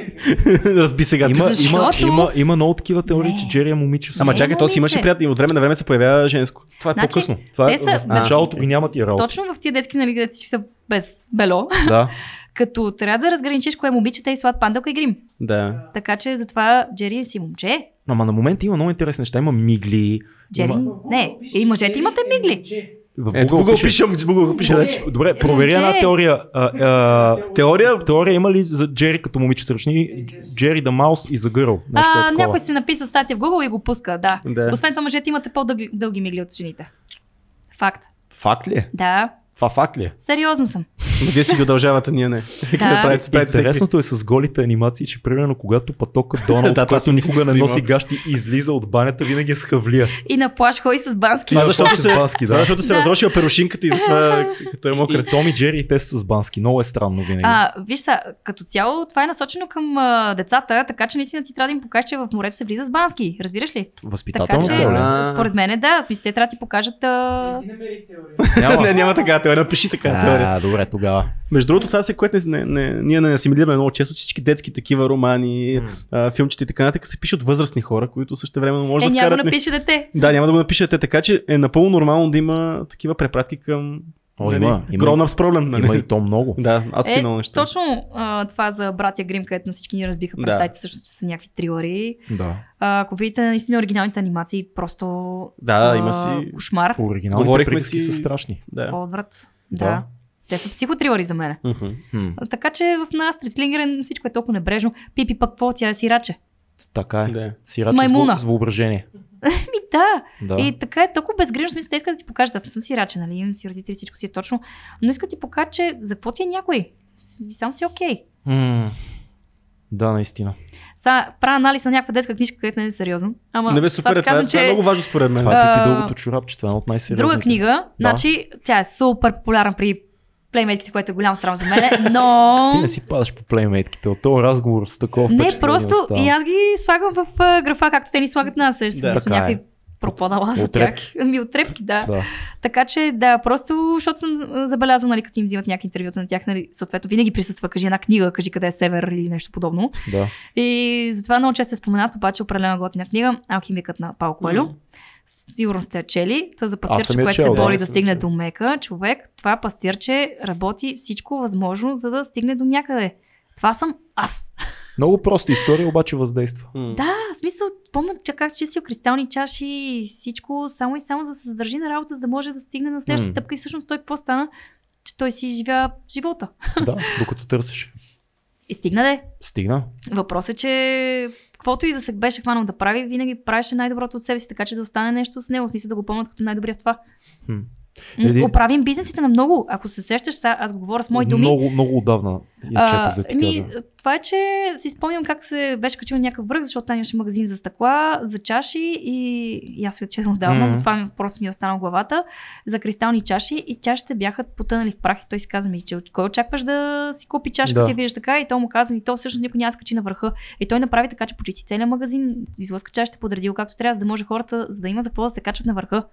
Разби сега. Има, Ти- има, Защото- има, има много такива теории, че Не. Джери е момиче. Ама Не, чакай, то си имаше момиче. приятел и от време на време се появява женско. това е значи, по-късно. Това е, те са- в началото значи- ги няма тия работа. Точно в тия детски, нали, където всички са без бело. [LAUGHS] Да. Като трябва да разграничиш кое е момиче, те и слад панделка и грим. Да. Така че затова Джери е си момче. Ама на момента има много интересни неща. Има мигли. Джери. Има... Не, и мъжете имате мигли. В Е. Ето, Е, го пишем, го пише. да, че- Добре, провери една Момче. теория. А, а, Теория? теория има ли за Джери като момиче с ръчни? Джери да Маус и за гърл. Нещо А, е такова. някой си написа статия в Google и го пуска, да. Да. Освен това, мъжете имате по-дълги дълги мигли от жените. Факт. Факт ли е? Да, Това факт ли е? сериозна съм. Ама Вие си ги удължавате, ние не. Нека Да. да правите спрете всеки. Интересното е с голите анимации, че примерно когато пътока [LAUGHS] Доналд, Да, това който съм никога не снимал. носи гащи и излиза от банята, винаги е с хавлия. И на плаш хой с бански. Това защото Повече с бански, се, това да. защото се разрошила перушинката и затова като е мокра. И Том и Джери, и те са с бански. Много е странно винаги. А, виж са, като цяло това е насочено към а, децата, така че наистина ти трябва да им покажеш, че в морето се влиза с бански. Разбираш ли? Така Възпитателно че, цел ли? е? А. според мен е да. В смисъл, те трябва да ти покажат... А... [LAUGHS] [LAUGHS] Не, няма такава теория. Напиши такава теория. А, добре, тогава. Между другото, това се, което не, не, не, ние не асимилираме много често, че всички детски такива романи, а, филмчета и така нататък се пишат от възрастни хора, които също време може Е, да няма да вкарат. не- напише дете. Да, няма да го напишете, така че е напълно нормално да има такива препратки към О, има, има, Grown ups проблем, нали? има и то много. Да, адски е, много неща. точно а, това за братя Грим, където на всички ни разбиха Да. представите, всъщност, че са някакви трилъри. Да. А, ако видите наистина оригиналните анимации, просто Да, са има си- кошмар, Оригиналните Говорихме приказки са си- страшни. Да. отврат. Да. Да. да. Те са психотрилъри за мен. Мгм. Хм, Така че в нас Астрид Лингрен всичко е толкова небрежно. Пипи пък какво, тя е сираче. така е. Да. Сирачи с, С маймуна. въ- с въображение. Ми да. Да. И така е толкова безгрижно, в смисъл, те искат да ти покажат, аз не съм сираче, нали, имам си родители, всичко си е точно, но искат да ти покажат, че за какво ти е някой? С- Сам си окей. Okay. М, да, наистина. Са, правя анализ на някаква детска книжка, където не е сериозно. Ама Не бе ти супер, това, казвам, е, това е много важно според мен. Това е А, пипи дългото чорапче, това е едно от най-сериозните. Друга книга, Да. значи тя е супер популярна при плеймейтките, което е голям срам за мен, но... [LAUGHS] Ти не си падаш по плеймейтките от този разговор с такова не, впечатление просто остава. и аз ги слагам в а, графа, както те ни слагат нас, да, Да, сме така е. някакви пропадала за тях. Отрепки. Ми отрепки, да. Да. Така че, да, просто, защото съм а, забелязала, нали, като им взимат някакви интервюта на тях, нали, съответно, винаги присъства, кажи една книга, кажи къде е север или нещо подобно. Да. И затова много често се споменат, обаче определена готина книга Алхимикът на Пао Коелю. Мгм. Сигурно сте я чели. Та за Аз съм пастирче, я което чел, се да, бори аз да съм стигне чел. до мека човек, това пастирче работи всичко възможно, за да стигне до някъде. Това съм аз. Много проста история, обаче [LAUGHS] въздейства. М. Да, в смисъл, помня, че как чистил кристални чаши и всичко, само и само за да се задържи на работа, за да може да стигне на следващата М. стъпка. И всъщност той какво стана? Че той си живя живота. Да, докато търсиш. И стигна де. Стигна. Въпросът е, че каквото и да се беше хванал да прави, винаги правеше най-доброто от себе си, така че да остане нещо с него. В смисъл да го помнят като най-добрия в това. Хм. М, Един- Оправим бизнесите на много. Ако се сещаш, сега аз го говоря с мои думи. Много, много отдавна я четох да ти ами, кажа. това е, че си спомням как се беше качил на някакъв връх, защото там имаше магазин за стъкла, за чаши и, и аз ви отчетвам отдавна, Мгм. но това ми просто ми остана в главата, за кристални чаши и чашите бяха потънали в прах и той си каза ми, че кой очакваш да си купи чашка, да. Да. ти я виждаш така и той му каза ми, то всъщност никой няма да скачи на върха. И той направи така, че почисти целият магазин, излъска чашите, подредил както трябва, за да може хората, за да има за какво да се качат на върха.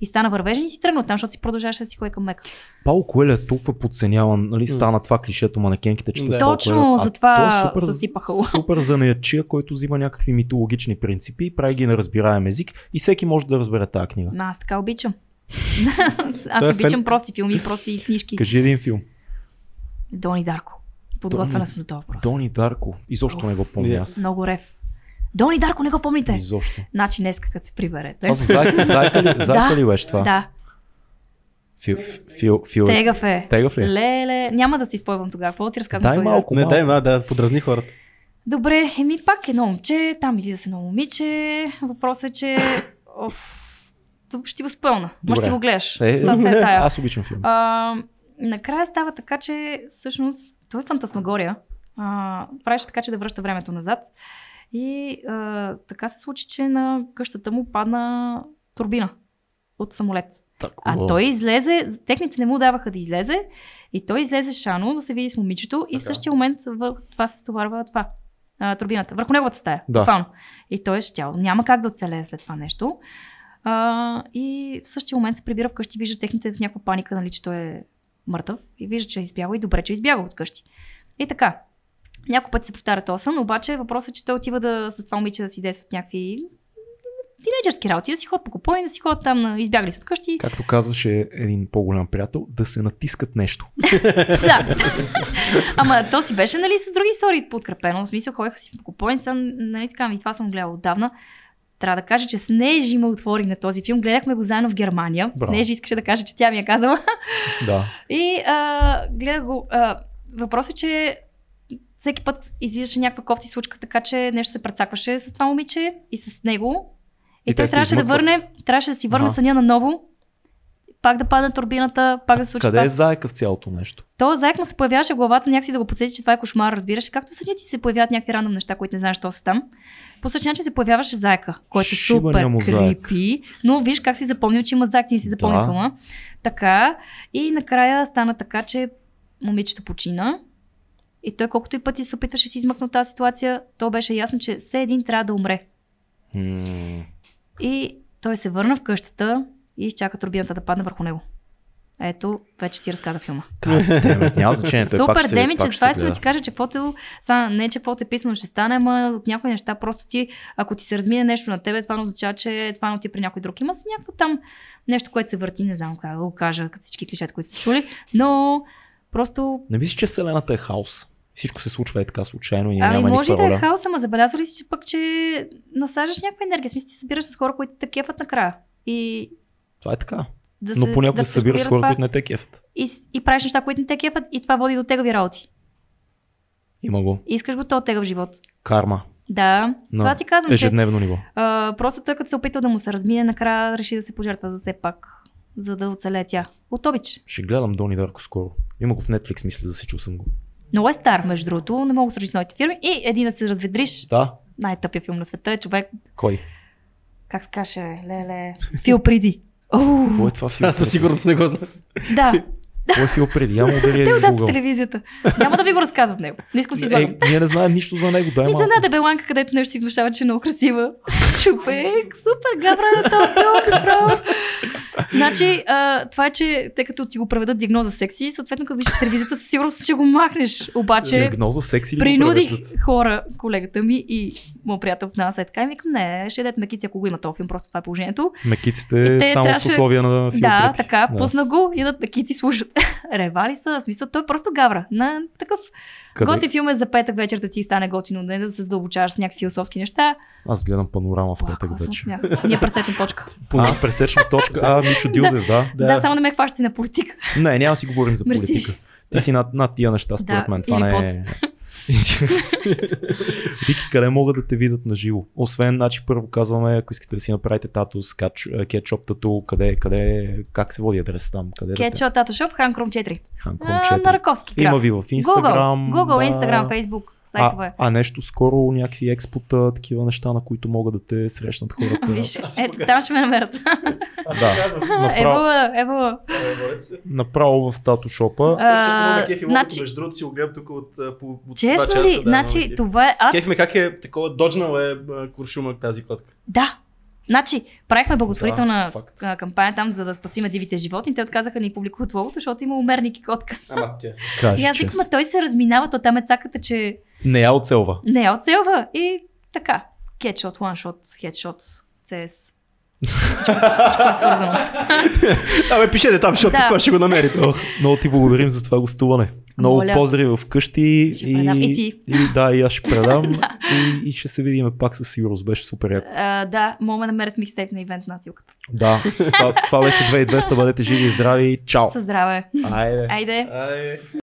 И стана вървежен и си тръгна оттам, защото си продължаваше да си ходи към мека. Пао Коелю е толкова подценяван, нали, М. стана това клишето манекенките, че Да. Пао Коелю. Точно, А затова той е супер, съсипахало. [LAUGHS] Супер занаячия, който взима някакви митологични принципи и прави ги на разбираем език и всеки може да разбере тази книга. Ма, аз [LAUGHS] така обичам. Той аз е обичам фен. прости филми, прости книжки. Кажи един филм. Дони Дарко. Подготвена съм за този въпрос. Дони Дарко. Изобщо не го помня Yes. аз. Много рев. Дони Дарко, не го помните. Изобщо. Значи днес, като се приберете. Това за [LAUGHS] зайка, зайка, ли, зайка ли беше това? Да, Фил, фил, фил, тегав е. Тегав ли? Леле, няма да се изпойвам тогава. Какво ти разказвам? Дай Дони Дарко? малко, Не, малко. дай, ма, да, подразни хората. Добре, еми пак едно момче, там излиза се едно момиче. Въпросът е, че... Оф, ще го спълна. Може Добре. си го гледаш. Е, Сега се е тая. аз обичам филм. А, накрая става така, че всъщност той е фантасмагория. А, правиш така, че да връща времето назад. И а, така се случи, че на къщата му падна турбина от самолет. А той излезе, техните не му даваха да излезе и той излезе шано да се види с момичето и в Така. същия момент в това се стоварва това. А, турбината, върху неговата стая. Да. буквално. И той е щял. Няма как да оцелее след това нещо. А, и в същия момент се прибира вкъщи, вижда техните в някаква паника, нали, че той е мъртъв и вижда, че е избягал и добре, че е избягал от къщи. И така. Няколко пъти се повтаря този сън, обаче въпросът е, че той отива да с това момиче да си действат някакви тинейджърски работи, да си ход по купони, да си ход там, на- избягали са от къщи. Както казваше един по-голям приятел, да се натискат нещо. [LAUGHS] да. Ама то си беше, нали, с други истории подкрепено. В смисъл, ходеха си по купони, са, нали, така, ми това съм гледала отдавна. Трябва да кажа, че Снежи има отвори на този филм. Гледахме го заедно в Германия. Браво. Снежи искаше да каже, че тя ми е казала. Да. И а, гледах го. А, въпросът е, че всеки път излизаше някаква кофти случка, така че нещо се прецакваше с това момиче и с него. И И, и той те се трябваше да, измъкват. върне, трябваше да си върне Аха. съня наново, пак да падне турбината, пак да се случи Къде това. е заека в цялото нещо? То заек му се появяваше в главата някакси да го подсети, че това е кошмар, разбираш. ли? Както съня ти се появяват някакви рандом неща, които не знаеш, що са там. По същия начин се появяваше заека, който е супер Шибания му заек. крипи. Но виж как си запомнил, че има заек, ти не си запомнил Да. филма. Така. И накрая стана така, че момичето почина. И той колкото и пъти се опитваше да си измъкне от тази ситуация, то беше ясно, че все един трябва да умре. М, И той се върна в къщата и изчака турбината да падне върху него. Ето, вече ти разказа филма. Е, Демет, няма значение. Той пак Супер, ще, деми, пак че ще това се искам да гледа. ти кажа, че по-те, са, не че по-те писано ще стане, ама от някои неща просто ти, ако ти се размине нещо на тебе, това не означава, че това не отива при някой друг. Има си някакво там нещо, което се върти, не знам как да го кажа, като всички клишета, които са чули, но просто Не мислиш, че Вселената е хаос. Всичко се случва е така случайно и няма Ами може и никаква да е роля. хаос, ама забелязва ли си, че пък, че насаждаш някаква енергия? В Смисъл, ти се събираш с хора, които те кефат накрая. И Това е така. да Но се- понякога се събира с прескорира хора, това които не те кефат. И, с- и правиш неща, които не те кефат, и това води до тегави работи. Има го. И искаш го то тегав живот. Карма. Да, На това ти казвам, че е Ежедневно ниво. а, просто той като се опитал да му се размине, накрая реши да се пожертва за все пак, за да оцелее тя. От обич. Ще гледам Дони Дарко скоро. Има го в Netflix, мисля, засичал съм го. Много е стар, между другото, не мога да сравни с новите филми. И един да се разведриш, Да. най-тъпия филм на света е човек, Кой? как се каже, леле, Фил [LAUGHS] Приди. Оу, Кой е това филм? Да, със сигурност не го знам. да. Кой е филм преди? Я му ударя Те в отдат по Google. телевизията. Няма да ви го разказвам него. Не искам да си излагам. Е, ние не знаем нищо за него. Дай И за малко. една дебеланка, където нещо си внушава, че е много красива. [LAUGHS] Човек, супер, габра на този филм, бро. Значи, а, това е, че тъй като ти го преведат диагноза секси, съответно, като виж по телевизията, със сигурност ще го махнеш. Обаче, Диагноза секси ли го принудих превеждат? хора, колегата ми и моят приятел в нас е така. И викам, не, ще дадат мекици, ако го има този филм, просто това е положението. Мекиците И те само трябваше- в условия на филм. Да, преди. така, пусна го, идат мекици, слушат. [LAUGHS] Ревали са, в смисъл, той е просто гавра. На такъв Къде- Готи филм е за петък вечер да ти стане готино, не да се задълбочаваш с някакви философски неща. Аз гледам панорама в петък Плакала съм вече. смях. Ние пресечем точка. А, пресечна точка. А, Мишо Дилзев, [LAUGHS] да. Да. само не ме хващи на политика. Не, няма да си говорим за Мерси. политика. Ти си над, над тия неща, според Да, мен. Това или не под. е... [LAUGHS] Вики, къде могат да те видят на живо? Освен, значи, първо казваме, ако искате да си направите татус, кач, кетчоп тату, къде, къде, как се води адрес там? Къде Кетчо, Тато Шоп, Ханкром 4. Ханком А, на Раковски граф. Има ви в Google, Instagram. Google да. Instagram, Facebook, сайтове. а, а, нещо скоро, някакви експота, такива неща, на които могат да те срещнат хората. [LAUGHS] Виж, ето там ще ме намерят. да, направо, Ево, ево. е направо в татушопа. Значи, Между другото си го гледам тук от а, по от два честно часа, ли, да, много значи кеф. това е ад. Кеф ме как е такова, доджнал е а, куршума тази котка. Да. Значи, правихме благотворителна Да, факт. а, кампания там, за да спасиме дивите животни. Те отказаха да ни публикуват логото, защото има умерник и котка. Ама тя. Кажи, И аз честно. викам, «Ма той се разминава, то там е цаката, че Не я оцелва. Не е оцелва. И така. Кетшот, ваншот, хедшот, CS. Всичко, всичко е свързано. Абе, пишете там, защото Да. такова ще го намерите. Ох. Много ти благодарим за това гостуване. Много Моля. поздрави вкъщи. Ще предам и ти. и да, и аз ще [LAUGHS] предам. и, и, ще се видим пак със сигурност. Беше супер яко. А, да, мога да намерят микстейп на ивент на тилката. Да, това, това беше 2200. Бъдете живи и здрави. Чао! Със здраве. Айде. Айде. Ай.